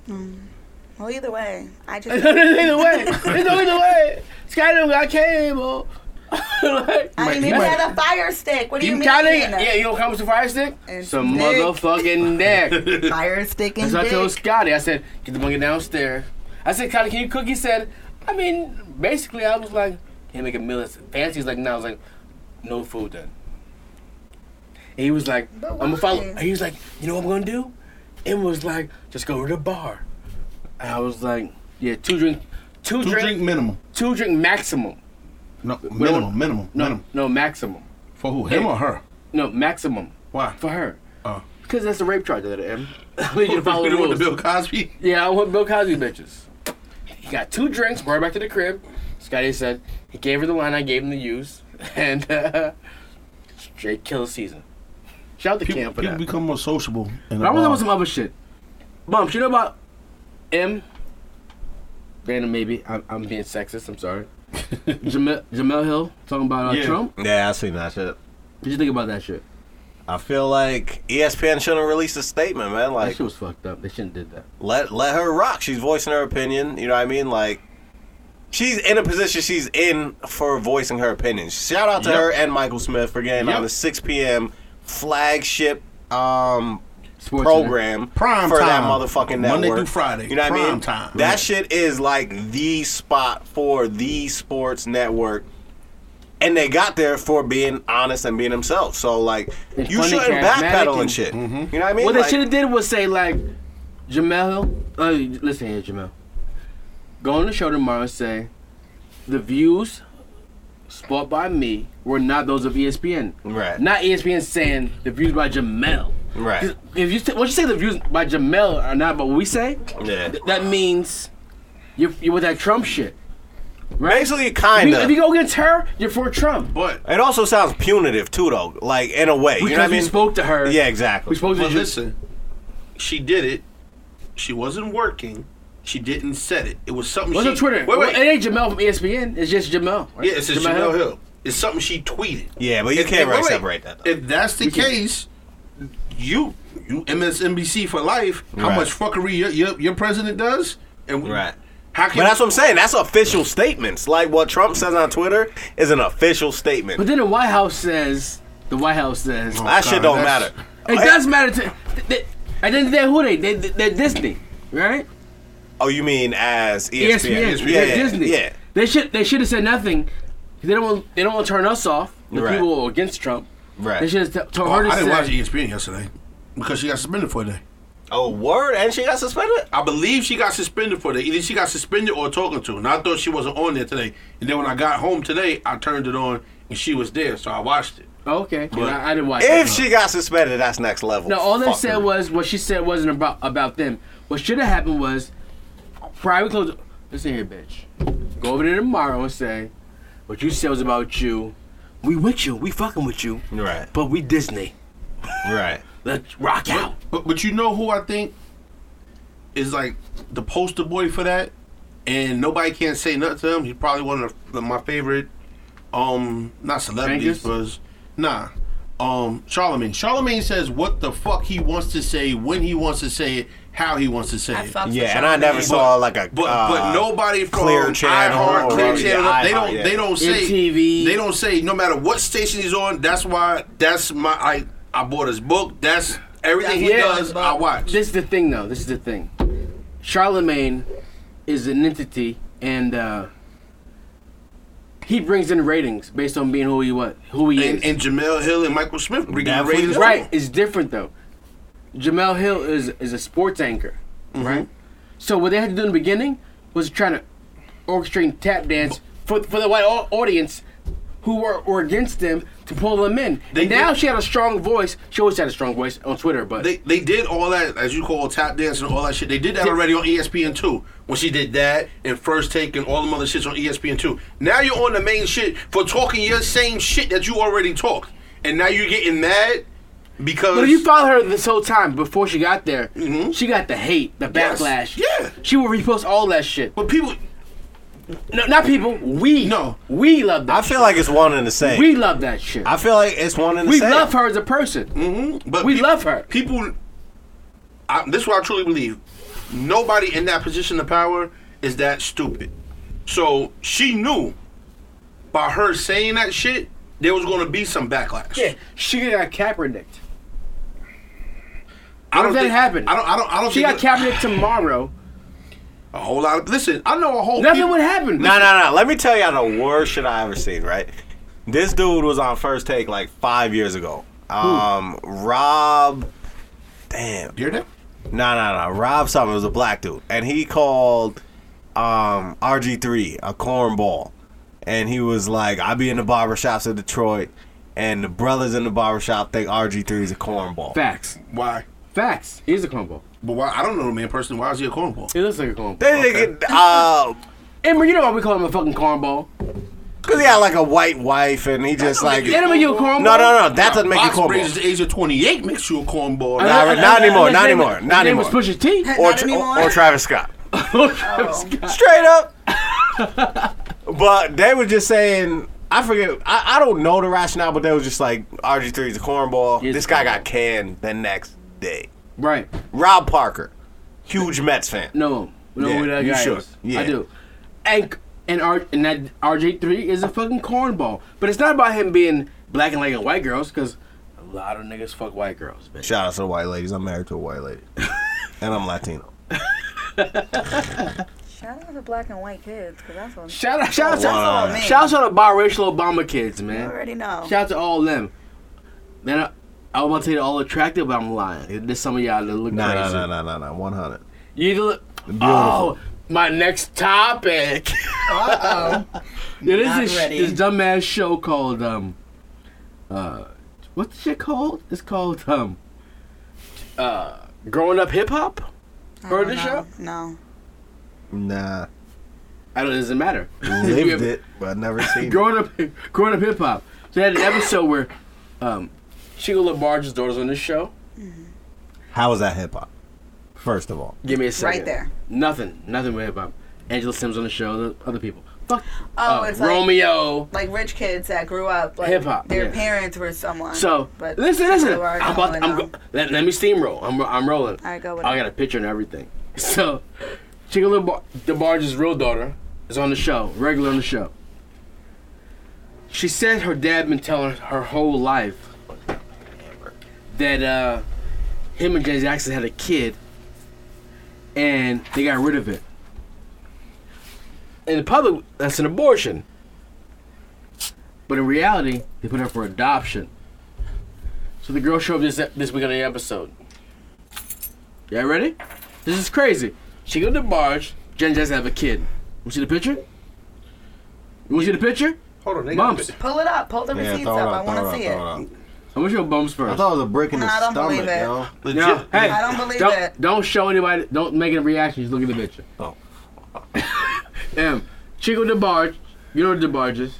[SPEAKER 2] Well, either way, I
[SPEAKER 4] It's
[SPEAKER 2] just
[SPEAKER 4] no either way. It's no either way. Scotty don't got cable. like,
[SPEAKER 2] I mean,
[SPEAKER 6] he
[SPEAKER 2] they
[SPEAKER 6] might-
[SPEAKER 2] had a fire stick. What do you
[SPEAKER 4] you
[SPEAKER 2] mean?
[SPEAKER 4] got it? Yeah, you know what comes to fire stick?
[SPEAKER 2] It's
[SPEAKER 4] Some
[SPEAKER 2] dick.
[SPEAKER 4] motherfucking neck.
[SPEAKER 2] Fire stick and
[SPEAKER 4] So I told
[SPEAKER 2] dick.
[SPEAKER 4] Scotty, I said, get the monkey downstairs. I said, Scotty, can you cook? He said, I mean, basically, I was like, can you make a meal that's fancy? He's like, no. I was like, no food then. And he was like,
[SPEAKER 2] But
[SPEAKER 4] I'm gonna follow.
[SPEAKER 2] why?
[SPEAKER 4] He was like, you know what I'm gonna do? It was like, just go to the bar. And I was like, yeah, two drink, two,
[SPEAKER 6] two
[SPEAKER 4] drink,
[SPEAKER 6] drink minimum.
[SPEAKER 4] two drink maximum.
[SPEAKER 6] No, minimum, minimum,
[SPEAKER 4] No,
[SPEAKER 6] minimum.
[SPEAKER 4] no maximum.
[SPEAKER 6] For who? Him
[SPEAKER 4] Hey.
[SPEAKER 6] or her?
[SPEAKER 4] No maximum
[SPEAKER 6] Why?
[SPEAKER 4] for her.
[SPEAKER 6] Oh.
[SPEAKER 4] Because that's a rape charge that I am. I need you to follow
[SPEAKER 6] You
[SPEAKER 4] the
[SPEAKER 6] don't
[SPEAKER 4] rules.
[SPEAKER 6] want the Bill Cosby.
[SPEAKER 4] Yeah, I want Bill Cosby bitches. He got two drinks, brought her back to the crib. Scotty said he gave her the line I gave him to use, and uh, straight killer season. Shout out to
[SPEAKER 6] People,
[SPEAKER 4] Cam for
[SPEAKER 6] people
[SPEAKER 4] that.
[SPEAKER 6] become more sociable. In
[SPEAKER 4] But I
[SPEAKER 6] the
[SPEAKER 4] was
[SPEAKER 6] bar.
[SPEAKER 4] on some other shit. Bumps, you know about M? Dana, maybe. I'm, I'm being sexist, I'm sorry. Jamel, Jamel Hill talking about uh,
[SPEAKER 6] Yeah.
[SPEAKER 4] Trump.
[SPEAKER 1] Yeah, I seen that shit.
[SPEAKER 4] What you think about that shit?
[SPEAKER 1] I feel like E ESPN shouldn't have released a statement, man.
[SPEAKER 4] That
[SPEAKER 1] Like,
[SPEAKER 4] shit was fucked up. They shouldn't did that.
[SPEAKER 1] let let her rock. She's voicing her opinion. You know what I mean? Like, she's in a position she's in for voicing her opinion. Shout out to
[SPEAKER 6] Yep.
[SPEAKER 1] her and Michael Smith for getting
[SPEAKER 6] Yep.
[SPEAKER 1] on the 6 p.m. flagship um,
[SPEAKER 4] Sports
[SPEAKER 1] program
[SPEAKER 6] Prime
[SPEAKER 1] for that
[SPEAKER 6] time.
[SPEAKER 1] motherfucking network.
[SPEAKER 6] Monday through Friday,
[SPEAKER 1] You know what I
[SPEAKER 6] prime
[SPEAKER 1] mean?
[SPEAKER 6] time.
[SPEAKER 1] That
[SPEAKER 6] Right.
[SPEAKER 1] shit is like the spot for the sports network. And they got there for being honest and being themselves. So like,
[SPEAKER 4] And
[SPEAKER 1] you
[SPEAKER 4] funny,
[SPEAKER 1] shouldn't
[SPEAKER 4] charismatic,
[SPEAKER 1] backpedal and
[SPEAKER 4] and-
[SPEAKER 1] shit.
[SPEAKER 6] Mm-hmm.
[SPEAKER 1] You know what I mean?
[SPEAKER 4] What they
[SPEAKER 1] Like-
[SPEAKER 4] should have did was say like, Jamel, uh, listen here, Jamel. Go on the show tomorrow and say, the views spot by me were not those of E ESPN.
[SPEAKER 1] Right.
[SPEAKER 4] Not E ESPN saying the views by Jamel.
[SPEAKER 1] Right.
[SPEAKER 4] 'Cause If you say- once you say the views by Jamel are not what we say,
[SPEAKER 1] Yeah.
[SPEAKER 4] th- that means you're, you're with that Trump shit. Right?
[SPEAKER 1] Basically,
[SPEAKER 4] if
[SPEAKER 1] kind
[SPEAKER 4] you, if you
[SPEAKER 1] of.
[SPEAKER 4] go against her, you're for Trump.
[SPEAKER 6] But
[SPEAKER 1] It also sounds punitive too, though. Like in a way,
[SPEAKER 4] Because
[SPEAKER 1] you know what I
[SPEAKER 4] we
[SPEAKER 1] mean?
[SPEAKER 4] spoke to her.
[SPEAKER 1] yeah, exactly.
[SPEAKER 4] We spoke to
[SPEAKER 6] But
[SPEAKER 4] Ju-
[SPEAKER 6] listen, she did it. She wasn't working. She didn't set it. It was something.
[SPEAKER 4] What's
[SPEAKER 6] she,
[SPEAKER 4] her Twitter?
[SPEAKER 6] Wait, wait.
[SPEAKER 4] Well, it ain't Jamel from E ESPN. It's just Jamel. right?
[SPEAKER 6] yeah, it's just Jamel Hill. It's something she tweeted.
[SPEAKER 1] yeah, but you
[SPEAKER 6] If-
[SPEAKER 1] can't
[SPEAKER 6] wait,
[SPEAKER 1] really
[SPEAKER 6] wait.
[SPEAKER 1] separate that. Though.
[SPEAKER 6] If that's the case, you you MSNBC for life. How
[SPEAKER 1] Right.
[SPEAKER 6] much fuckery your, your, your president does? And
[SPEAKER 1] Right.
[SPEAKER 6] How can
[SPEAKER 1] but that's what I'm saying. That's official statements. Like what Trump says on Twitter is an official statement.
[SPEAKER 4] But then the White House says, the White House says,
[SPEAKER 1] that
[SPEAKER 6] God,
[SPEAKER 1] shit don't
[SPEAKER 6] that's-
[SPEAKER 1] matter.
[SPEAKER 4] it does matter to. They, at the end of the day, who they? they they're Disney, right? E
[SPEAKER 1] Oh, you mean as
[SPEAKER 6] E
[SPEAKER 1] E
[SPEAKER 4] ESPN,
[SPEAKER 1] ESPN?
[SPEAKER 4] they're
[SPEAKER 1] Yeah, yeah,
[SPEAKER 4] Disney.
[SPEAKER 1] yeah.
[SPEAKER 4] They should they should have said nothing. They don't want they don't want to turn us off. the
[SPEAKER 1] Right.
[SPEAKER 4] people who are against Trump. They
[SPEAKER 1] Right.
[SPEAKER 4] should have told
[SPEAKER 6] Oh,
[SPEAKER 4] her to
[SPEAKER 6] I didn't watch
[SPEAKER 4] say,
[SPEAKER 6] ESPN yesterday because she got suspended for a day.
[SPEAKER 1] Oh, word, and she got suspended.
[SPEAKER 6] I believe she got suspended for that. Either she got suspended or talking to. And I thought she wasn't on there today. And then when I got home today, I turned it on and she was there, so I watched it.
[SPEAKER 4] oh, "Okay, well, I, I didn't watch."
[SPEAKER 1] If
[SPEAKER 4] it.
[SPEAKER 1] she got suspended, that's next level.
[SPEAKER 4] No, all they
[SPEAKER 1] Fuck
[SPEAKER 4] said
[SPEAKER 1] her.
[SPEAKER 4] was what she said wasn't about about them. What should have happened was private close. Listen here, bitch. Go over there tomorrow and say what you said was about you. We with you. We fucking with you.
[SPEAKER 1] Right.
[SPEAKER 4] But we Disney.
[SPEAKER 1] Right.
[SPEAKER 4] Let's rock out.
[SPEAKER 6] But but you know who I think is like the poster boy for that, and nobody can't say nothing to him. He's probably one of the, my favorite, um, not celebrities, but nah, um, Charlemagne. Charlemagne says what the fuck he wants to say, when he wants to say it, how he wants to say
[SPEAKER 2] I
[SPEAKER 6] it.
[SPEAKER 2] fucks with
[SPEAKER 1] Yeah, and I never
[SPEAKER 2] Charlamagne.
[SPEAKER 1] saw like a.
[SPEAKER 6] But
[SPEAKER 1] uh,
[SPEAKER 6] but nobody from
[SPEAKER 1] Clear Channel
[SPEAKER 6] iHeart,
[SPEAKER 1] or
[SPEAKER 6] Clear
[SPEAKER 1] whatever,
[SPEAKER 6] Channel,
[SPEAKER 1] yeah,
[SPEAKER 6] they
[SPEAKER 1] iHeart,
[SPEAKER 6] don't
[SPEAKER 1] yeah.
[SPEAKER 6] they don't say
[SPEAKER 4] MTV.
[SPEAKER 6] They don't say no matter what station he's on. That's why that's my I I bought his book. That's everything he
[SPEAKER 4] Yeah.
[SPEAKER 6] does. I watch.
[SPEAKER 4] This is the thing, though. This is the thing. Charlemagne is an entity, and uh, he brings in ratings based on being who he was, who he is.
[SPEAKER 6] and, and Jamel Hill and Michael Smith bringing the
[SPEAKER 1] Definitely
[SPEAKER 6] ratings.
[SPEAKER 1] do.
[SPEAKER 4] Right, it's different though. Jamel Hill is is a sports anchor, right? So what they had to do in the beginning was try to orchestrate tap dance for for the white au- audience who were, were against them to pull them in.
[SPEAKER 6] They
[SPEAKER 4] and now
[SPEAKER 6] did-
[SPEAKER 4] she had a strong voice. She always had a strong voice on Twitter, but
[SPEAKER 6] They they did all that as you call tap dance and all that shit. They did that already on E ESPN two when she did that and first take and all the other shits on E ESPN two. Now you're on the main shit for talking your same shit that you already talked, and now you're getting mad because
[SPEAKER 4] But if you follow her this whole time before she got there, she got the hate, the
[SPEAKER 6] Mm-hmm. Yes.
[SPEAKER 4] backlash.
[SPEAKER 6] Yeah.
[SPEAKER 4] She would repost all that shit.
[SPEAKER 6] but people
[SPEAKER 4] No, not people. We.
[SPEAKER 6] No.
[SPEAKER 4] We love that.
[SPEAKER 1] I feel like it's one and the same.
[SPEAKER 4] we love that shit.
[SPEAKER 1] I feel like it's one and the
[SPEAKER 4] we
[SPEAKER 1] same.
[SPEAKER 4] love her as a person.
[SPEAKER 6] Mm-hmm. mm, But
[SPEAKER 4] We
[SPEAKER 6] peop-
[SPEAKER 4] love her.
[SPEAKER 6] People, I, this is what I truly believe. Nobody in that position of power is that stupid. So she knew by her saying that shit, there was going to be some backlash.
[SPEAKER 4] Yeah, she got Kaepernick.
[SPEAKER 6] I
[SPEAKER 4] if that
[SPEAKER 6] think-
[SPEAKER 4] happened?
[SPEAKER 6] I don't. I don't. I don't
[SPEAKER 4] She got
[SPEAKER 6] think
[SPEAKER 4] Kaepernick tomorrow.
[SPEAKER 6] a whole lot of. Listen, I know a whole.
[SPEAKER 4] Nothing
[SPEAKER 6] people-
[SPEAKER 4] would happen.
[SPEAKER 1] No, no, no. Let me tell y'all the worst shit I ever seen. Right, this dude was on first take like five years ago. Um, Rob, damn,
[SPEAKER 6] You hear that?
[SPEAKER 1] no, no, no. Rob something was a black dude, and he called um RG3 a cornball, and he was like, "I be in the barber shops in Detroit, and the brothers in the barber shop think RG3 is a cornball."
[SPEAKER 4] Facts.
[SPEAKER 6] Why?
[SPEAKER 4] Facts. He's a cornball.
[SPEAKER 6] But why? I don't know the man personally. Why is he a cornball?
[SPEAKER 4] He looks like a cornball.
[SPEAKER 1] They think it, uh,
[SPEAKER 4] Ember, you know why we call him a fucking cornball?
[SPEAKER 1] cause he had like a white wife, and he just like,
[SPEAKER 4] That don't
[SPEAKER 1] no,
[SPEAKER 4] make you a cornball.
[SPEAKER 1] no, no, that doesn't make you
[SPEAKER 6] Box braids
[SPEAKER 1] cornball.
[SPEAKER 6] at the age of twenty-eight makes you a cornball.
[SPEAKER 4] Unless-
[SPEAKER 1] Nah,
[SPEAKER 4] unless-
[SPEAKER 1] not anymore,
[SPEAKER 4] unless
[SPEAKER 1] not
[SPEAKER 4] his name-
[SPEAKER 1] anymore, not
[SPEAKER 4] his name was
[SPEAKER 1] anymore.
[SPEAKER 4] Pusha T.
[SPEAKER 2] Not
[SPEAKER 1] Or,
[SPEAKER 2] anymore.
[SPEAKER 1] or, or Travis Scott.
[SPEAKER 2] Oh.
[SPEAKER 1] Straight up. but they were just saying, I forget, I, I don't know the rationale, but they was just like, RG3 is a cornball.
[SPEAKER 4] He's
[SPEAKER 1] This
[SPEAKER 4] a
[SPEAKER 1] guy
[SPEAKER 4] cornball.
[SPEAKER 1] got canned the next day.
[SPEAKER 4] Right.
[SPEAKER 1] Rob Parker, huge Mets fan.
[SPEAKER 4] No, no,
[SPEAKER 1] Yeah,
[SPEAKER 4] who that
[SPEAKER 1] you
[SPEAKER 4] guy
[SPEAKER 1] should.
[SPEAKER 4] is.
[SPEAKER 1] Yeah.
[SPEAKER 4] I do. And and R and that RJ three is a fucking cornball. But it's not about him being black and liking white girls, because a lot of niggas fuck white girls, bitch.
[SPEAKER 1] Shout out to the white ladies. I'm married to a white lady. and I'm Latino.
[SPEAKER 2] Shout out to black and white kids, because that's what
[SPEAKER 4] Shout out, shout out,
[SPEAKER 2] that's
[SPEAKER 4] to,
[SPEAKER 2] all me.
[SPEAKER 4] shout out to the biracial Obama kids,
[SPEAKER 2] I
[SPEAKER 4] man.
[SPEAKER 2] already know.
[SPEAKER 4] Oh. Shout out to all them. Then I, I was about to say they're all attractive, but I'm lying. There's some of y'all that look
[SPEAKER 1] No, no,
[SPEAKER 4] crazy.
[SPEAKER 1] no, no, no, no. 100.
[SPEAKER 4] You either look. Oh, my next topic.
[SPEAKER 2] Uh oh.
[SPEAKER 4] Yeah, there's
[SPEAKER 2] Not
[SPEAKER 4] this,
[SPEAKER 2] ready.
[SPEAKER 4] this dumbass show called um, uh, what's the shit called? It's called um, uh, growing up hip hop. Heard this show?
[SPEAKER 2] No.
[SPEAKER 1] Nah.
[SPEAKER 4] I don't. It doesn't matter. You
[SPEAKER 1] Lived
[SPEAKER 4] ever-
[SPEAKER 1] it, but I never seen it.
[SPEAKER 4] growing up, growing up hip hop. So they had an episode where, um, Sheila LaBarge's daughter's on this show.
[SPEAKER 1] How is that hip hop? First of all.
[SPEAKER 4] Give me a second.
[SPEAKER 2] Right there.
[SPEAKER 4] Nothing. Nothing with hip hop. Angela Sims on the show. The other people. Fuck.
[SPEAKER 2] Oh,
[SPEAKER 4] uh,
[SPEAKER 2] it's like-
[SPEAKER 4] Romeo.
[SPEAKER 2] Like rich kids that grew up, like
[SPEAKER 4] Hip-hop,
[SPEAKER 2] their
[SPEAKER 4] yeah.
[SPEAKER 2] parents were someone.
[SPEAKER 4] So
[SPEAKER 2] but
[SPEAKER 4] listen, listen.
[SPEAKER 2] they were
[SPEAKER 4] I'm about
[SPEAKER 2] going
[SPEAKER 4] to, I'm
[SPEAKER 2] on.
[SPEAKER 4] go, let, let me steamroll. I'm I'm rolling.
[SPEAKER 2] All right, go with
[SPEAKER 4] I
[SPEAKER 2] it.
[SPEAKER 4] got a picture and everything. So, Chica Lil Bar- DeBarge's real daughter is on the show, regular on the show. She said her dad been telling her whole life that uh, him and Jay Jackson had a kid, and they got rid of it. In the public, that's an abortion. But in reality, they put her up for adoption. So the girl showed up this this week on the episode. Y'all ready? This is crazy. She go to the barge. Jen just have a kid. You see the picture? You want to see the picture?
[SPEAKER 6] Hold on, they got
[SPEAKER 4] Bumps.
[SPEAKER 2] Pull it up. Pull the
[SPEAKER 1] Yeah,
[SPEAKER 2] receipts
[SPEAKER 1] throw it
[SPEAKER 2] up.
[SPEAKER 1] up,
[SPEAKER 2] I
[SPEAKER 1] throw
[SPEAKER 2] want to see
[SPEAKER 1] it up, throw
[SPEAKER 2] it.
[SPEAKER 1] it up.
[SPEAKER 4] I wish your bumps
[SPEAKER 1] I
[SPEAKER 4] first.
[SPEAKER 1] thought it was a brick in the
[SPEAKER 2] Nah, I don't believe
[SPEAKER 1] stomach,
[SPEAKER 2] it.
[SPEAKER 1] yo.
[SPEAKER 6] legit.
[SPEAKER 4] No, hey,
[SPEAKER 2] I don't believe
[SPEAKER 4] don't,
[SPEAKER 2] it.
[SPEAKER 4] Don't show anybody. Don't make a reaction. Just look at the picture.
[SPEAKER 1] Oh.
[SPEAKER 4] M. Chico DeBarge. You know what DeBarge is.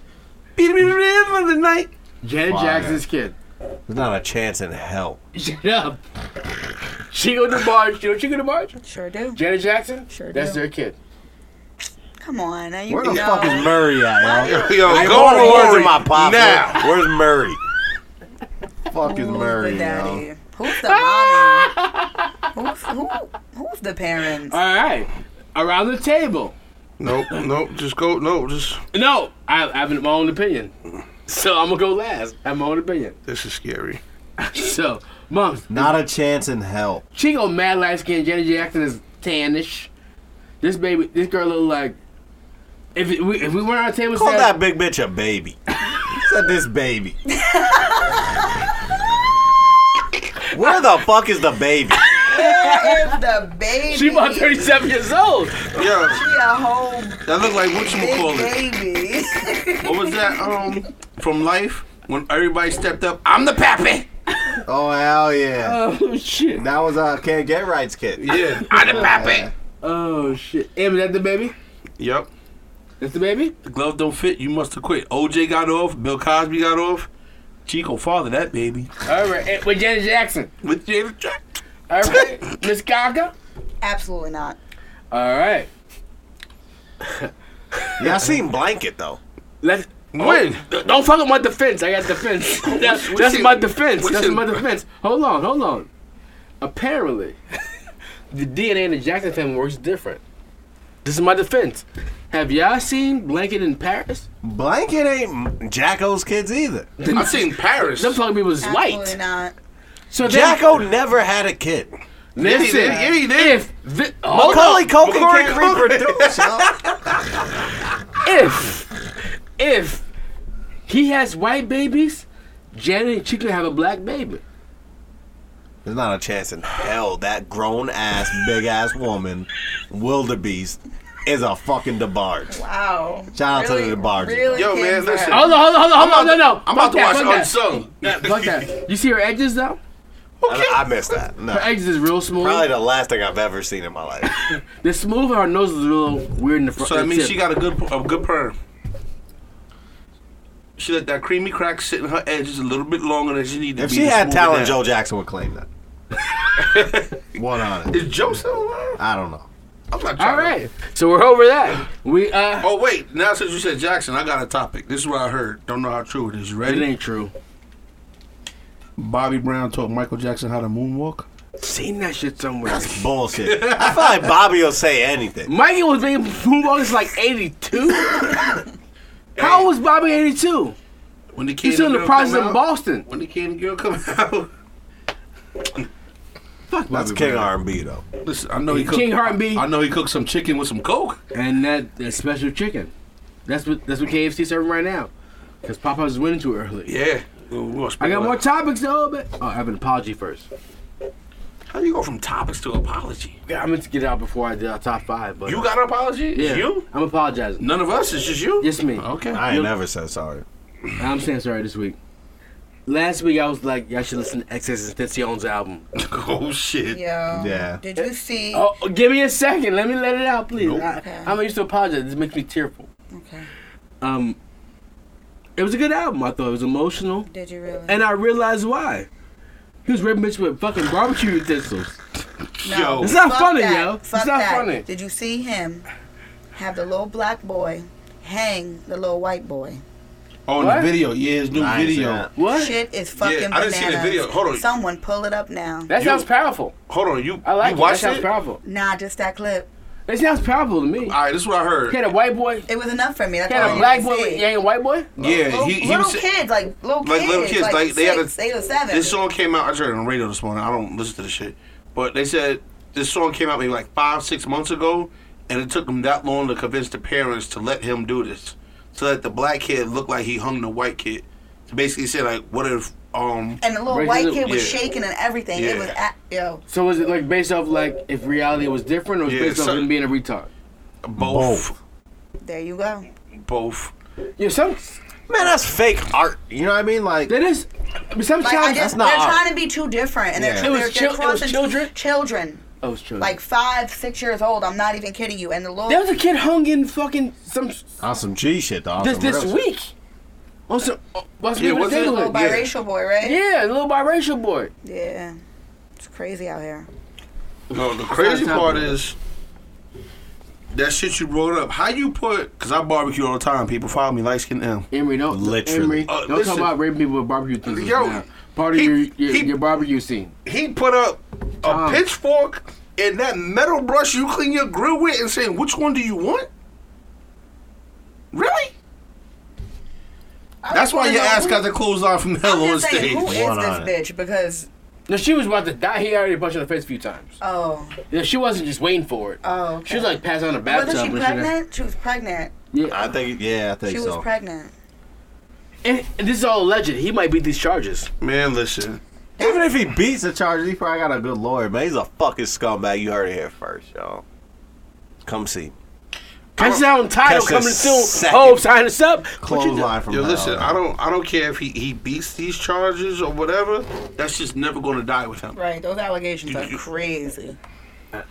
[SPEAKER 4] Beat me to the end of the night. Janet
[SPEAKER 1] Fire.
[SPEAKER 4] Jackson's kid.
[SPEAKER 1] There's not a chance in hell.
[SPEAKER 4] Shut up. Chico DeBarge. You know Chico DeBarge?
[SPEAKER 2] Sure do.
[SPEAKER 4] Janet Jackson?
[SPEAKER 2] Sure
[SPEAKER 4] That's
[SPEAKER 2] do.
[SPEAKER 4] their kid.
[SPEAKER 2] Come on, now you
[SPEAKER 1] Where the
[SPEAKER 2] know.
[SPEAKER 1] fuck is Murray at, yo?
[SPEAKER 6] Yo,
[SPEAKER 2] I
[SPEAKER 6] go
[SPEAKER 2] want
[SPEAKER 6] to
[SPEAKER 2] words
[SPEAKER 6] Lori now.
[SPEAKER 1] Now, where's Murray? fuck is
[SPEAKER 2] Who's
[SPEAKER 1] Murray,
[SPEAKER 2] the daddy?
[SPEAKER 1] yo?
[SPEAKER 2] Who's the mommy? who's who? Who's the parents?
[SPEAKER 4] All right. Around the table.
[SPEAKER 6] Nope, nope. Just go. No, just
[SPEAKER 4] No, I, I have my own opinion. So I'm going to go last. I have my own opinion.
[SPEAKER 6] this is scary.
[SPEAKER 4] So, mums,
[SPEAKER 1] Not a chance in hell.
[SPEAKER 4] Chico mad light skinned. Janet Jackson is tannish. This baby, this girl look like. If it- we, if we went on a table
[SPEAKER 1] Call
[SPEAKER 4] Saturday,
[SPEAKER 1] that big bitch a baby. Said this baby. Where the fuck is the baby?
[SPEAKER 2] Where is the baby?
[SPEAKER 4] she about 37 years old.
[SPEAKER 6] Yo,
[SPEAKER 2] She a whole
[SPEAKER 6] that look like what you call
[SPEAKER 2] big
[SPEAKER 6] it.
[SPEAKER 2] baby.
[SPEAKER 6] What was that? Um, from life when everybody stepped up. I'm the pappy.
[SPEAKER 1] Oh hell yeah!
[SPEAKER 2] Uh.
[SPEAKER 4] Oh, shit.
[SPEAKER 1] that was uh can't get rights kid.
[SPEAKER 6] Yeah, I'm the pappy.
[SPEAKER 4] Oh, shit. Em, is that the baby?
[SPEAKER 6] Yep.
[SPEAKER 4] That's the baby?
[SPEAKER 6] The glove don't fit. You must have quit. OJ got off. Bill Cosby got off. Chico father that baby.
[SPEAKER 4] All right. eh, With Janet Jackson.
[SPEAKER 6] With Jada Jack.
[SPEAKER 4] All right. Miss Gaga.
[SPEAKER 2] Absolutely not.
[SPEAKER 4] All right.
[SPEAKER 1] Yeah, I seen blanket though.
[SPEAKER 4] Let's.
[SPEAKER 6] When?
[SPEAKER 4] Oh, don't fuck with my defense. I got defense. That's,
[SPEAKER 6] What's-
[SPEAKER 4] that's
[SPEAKER 6] what's
[SPEAKER 4] my
[SPEAKER 6] your-
[SPEAKER 4] defense.
[SPEAKER 6] what's
[SPEAKER 4] That's
[SPEAKER 6] your-
[SPEAKER 4] my defense. Hold on, hold on. Apparently, the DNA in the Jackson family works different. This is my defense. Have y'all seen Blanket in Paris?
[SPEAKER 1] Blanket ain't Jacko's kids either.
[SPEAKER 6] I seen Paris.
[SPEAKER 4] Them fucking people is
[SPEAKER 2] Absolutely
[SPEAKER 4] white.
[SPEAKER 2] not.
[SPEAKER 4] So they-
[SPEAKER 1] Jacko never had a kid.
[SPEAKER 4] listen,
[SPEAKER 6] Yeah, he did.
[SPEAKER 4] if the, hold on.
[SPEAKER 1] Macaulay Culkin
[SPEAKER 6] Macaulay
[SPEAKER 1] can't
[SPEAKER 6] Culkin.
[SPEAKER 1] reproduce. yo.
[SPEAKER 4] if if he has white babies, Janet and Chico have a black baby.
[SPEAKER 1] There's not a chance in hell that grown ass, big ass woman, wildebeest, is a fucking DeBarge.
[SPEAKER 2] Wow.
[SPEAKER 1] Shout out to the DeBarge.
[SPEAKER 2] Really
[SPEAKER 6] Yo, man,
[SPEAKER 2] came back.
[SPEAKER 6] listen.
[SPEAKER 4] Hold on, hold on, hold on, hold on, no, no.
[SPEAKER 6] I'm about to
[SPEAKER 4] Fuck
[SPEAKER 6] watch
[SPEAKER 4] that, fuck that.
[SPEAKER 6] Unsung.
[SPEAKER 4] Fuck that. You see her edges though?
[SPEAKER 1] I, I missed that. No.
[SPEAKER 4] Her edges is real smooth.
[SPEAKER 1] Probably the last thing I've ever seen in my life.
[SPEAKER 4] They're smooth. Her nose is a little weird in the front.
[SPEAKER 6] So that
[SPEAKER 4] the
[SPEAKER 6] means
[SPEAKER 4] tip.
[SPEAKER 6] she got a good a good perm. She let that creamy crack sit in her edges a little bit longer than she needed to
[SPEAKER 1] If
[SPEAKER 6] be.
[SPEAKER 1] she
[SPEAKER 6] to
[SPEAKER 1] had
[SPEAKER 6] smooth it
[SPEAKER 1] talent, Joe
[SPEAKER 6] down.
[SPEAKER 1] Jackson would claim that. One on it.
[SPEAKER 6] Is Joe still alive?
[SPEAKER 1] I don't know.
[SPEAKER 6] I'm not trying.
[SPEAKER 4] All
[SPEAKER 6] to-
[SPEAKER 4] right. So we're over that. We uh.
[SPEAKER 6] Oh wait, now since you said Jackson, I got a topic. This is what I heard. Don't know how true it is. You
[SPEAKER 4] It
[SPEAKER 6] ready?
[SPEAKER 4] ain't true.
[SPEAKER 6] Bobby Brown taught Michael Jackson how to moonwalk.
[SPEAKER 4] Seen that shit somewhere.
[SPEAKER 1] That's bullshit. I feel like Bobby will say anything.
[SPEAKER 4] Mikey was making moonwalks like 82. How was Bobby 82?
[SPEAKER 6] When the kid
[SPEAKER 4] He's still in
[SPEAKER 6] and
[SPEAKER 4] the
[SPEAKER 6] girl
[SPEAKER 4] process
[SPEAKER 6] come
[SPEAKER 4] in
[SPEAKER 6] out-
[SPEAKER 4] Boston.
[SPEAKER 6] When the kid and girl come out,
[SPEAKER 4] Fuck
[SPEAKER 1] That's
[SPEAKER 4] Bobby.
[SPEAKER 1] King R&B though.
[SPEAKER 6] listen. I know he cooked.
[SPEAKER 4] King Hartenby.
[SPEAKER 6] I know he cooked some chicken with some coke.
[SPEAKER 4] And that, that special chicken. That's what that's what KFC serving right now. Cause Popeyes is winning too early.
[SPEAKER 6] Yeah. Well, we'll speak
[SPEAKER 4] I got
[SPEAKER 6] about
[SPEAKER 4] more
[SPEAKER 6] it.
[SPEAKER 4] topics though, but oh, I have an apology first.
[SPEAKER 6] How you go from topics to apology?
[SPEAKER 4] Yeah, I meant to get it out before I did our top five, but uh,
[SPEAKER 6] You got an apology?
[SPEAKER 4] yeah,
[SPEAKER 6] It's you?
[SPEAKER 4] I'm apologizing.
[SPEAKER 6] None of us. It's just you.
[SPEAKER 4] Yes, me.
[SPEAKER 6] Okay.
[SPEAKER 1] I ain't never said sorry.
[SPEAKER 4] I'm saying sorry this week. Last week I was like, y'all should listen to Excess Extension's album.
[SPEAKER 6] Oh shit.
[SPEAKER 2] Yo.
[SPEAKER 1] Yeah.
[SPEAKER 2] Did you see?
[SPEAKER 4] Oh, oh, give me a second. Let me let it out, please. I,
[SPEAKER 2] Okay.
[SPEAKER 4] I'm used to apologize. This makes me tearful.
[SPEAKER 2] Okay.
[SPEAKER 4] Um, it was a good album. I thought it was emotional.
[SPEAKER 2] Did you really?
[SPEAKER 4] And I realized why. He was raping bitch with fucking barbecue utensils.
[SPEAKER 6] Yo.
[SPEAKER 4] It's not
[SPEAKER 2] Fuck
[SPEAKER 4] funny,
[SPEAKER 2] that.
[SPEAKER 4] yo.
[SPEAKER 2] Fuck
[SPEAKER 4] it's not
[SPEAKER 2] that.
[SPEAKER 4] funny.
[SPEAKER 2] Did you see him have the little black boy hang the little white boy?
[SPEAKER 6] Oh, in
[SPEAKER 4] What?
[SPEAKER 6] the video. Yeah, his new
[SPEAKER 1] I ain't
[SPEAKER 6] video.
[SPEAKER 1] said that.
[SPEAKER 4] What?
[SPEAKER 2] Shit is fucking
[SPEAKER 6] I didn't
[SPEAKER 2] bananas.
[SPEAKER 6] see the video. Hold on.
[SPEAKER 2] Someone pull it up now.
[SPEAKER 4] That
[SPEAKER 6] You-
[SPEAKER 4] sounds powerful.
[SPEAKER 6] Hold on. You,
[SPEAKER 4] I like it.
[SPEAKER 6] you
[SPEAKER 4] That
[SPEAKER 6] watched
[SPEAKER 4] sounds
[SPEAKER 6] it? All
[SPEAKER 4] powerful.
[SPEAKER 2] Nah, just that clip.
[SPEAKER 4] That sounds powerful to me.
[SPEAKER 6] right, this is what I heard.
[SPEAKER 4] He had a white boy.
[SPEAKER 2] It was enough for me. That's
[SPEAKER 4] He had
[SPEAKER 2] all
[SPEAKER 4] a
[SPEAKER 2] I
[SPEAKER 4] black
[SPEAKER 2] needed
[SPEAKER 4] boy
[SPEAKER 2] to
[SPEAKER 4] with
[SPEAKER 2] see.
[SPEAKER 4] Uh, yeah, and white boy.
[SPEAKER 6] Yeah,
[SPEAKER 2] Little,
[SPEAKER 6] he, he
[SPEAKER 2] little
[SPEAKER 6] was.
[SPEAKER 2] kids, like little
[SPEAKER 6] Like
[SPEAKER 2] kids,
[SPEAKER 6] little kids,
[SPEAKER 2] like,
[SPEAKER 6] like, they had a-
[SPEAKER 2] six, eight or seven.
[SPEAKER 6] This song came out. I heard it on the radio this morning. I don't listen to the shit, but they said this song came out maybe like five, six months ago, and it took them that long to convince the parents to let him do this. so that the black kid looked like he hung the white kid. To basically say like, what if um
[SPEAKER 2] And the little
[SPEAKER 4] Racism,
[SPEAKER 2] white kid was
[SPEAKER 6] yeah.
[SPEAKER 2] shaking and everything. It
[SPEAKER 6] Yeah.
[SPEAKER 2] was at, yo.
[SPEAKER 4] So is it like based off like if reality was different, or is it
[SPEAKER 6] Yeah,
[SPEAKER 4] based off
[SPEAKER 6] so-
[SPEAKER 4] him being a retard?
[SPEAKER 6] both
[SPEAKER 2] There you go.
[SPEAKER 6] both
[SPEAKER 4] Yeah, some
[SPEAKER 1] Man, that's fake art. You know what I mean? Like,
[SPEAKER 4] that is. I mean, sometimes
[SPEAKER 2] Like I
[SPEAKER 1] that's
[SPEAKER 2] just,
[SPEAKER 1] not
[SPEAKER 2] they're
[SPEAKER 1] art.
[SPEAKER 2] trying to be too different, and
[SPEAKER 1] Yeah.
[SPEAKER 2] they're,
[SPEAKER 4] It was
[SPEAKER 2] they're,
[SPEAKER 4] chil-
[SPEAKER 2] they're
[SPEAKER 4] it was
[SPEAKER 2] crossing
[SPEAKER 4] children?
[SPEAKER 2] children,
[SPEAKER 4] oh, it's true.
[SPEAKER 2] like five, six years old. I'm not even kidding you. And the little
[SPEAKER 4] there was a kid hung in fucking some
[SPEAKER 1] on some G shit, dog.
[SPEAKER 4] this this week. On some, what's
[SPEAKER 6] Yeah,
[SPEAKER 4] yeah,
[SPEAKER 6] was it-
[SPEAKER 2] little
[SPEAKER 6] Yeah.
[SPEAKER 2] biracial boy, right?
[SPEAKER 4] Yeah, the little biracial boy.
[SPEAKER 2] Yeah. It's crazy out here.
[SPEAKER 6] No, the crazy
[SPEAKER 4] not
[SPEAKER 6] part
[SPEAKER 4] good.
[SPEAKER 6] is that shit you brought up. How you put? Because I barbecue all the time. People follow me, light skin M.
[SPEAKER 4] Emery, don't
[SPEAKER 1] Literally.
[SPEAKER 4] Emery,
[SPEAKER 6] Uh,
[SPEAKER 4] don't
[SPEAKER 6] listen.
[SPEAKER 4] talk about raping people with barbecue things.
[SPEAKER 6] Yo,
[SPEAKER 4] now. part of
[SPEAKER 6] he-
[SPEAKER 4] your your,
[SPEAKER 6] he-
[SPEAKER 4] your barbecue scene.
[SPEAKER 6] He put up a
[SPEAKER 4] Tom.
[SPEAKER 6] pitchfork and that metal brush you clean your grill with, and saying, "Which one do you want?" Really? That's why your ass got the clothes on from
[SPEAKER 2] I'm
[SPEAKER 6] hell on
[SPEAKER 2] just
[SPEAKER 6] stage.
[SPEAKER 2] saying, who is
[SPEAKER 1] One on
[SPEAKER 2] this bitch? Because
[SPEAKER 4] No, she was about to die. He already punched her in the face a few times.
[SPEAKER 2] oh,
[SPEAKER 4] Yeah, she wasn't just waiting for it.
[SPEAKER 2] oh. Okay.
[SPEAKER 4] She was like passing on the bathtub.
[SPEAKER 2] Wasn't she
[SPEAKER 4] and shit.
[SPEAKER 2] pregnant? She was pregnant.
[SPEAKER 4] Yeah,
[SPEAKER 1] I think, yeah, I think
[SPEAKER 2] She was
[SPEAKER 1] so.
[SPEAKER 2] pregnant.
[SPEAKER 4] and, and this is all alleged. He might beat these charges.
[SPEAKER 6] Man, listen.
[SPEAKER 1] Even if he beats the Chargers, he probably got a good lawyer, man. He's a fucking scumbag. You heard it here first, y'all. Come see.
[SPEAKER 4] Catch that on title
[SPEAKER 1] Catch
[SPEAKER 4] coming
[SPEAKER 1] the
[SPEAKER 4] soon.
[SPEAKER 1] second.
[SPEAKER 4] Oh, sign us up. What you do-
[SPEAKER 1] Clothesline from
[SPEAKER 6] Yo,
[SPEAKER 1] hell,
[SPEAKER 6] listen.
[SPEAKER 1] man.
[SPEAKER 6] I don't. I don't care if he, he beats these charges or whatever. That's just never going to die with him.
[SPEAKER 2] Right. Those allegations are crazy.
[SPEAKER 4] I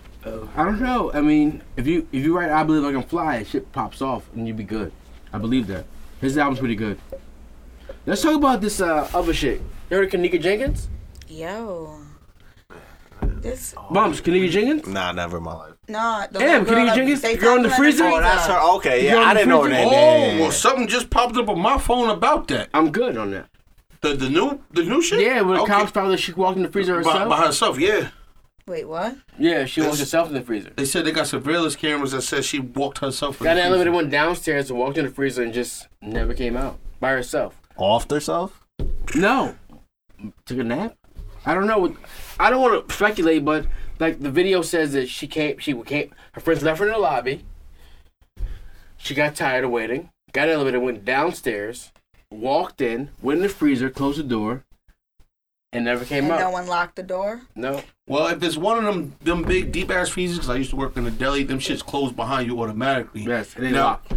[SPEAKER 4] don't know. I mean, if you if you write "I Believe I Can Fly," shit pops off and you be good. I believe that. His album's pretty good. Let's talk about this uh, other shit. You heard of Kanika Jenkins?
[SPEAKER 2] Yo. This
[SPEAKER 4] Bumps, Kanika Jenkins.
[SPEAKER 1] Nah, never in my life.
[SPEAKER 2] nah. The
[SPEAKER 4] Oh. Damn,
[SPEAKER 2] little girl
[SPEAKER 4] Kenny
[SPEAKER 2] that-
[SPEAKER 4] Jenkins,
[SPEAKER 2] they
[SPEAKER 4] you're on the
[SPEAKER 2] found her in
[SPEAKER 4] freezer?
[SPEAKER 1] Oh, that's her. Okay,
[SPEAKER 4] You're
[SPEAKER 1] yeah.
[SPEAKER 4] on
[SPEAKER 1] I
[SPEAKER 4] the
[SPEAKER 1] didn't know her
[SPEAKER 4] freezer?
[SPEAKER 1] name.
[SPEAKER 6] Oh,
[SPEAKER 1] Yeah, yeah, yeah.
[SPEAKER 6] well, something just popped up on my phone about that.
[SPEAKER 4] I'm good on that.
[SPEAKER 6] The the new the new shit.
[SPEAKER 4] Yeah, when the
[SPEAKER 6] Okay.
[SPEAKER 4] cops found that she walked in the freezer
[SPEAKER 6] by,
[SPEAKER 4] herself.
[SPEAKER 6] by herself. Yeah,
[SPEAKER 2] Wait, what?
[SPEAKER 4] yeah, she walked herself in the freezer.
[SPEAKER 6] they said they got surveillance cameras that said she walked herself. in
[SPEAKER 4] Got
[SPEAKER 6] the
[SPEAKER 4] an
[SPEAKER 6] freezer.
[SPEAKER 4] elevator, went downstairs and walked in the freezer and just never came out by herself.
[SPEAKER 1] Off herself?
[SPEAKER 4] No. Took a nap? I don't know. what- I don't want to speculate, but like the video says that she came, she came, her friends left her in the lobby. She got tired of waiting, got an elevator, went downstairs, walked in, went in the freezer, closed the door, and never came
[SPEAKER 2] And
[SPEAKER 4] out.
[SPEAKER 2] no one locked the door.
[SPEAKER 4] no.
[SPEAKER 6] Well, if it's one of them them big deep ass freezers, 'cause I used to work in the deli, them shits close behind you automatically.
[SPEAKER 4] Yes, and they
[SPEAKER 6] Now-
[SPEAKER 4] locked.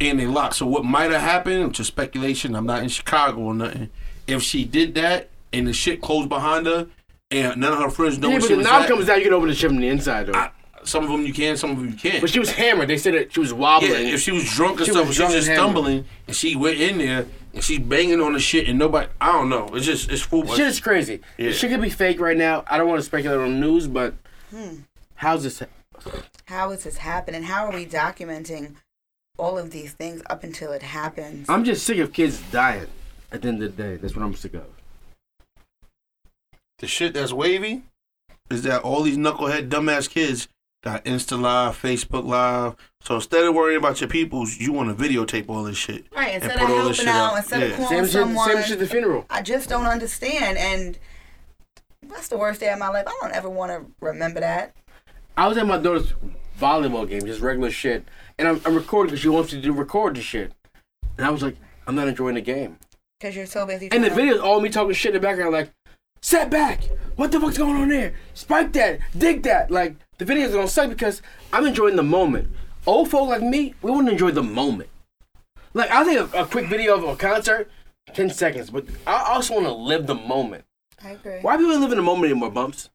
[SPEAKER 6] and they lock. So what might have happened? Just speculation. I'm not in Chicago or nothing. If she did that and the shit closed behind her, and none of her friends know
[SPEAKER 4] Yeah,
[SPEAKER 6] where
[SPEAKER 4] but
[SPEAKER 6] she
[SPEAKER 4] the
[SPEAKER 6] was
[SPEAKER 4] knob
[SPEAKER 6] at,
[SPEAKER 4] comes out, you can open the chip from the inside door.
[SPEAKER 6] I- some of them you can, some of them you can't.
[SPEAKER 4] but she was hammered. They said that she was wobbling.
[SPEAKER 6] Yeah, if she was drunk or
[SPEAKER 4] She
[SPEAKER 6] stuff,
[SPEAKER 4] was
[SPEAKER 6] she
[SPEAKER 4] drunk
[SPEAKER 6] was just
[SPEAKER 4] and hammered.
[SPEAKER 6] stumbling, and she went in there and she's banging on the shit, and nobody. I don't know. It's just it's fool.
[SPEAKER 4] Shit is crazy.
[SPEAKER 6] Yeah.
[SPEAKER 4] Shit could be fake right now. I don't want to speculate on the news, but
[SPEAKER 2] Hmm.
[SPEAKER 4] how's this?
[SPEAKER 2] How is this happening? How are we documenting all of these things up until it happens?
[SPEAKER 4] I'm just sick of kids dying. At the end of the day, that's what I'm sick of.
[SPEAKER 6] The shit that's wavy is that all these knucklehead dumbass kids got Insta Live, Facebook Live. So instead of worrying about your peoples, you want to videotape all this shit.
[SPEAKER 2] Right,
[SPEAKER 6] and
[SPEAKER 2] instead
[SPEAKER 6] put
[SPEAKER 2] of
[SPEAKER 6] all this
[SPEAKER 2] helping
[SPEAKER 6] shit
[SPEAKER 2] out,
[SPEAKER 6] out.
[SPEAKER 2] instead
[SPEAKER 6] Yeah.
[SPEAKER 2] of calling
[SPEAKER 4] Same shit,
[SPEAKER 2] someone,
[SPEAKER 4] same shit. at The funeral.
[SPEAKER 2] I just don't understand. And that's the worst day of my life. I don't ever want to remember that.
[SPEAKER 4] I was at my daughter's volleyball game, just regular shit, and I'm, I'm recording because she wants me to record the shit, and I was like, I'm not enjoying the game.
[SPEAKER 2] Because you're so busy.
[SPEAKER 4] And the
[SPEAKER 2] trying to-
[SPEAKER 4] video's all me talking shit in the background, like, set back. What the fuck's going on there? Spike that. Dig that. Like, the video's gonna suck because I'm enjoying the moment. Old folk like me, we want to enjoy the moment. Like, I think a, a quick video of a concert, 10 seconds, but I also want to live the moment.
[SPEAKER 2] I agree.
[SPEAKER 4] Why people ain't living the moment anymore, Bumps?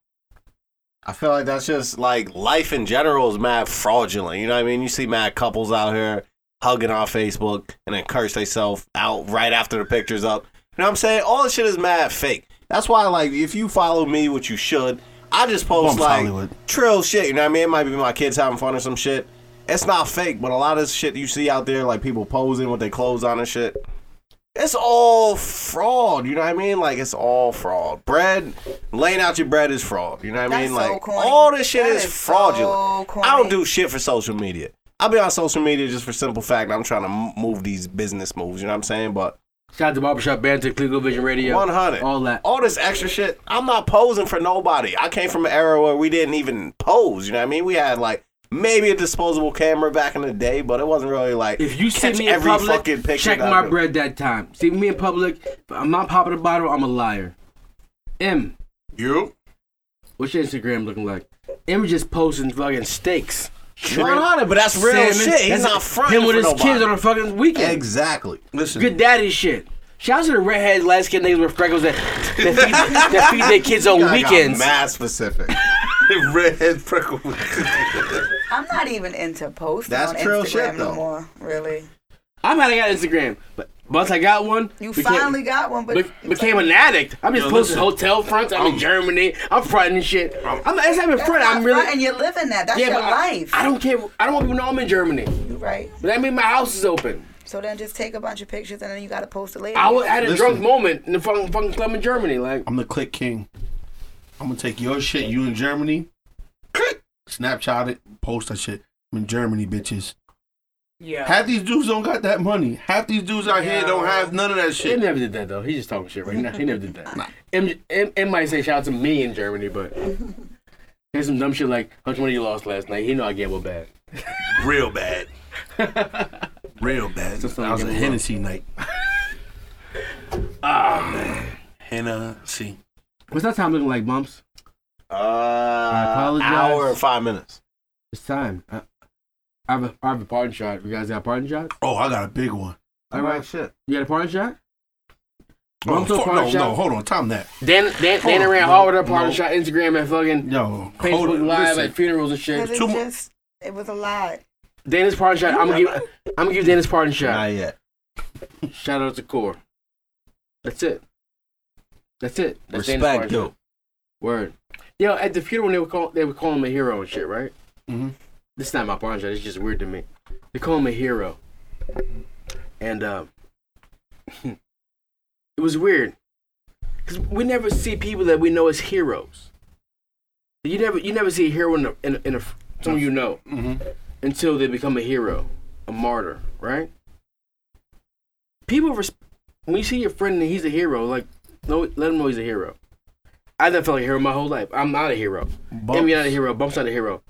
[SPEAKER 1] I feel like that's just like life in general is mad fraudulent. You know what I mean? You see mad couples out here hugging on Facebook and then curse themselves out right after the picture's up. You know what I'm saying? All this shit is mad fake. That's why, like, if you follow me, which you should, I just post
[SPEAKER 6] Bumps
[SPEAKER 1] like
[SPEAKER 6] Hollywood.
[SPEAKER 1] trill shit. You know what I mean? It might be my kids having fun or some shit. It's not fake, but a lot of this shit you see out there, like people posing with their clothes on and shit, it's all fraud. You know what I mean? Like it's all fraud. Bread, laying out your bread is fraud. You know what I
[SPEAKER 2] That's
[SPEAKER 1] mean?
[SPEAKER 2] so
[SPEAKER 1] Like
[SPEAKER 2] corny.
[SPEAKER 1] all this shit
[SPEAKER 2] That
[SPEAKER 1] is
[SPEAKER 2] is so
[SPEAKER 1] fraudulent.
[SPEAKER 2] corny.
[SPEAKER 1] I don't do shit for social media. I be on social media just for simple fact I'm trying to m- move these business moves. You know what I'm saying? But
[SPEAKER 4] Shout out to Barbershop Banter, Clico Vision Radio.
[SPEAKER 1] 100.
[SPEAKER 4] All that.
[SPEAKER 1] All this extra shit. I'm not posing for nobody. I came from an era where we didn't even pose. You know what I mean? We had like maybe a disposable camera back in the day, but it wasn't really like
[SPEAKER 4] If you see
[SPEAKER 1] catch
[SPEAKER 4] me in
[SPEAKER 1] every
[SPEAKER 4] public,
[SPEAKER 1] fucking picture.
[SPEAKER 4] check
[SPEAKER 1] that
[SPEAKER 4] my
[SPEAKER 1] I-
[SPEAKER 4] bread that time. See me in public, if I'm not popping a bottle, I'm a liar. M,
[SPEAKER 8] You?
[SPEAKER 4] what's your Instagram looking like? M just posting fucking steaks.
[SPEAKER 1] One hundred, but that's real
[SPEAKER 4] salmon.
[SPEAKER 1] shit. He's
[SPEAKER 4] That's
[SPEAKER 1] not
[SPEAKER 4] it.
[SPEAKER 1] fronting
[SPEAKER 4] Him with
[SPEAKER 1] for
[SPEAKER 4] his kids
[SPEAKER 1] nobody.
[SPEAKER 4] on a fucking weekend.
[SPEAKER 1] Exactly.
[SPEAKER 8] Listen.
[SPEAKER 4] Good daddy shit. Shout out to the redheads, light skinned niggas with freckles that, that, feed, that feed their kids on
[SPEAKER 1] I got
[SPEAKER 4] weekends.
[SPEAKER 1] Mad specific.
[SPEAKER 8] Redhead freckle.
[SPEAKER 2] I'm not even into posting
[SPEAKER 1] That's
[SPEAKER 2] on
[SPEAKER 1] true
[SPEAKER 2] Instagram
[SPEAKER 1] shit,
[SPEAKER 2] no
[SPEAKER 1] though.
[SPEAKER 2] more. Really,
[SPEAKER 4] I'm not got Instagram, but once I got one,
[SPEAKER 2] you
[SPEAKER 4] became-
[SPEAKER 2] finally got one, but
[SPEAKER 4] Be- became an addict. I'm just posting hotel fronts. I'm in Germany. I'm fronting shit. I'm, I'm, I'm in front. I'm really.
[SPEAKER 2] and you're living that. That's
[SPEAKER 4] Yeah,
[SPEAKER 2] your
[SPEAKER 4] but I-
[SPEAKER 2] life.
[SPEAKER 4] I, don't care. I don't want people to know I'm in Germany.
[SPEAKER 2] you right.
[SPEAKER 4] But that means my house is open.
[SPEAKER 2] So then just take a bunch of pictures and then you gotta post it later.
[SPEAKER 4] I was at a
[SPEAKER 6] Listen.
[SPEAKER 4] drunk moment in the fucking, fucking club in Germany. Like,
[SPEAKER 6] I'm the click king. I'm gonna take your shit. You in Germany? Click. Snapchat it. Post that shit. I'm in Germany, bitches.
[SPEAKER 2] yeah.
[SPEAKER 6] Half these dudes don't got that money. Half these dudes out here don't have none of that
[SPEAKER 4] he
[SPEAKER 6] shit.
[SPEAKER 4] never did that though. He just talking shit right now. He never did that. M, M, M might say shout out to me in Germany, but there's some dumb shit like how much money you lost last night. He know I gambled bad.
[SPEAKER 8] Real bad. Real bad.
[SPEAKER 4] Just
[SPEAKER 6] That was a
[SPEAKER 4] gamble.
[SPEAKER 6] Hennessy night.
[SPEAKER 4] Ah.
[SPEAKER 8] Hennessy.
[SPEAKER 4] What's that time looking like, bumps?
[SPEAKER 1] Uh,
[SPEAKER 4] apologize.
[SPEAKER 1] hour and five minutes.
[SPEAKER 4] It's time. I, I have a, I have a pardon shot. You guys got pardon shots?
[SPEAKER 6] Oh, I got a big one.
[SPEAKER 4] All right.
[SPEAKER 1] shit.
[SPEAKER 4] You got a pardon shot?
[SPEAKER 6] Oh,
[SPEAKER 4] Bumps to a
[SPEAKER 6] fuck,
[SPEAKER 4] pardon
[SPEAKER 6] no,
[SPEAKER 4] shot.
[SPEAKER 6] no, hold on. Time that.
[SPEAKER 4] Dan, Dan, Dan
[SPEAKER 6] on,
[SPEAKER 4] around
[SPEAKER 6] no,
[SPEAKER 4] all with her partner
[SPEAKER 6] no.
[SPEAKER 4] shot Instagram and fucking
[SPEAKER 6] Yo, hold
[SPEAKER 4] Facebook
[SPEAKER 6] on.
[SPEAKER 4] Live
[SPEAKER 6] Listen,
[SPEAKER 4] at funerals and shit.
[SPEAKER 2] Because it's
[SPEAKER 8] Two mo-
[SPEAKER 2] just, it was a lot.
[SPEAKER 4] Dennis partner shot. I'm gonna give. I'm gonna give Dennis partner shot.
[SPEAKER 1] Not yet.
[SPEAKER 4] Shout out to Core. That's it. That's it. That's Dennis
[SPEAKER 1] Respect,
[SPEAKER 4] Parton
[SPEAKER 1] yo.
[SPEAKER 4] shot. Word. Yo, at the funeral they would call they would call him a hero and shit, right?
[SPEAKER 6] Mhm.
[SPEAKER 4] This is not my partner shot. It's just weird to me. They call him a hero. And um, it was weird because we never see people that we know as heroes. You never you never see a hero in a, in a, in a someone you know
[SPEAKER 6] mm-hmm.
[SPEAKER 4] until they become a hero, a martyr, right? People res- when you see your friend and he's a hero, like no, let him know he's a hero. I never felt like a hero my whole life. I'm not a hero.
[SPEAKER 6] Bumps,
[SPEAKER 4] Damn, you're not a hero. Bump's not a hero.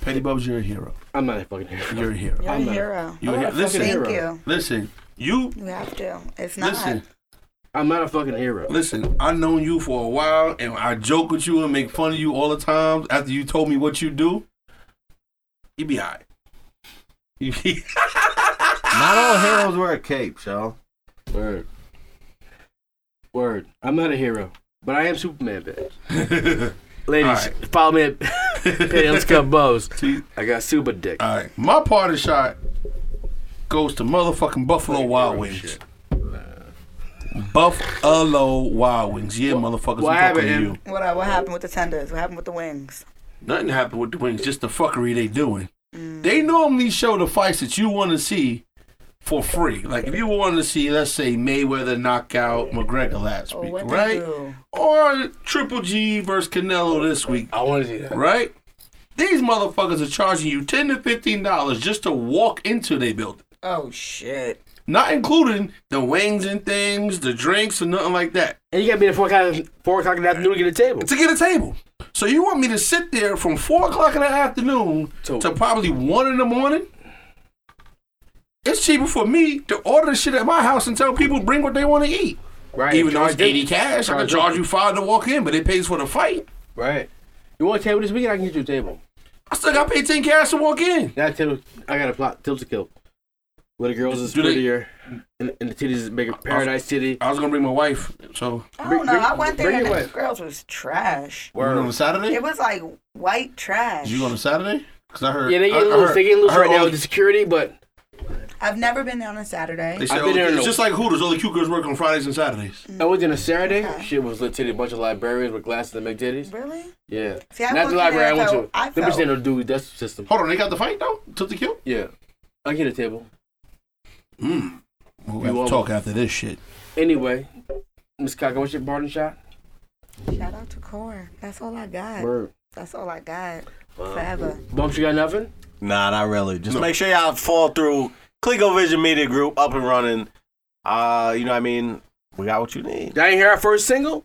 [SPEAKER 6] Petty Bubs, you're a hero.
[SPEAKER 4] I'm not a fucking hero.
[SPEAKER 6] You're a hero.
[SPEAKER 2] You're
[SPEAKER 4] I'm
[SPEAKER 2] a
[SPEAKER 4] a-
[SPEAKER 2] hero.
[SPEAKER 6] You're a hero.
[SPEAKER 4] not a
[SPEAKER 6] Listen,
[SPEAKER 4] fucking
[SPEAKER 2] Thank
[SPEAKER 4] hero.
[SPEAKER 2] you.
[SPEAKER 6] listen. You
[SPEAKER 2] You have to. It's not.
[SPEAKER 6] listen.
[SPEAKER 4] I'm not a fucking hero.
[SPEAKER 6] Listen, I known you for a while, and I joke with you and make fun of you all the time. After you told me what you do, you be alright. You be
[SPEAKER 1] Not all Oh, heroes wear capes, yo.
[SPEAKER 4] Word. Word. I'm not a hero, but I am Superman, bitch. Ladies, follow me at Petty underscore Bows. I got super dick.
[SPEAKER 6] all right. My part of the shot goes to motherfucking Buffalo Wild Wings. Buffalo Wild Wings, yeah, motherfuckers.
[SPEAKER 4] what
[SPEAKER 6] I'm talking to
[SPEAKER 4] happened,
[SPEAKER 6] you.
[SPEAKER 2] What, what happened with the tenders? What happened with the wings?
[SPEAKER 6] Nothing happened with the wings, just the fuckery they doing.
[SPEAKER 2] Mm.
[SPEAKER 6] They normally show the fights that you want to see for free. Like if you want to see, let's say Mayweather knockout McGregor last
[SPEAKER 2] Or
[SPEAKER 6] week,
[SPEAKER 2] Oh, what they
[SPEAKER 6] right?
[SPEAKER 2] do?
[SPEAKER 6] Or Triple G versus Canelo this week,
[SPEAKER 4] I want to see that.
[SPEAKER 6] right? These motherfuckers are charging you ten to fifteen dollars just to walk into their building,
[SPEAKER 2] Oh, shit.
[SPEAKER 6] not including the wings and things, the drinks, and nothing like that.
[SPEAKER 4] And you got to be at 4 o'clock, 4 o'clock in the afternoon to get a table.
[SPEAKER 6] to get a table. So you want me to sit there from four o'clock in the afternoon
[SPEAKER 4] To-
[SPEAKER 6] to, probably one in the morning? It's cheaper for me to order the shit at my house and tell people bring what they want to eat.
[SPEAKER 4] Right.
[SPEAKER 6] Even though it's
[SPEAKER 4] charge
[SPEAKER 6] eighty
[SPEAKER 4] them.
[SPEAKER 6] cash, I can
[SPEAKER 4] them.
[SPEAKER 6] charge you five to walk in, but it pays for the fight.
[SPEAKER 4] Right. You want a table this weekend? I can get you a table.
[SPEAKER 6] I still got to pay ten cash to walk in.
[SPEAKER 4] That table, I got a plot, tilt to kill. Where the girls is
[SPEAKER 6] Do they-
[SPEAKER 4] prettier and, and the titties is bigger. Paradise City.
[SPEAKER 6] I was gonna bring my wife, so
[SPEAKER 2] I
[SPEAKER 4] Bring-
[SPEAKER 2] don't know. I
[SPEAKER 4] bring-
[SPEAKER 2] went there
[SPEAKER 4] bring
[SPEAKER 2] and
[SPEAKER 4] it
[SPEAKER 2] the
[SPEAKER 4] with.
[SPEAKER 2] girls was trash.
[SPEAKER 6] you went on a Saturday.
[SPEAKER 2] It was like white trash.
[SPEAKER 6] Did you go on a Saturday? Cause I heard
[SPEAKER 4] Yeah, they
[SPEAKER 6] I- I
[SPEAKER 4] getting loose.
[SPEAKER 6] heard-
[SPEAKER 4] They getting
[SPEAKER 6] I
[SPEAKER 4] loose
[SPEAKER 6] heard
[SPEAKER 4] right now
[SPEAKER 6] all
[SPEAKER 4] with the security, but
[SPEAKER 2] I've never been there on a Saturday.
[SPEAKER 6] They said,
[SPEAKER 4] I've been
[SPEAKER 6] oh,
[SPEAKER 4] there in
[SPEAKER 6] it's
[SPEAKER 4] a-
[SPEAKER 6] just like Hooters. All the cute girls work on Fridays and Saturdays.
[SPEAKER 4] I was in a Saturday. Shit was lit titty. A bunch of librarians with glasses that make titties.
[SPEAKER 2] Really?
[SPEAKER 4] Yeah.
[SPEAKER 2] See, I
[SPEAKER 4] Not
[SPEAKER 2] worked
[SPEAKER 4] the
[SPEAKER 2] in
[SPEAKER 4] library I went
[SPEAKER 2] NFL.
[SPEAKER 4] to.
[SPEAKER 2] I
[SPEAKER 4] Them bitches
[SPEAKER 2] felt-
[SPEAKER 4] ain't no dude. That's the system.
[SPEAKER 6] Hold on, they got the fight though. Took the kill.
[SPEAKER 4] Yeah. I get a table.
[SPEAKER 6] We'll
[SPEAKER 4] You
[SPEAKER 6] have
[SPEAKER 4] all-
[SPEAKER 6] to talk after this shit.
[SPEAKER 4] Anyway, Miss Cocker, what's your pardon shot?
[SPEAKER 2] Shout out to Core. That's all I got.
[SPEAKER 4] Word.
[SPEAKER 2] That's all I got. Forever.
[SPEAKER 4] Bumps, you got nothing?
[SPEAKER 1] Nah, not really. Just make sure y'all fall through. Clico Vision Media Group up and running. Uh, you know what I mean? We got what you need.
[SPEAKER 4] Y'all ain't hear our first single?
[SPEAKER 6] Word.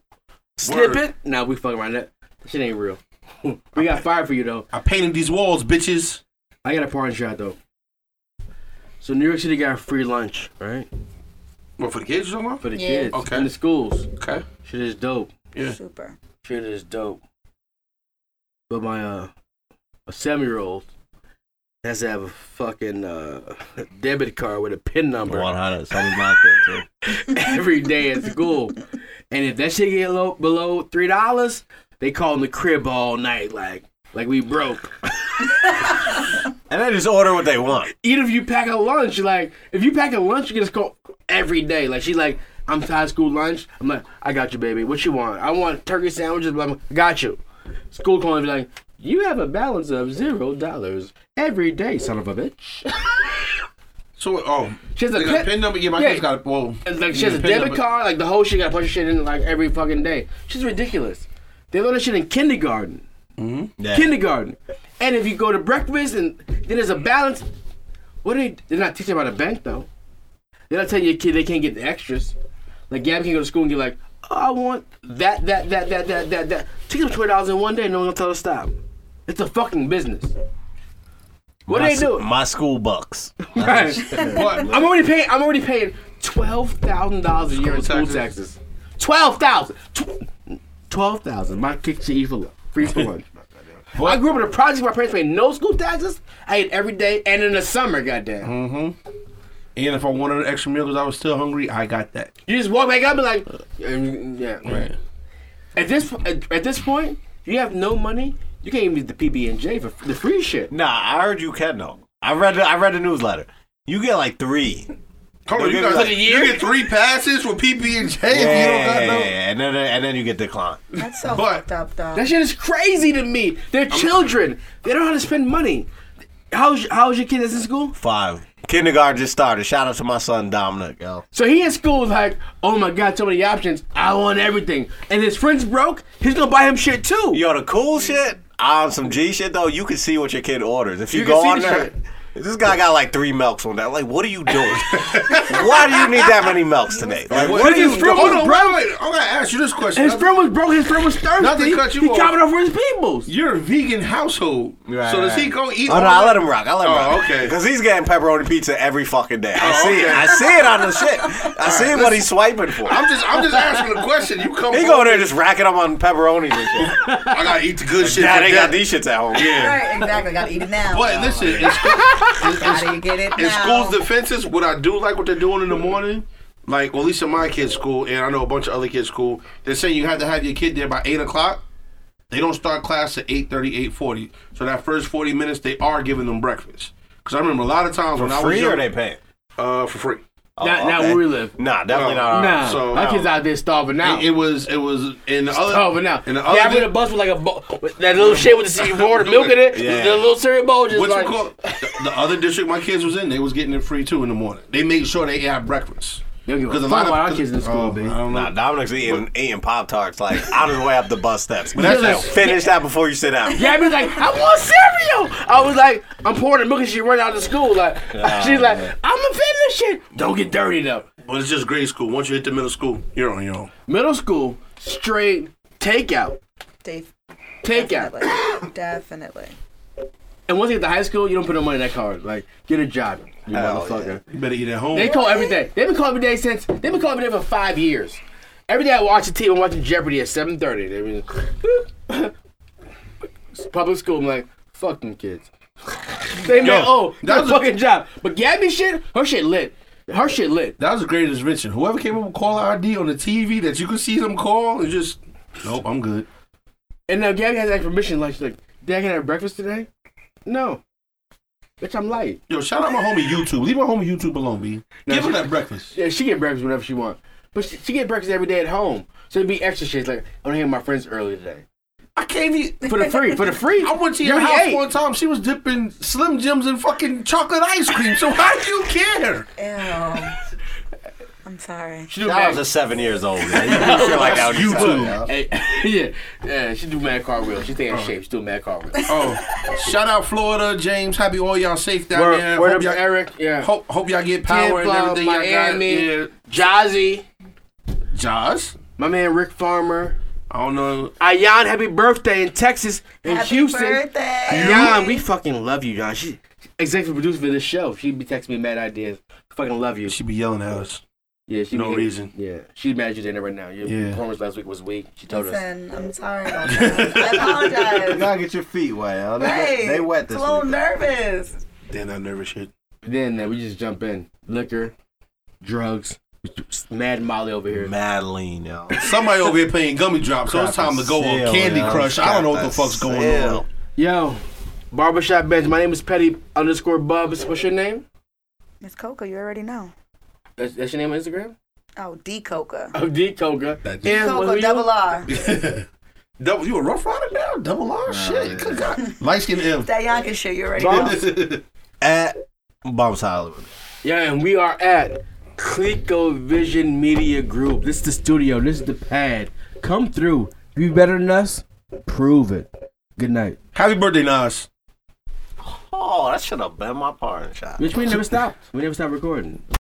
[SPEAKER 4] Snippet? Nah, we fucking around that. That shit ain't real. we got fire for you though.
[SPEAKER 6] I painted these walls, bitches.
[SPEAKER 4] I got a parting shot though. So New York City got free lunch, right?
[SPEAKER 6] What for the kids or something?
[SPEAKER 4] For the
[SPEAKER 2] Yeah.
[SPEAKER 4] kids
[SPEAKER 6] Okay.
[SPEAKER 4] in the schools.
[SPEAKER 6] Okay.
[SPEAKER 4] Shit is dope.
[SPEAKER 6] Yeah.
[SPEAKER 2] Super.
[SPEAKER 4] Shit is dope. But my uh, a seven year old has to have a fucking uh debit card with a pin number
[SPEAKER 1] One hundred. Something's not good
[SPEAKER 4] every day at school. And if that shit get low, below three dollars, they call in the crib all night, like like we broke.
[SPEAKER 1] And they just order what they want.
[SPEAKER 4] Even if you pack a lunch, like if you pack a lunch, you can just call every day. Like she's like, I'm tired of school lunch. I'm like, I got you, baby. What you want? I want turkey sandwiches. Blah, blah. Got you. School calling be like, you have a balance of zero dollars every day, son of a bitch.
[SPEAKER 6] So oh,
[SPEAKER 4] She has a
[SPEAKER 6] they got a
[SPEAKER 4] pin,
[SPEAKER 6] pin number. Yeah, my
[SPEAKER 4] Yeah.
[SPEAKER 6] kids got a well.
[SPEAKER 4] And, like she has
[SPEAKER 6] yeah,
[SPEAKER 4] a
[SPEAKER 6] pin
[SPEAKER 4] debit
[SPEAKER 6] number.
[SPEAKER 4] card, like the whole shit got to punch shit in like every fucking day. She's ridiculous. They learn that shit in kindergarten.
[SPEAKER 1] Yeah.
[SPEAKER 4] Kindergarten. And if you go to breakfast and then there's a balance, what are they they're not teaching about a bank though. They're not telling your kid they can't get the extras. Like Gabby can go to school and get like, oh, I want that, that, that, that, that, that, that. Take them twenty dollars in one day, no one gonna tell her to stop. It's a fucking business. What
[SPEAKER 1] my,
[SPEAKER 4] do they
[SPEAKER 1] s-
[SPEAKER 4] do?
[SPEAKER 1] My school bucks.
[SPEAKER 4] I'm already paying. I'm already paying twelve thousand dollars a year in school
[SPEAKER 6] taxes.
[SPEAKER 4] taxes. Twelve thousand. Twelve thousand. My kick to eat for lunch. Free for lunch. I grew up in a project. My parents paid no school taxes. I ate every day and in the summer. Goddamn.
[SPEAKER 6] And if I wanted an extra meal because I was still hungry, I got that.
[SPEAKER 4] You just walk back up and like, yeah. Right. At this at, at this point, you have no money. You can't even use the PB and J for the free shit.
[SPEAKER 1] Nah, I heard you can though. I read the, I read the newsletter. You get like three.
[SPEAKER 6] Hold on, you,
[SPEAKER 1] They'll give
[SPEAKER 6] got,
[SPEAKER 1] you like a
[SPEAKER 6] you get three passes for PP and J if you don't got no.
[SPEAKER 1] and then and then you get declined.
[SPEAKER 2] That's so
[SPEAKER 6] But-
[SPEAKER 2] fucked up, though.
[SPEAKER 4] That shit is crazy to me. They're children. They don't know how to spend money. How's how's your kid that's in school?
[SPEAKER 1] Five. Kindergarten just started. Shout out to my son Dominic, yo.
[SPEAKER 4] So he in school was like, oh my god, so many options. I want everything. And his friend's broke, he's gonna buy him shit too.
[SPEAKER 1] Yo, the cool shit on some G shit though, you can see what your kid orders. If you,
[SPEAKER 4] You can
[SPEAKER 1] go
[SPEAKER 4] see
[SPEAKER 1] on
[SPEAKER 4] the
[SPEAKER 1] there, this guy got like three milks on that. Like, what are you doing? Why do you need that many milks today? Like, what,
[SPEAKER 4] Because
[SPEAKER 1] are you
[SPEAKER 4] his friend
[SPEAKER 6] Hold
[SPEAKER 4] was
[SPEAKER 6] on,
[SPEAKER 4] broke.
[SPEAKER 6] wait, wait. I'm gonna ask you this question.
[SPEAKER 4] His friend was broke, his friend was thirsty.
[SPEAKER 6] Not to cut you
[SPEAKER 4] he
[SPEAKER 6] off.
[SPEAKER 4] copped it off for his peoples.
[SPEAKER 6] You're a vegan household,
[SPEAKER 1] Right,
[SPEAKER 6] so does he
[SPEAKER 1] right.
[SPEAKER 6] go eat?
[SPEAKER 1] Oh no, I let him rock. I let him
[SPEAKER 6] Oh,
[SPEAKER 1] rock.
[SPEAKER 6] okay.
[SPEAKER 1] Because he's getting pepperoni pizza every fucking day. I
[SPEAKER 6] Oh,
[SPEAKER 1] see it.
[SPEAKER 6] okay.
[SPEAKER 1] I see it on the shit. I see what he's swiping for.
[SPEAKER 6] I'm just, I'm just asking a question. You come,
[SPEAKER 1] He
[SPEAKER 6] home,
[SPEAKER 1] go there just racking up on pepperonis and shit.
[SPEAKER 6] I gotta eat the good shit.
[SPEAKER 1] Dad,
[SPEAKER 6] for
[SPEAKER 1] they got
[SPEAKER 6] dinner.
[SPEAKER 1] these shits at home.
[SPEAKER 6] Yeah.
[SPEAKER 2] Right, exactly. Gotta eat it now.
[SPEAKER 6] But listen, in, school,
[SPEAKER 2] gotta get it
[SPEAKER 6] in
[SPEAKER 2] now.
[SPEAKER 6] school's defenses, what I do like what they're doing in the morning, like well, at least in my kid's school, and I know a bunch of other kids' school, they're saying you have to have your kid there by eight o'clock. They don't start class at 8.30, 8.40. So that first 40 minutes, they are giving them breakfast. Because I remember a lot of times when I was
[SPEAKER 1] Free
[SPEAKER 6] young,
[SPEAKER 1] or they paying?
[SPEAKER 6] uh, for free.
[SPEAKER 1] Oh,
[SPEAKER 4] Not- not where we live.
[SPEAKER 1] Nah,
[SPEAKER 6] Oh.
[SPEAKER 1] definitely not.
[SPEAKER 4] nah,
[SPEAKER 6] so-
[SPEAKER 4] my kid's out there starving now.
[SPEAKER 6] It, it was it was in the other
[SPEAKER 4] starving now.
[SPEAKER 6] in the
[SPEAKER 4] yeah, I'm
[SPEAKER 6] other
[SPEAKER 4] in a bus with like a bo- with that little shit with the water, milk in it,
[SPEAKER 1] Yeah.
[SPEAKER 4] the little cereal bowl, just
[SPEAKER 6] what
[SPEAKER 4] like
[SPEAKER 6] you call the, the other district my kids was in, they was getting it free too in the morning. They made sure they had breakfast.
[SPEAKER 4] They don't give a
[SPEAKER 6] 'Cause
[SPEAKER 4] fuck about our kids in school,
[SPEAKER 6] oh,
[SPEAKER 4] babe.
[SPEAKER 6] I don't know.
[SPEAKER 1] Nah, Dominic's eating eating Pop Tarts like out of the way up the bus steps. But
[SPEAKER 4] that's-
[SPEAKER 1] finish that before you sit down.
[SPEAKER 4] Yeah, I was like, I want cereal. I was like, I'm pouring the milk and she run out of school. Like, she's like, I'm gonna finish shit. Don't get dirty though.
[SPEAKER 6] But it's just grade school. Once you hit the middle school, you're on your own.
[SPEAKER 4] Middle school, straight takeout,
[SPEAKER 2] Def-
[SPEAKER 4] takeout.
[SPEAKER 2] Definitely. definitely.
[SPEAKER 4] And once you get to high school, you don't put no money in that card. Like, get a job, you
[SPEAKER 1] Hell
[SPEAKER 4] motherfucker.
[SPEAKER 6] You better eat at home.
[SPEAKER 4] They call every day. They've been calling every day since. They've been calling every day for five years. Every day I watch the TV. I'm watching Jeopardy at 7:30. They been boop. public school. I'm like, fuck them kids. They man, oh, that
[SPEAKER 6] that
[SPEAKER 4] a
[SPEAKER 6] was a-
[SPEAKER 4] fucking job. But Gabby shit, her shit lit. Her shit lit.
[SPEAKER 6] that was a great invention. Whoever came up with caller ID on the TV that you could see them call and just nope, I'm good.
[SPEAKER 4] And now Gabby has like permission. Like she's like, Dad, can I have breakfast today? No. Bitch, I'm light.
[SPEAKER 6] Yo, shout out my homie YouTube. Leave my homie YouTube alone, B. Give him that breakfast.
[SPEAKER 4] Yeah, she get breakfast whenever she want. But she, she get breakfast every day at home. So it'd be extra shit. It's Like, I don't hear my friends early today.
[SPEAKER 6] I can't even.
[SPEAKER 4] For the free, for the free.
[SPEAKER 6] I went to
[SPEAKER 4] You
[SPEAKER 6] your
[SPEAKER 4] already
[SPEAKER 6] house
[SPEAKER 4] ate.
[SPEAKER 6] one time. She was dipping Slim Jims in fucking chocolate ice cream. So how do you care?
[SPEAKER 2] Ew. I'm sorry.
[SPEAKER 4] She do
[SPEAKER 1] I was
[SPEAKER 4] mad-
[SPEAKER 1] just seven years old. Man. You do shit like that.
[SPEAKER 6] You too.
[SPEAKER 4] Hey, yeah, yeah, she do mad cartwheels. She stay in shape. She do mad cartwheels.
[SPEAKER 6] Oh, shout out Florida, James. Happy all y'all safe down there.
[SPEAKER 4] word
[SPEAKER 6] hope,
[SPEAKER 4] up to
[SPEAKER 6] y'all,
[SPEAKER 4] Eric. Yeah.
[SPEAKER 6] hope, hope y'all get power and
[SPEAKER 4] Tampa,
[SPEAKER 6] everything
[SPEAKER 4] Miami.
[SPEAKER 6] y'all got.
[SPEAKER 4] Jazzy,
[SPEAKER 6] Yeah. Jaws.
[SPEAKER 4] my man Rick Farmer.
[SPEAKER 6] I don't know.
[SPEAKER 4] Ayan, happy birthday in Texas and
[SPEAKER 2] Happy
[SPEAKER 4] Houston.
[SPEAKER 2] birthday.
[SPEAKER 4] Ayan, we fucking love you, John. She executive producer for this show. She'd be texting me mad ideas. Fucking love you.
[SPEAKER 6] She be yelling at us.
[SPEAKER 4] Yeah, she
[SPEAKER 6] No
[SPEAKER 4] be-
[SPEAKER 6] reason.
[SPEAKER 4] Yeah, she's mad you did it right now. Your
[SPEAKER 6] Yeah.
[SPEAKER 4] performance last week was weak. She told us.
[SPEAKER 2] Listen, I'm sorry about that. I
[SPEAKER 1] You
[SPEAKER 2] apologize.
[SPEAKER 1] gotta get your feet wet. yo. They,
[SPEAKER 2] Right.
[SPEAKER 1] they wet
[SPEAKER 2] It's
[SPEAKER 1] this
[SPEAKER 2] a little
[SPEAKER 1] week.
[SPEAKER 2] nervous.
[SPEAKER 9] Damn that nervous shit.
[SPEAKER 4] Then uh, we just jump in. Liquor, drugs, mad Molly over here.
[SPEAKER 1] Madeline, yo.
[SPEAKER 6] Somebody over here playing gummy drops, so it's time to go
[SPEAKER 1] Seal,
[SPEAKER 6] on Candy
[SPEAKER 1] yo.
[SPEAKER 6] Crush. I don't know what the fuck's going
[SPEAKER 1] Seal.
[SPEAKER 6] on.
[SPEAKER 4] Yo, barbershop bench. My name is Petty underscore Bubs. What's your name?
[SPEAKER 2] Miss Coca, you already know.
[SPEAKER 4] That's, that's your name on Instagram?
[SPEAKER 2] Oh, D Coca.
[SPEAKER 4] Oh, D Coca.
[SPEAKER 6] That-
[SPEAKER 4] And who
[SPEAKER 2] Coca
[SPEAKER 4] you?
[SPEAKER 2] double R.
[SPEAKER 6] Double, you a rough rider now? Double R? Shit. Good God. Light skin M.
[SPEAKER 2] That Yankee shit, you already know.
[SPEAKER 4] Bumps.
[SPEAKER 1] At Bumps Hollywood.
[SPEAKER 4] Yeah, and we are at Clico Vision Media Group. This is the studio. This is the pad. Come through. You better than us? Prove it. Good night.
[SPEAKER 6] Happy birthday, Nas.
[SPEAKER 1] Oh, that should have been my partner shot.
[SPEAKER 4] Which we never stopped. We never stopped recording.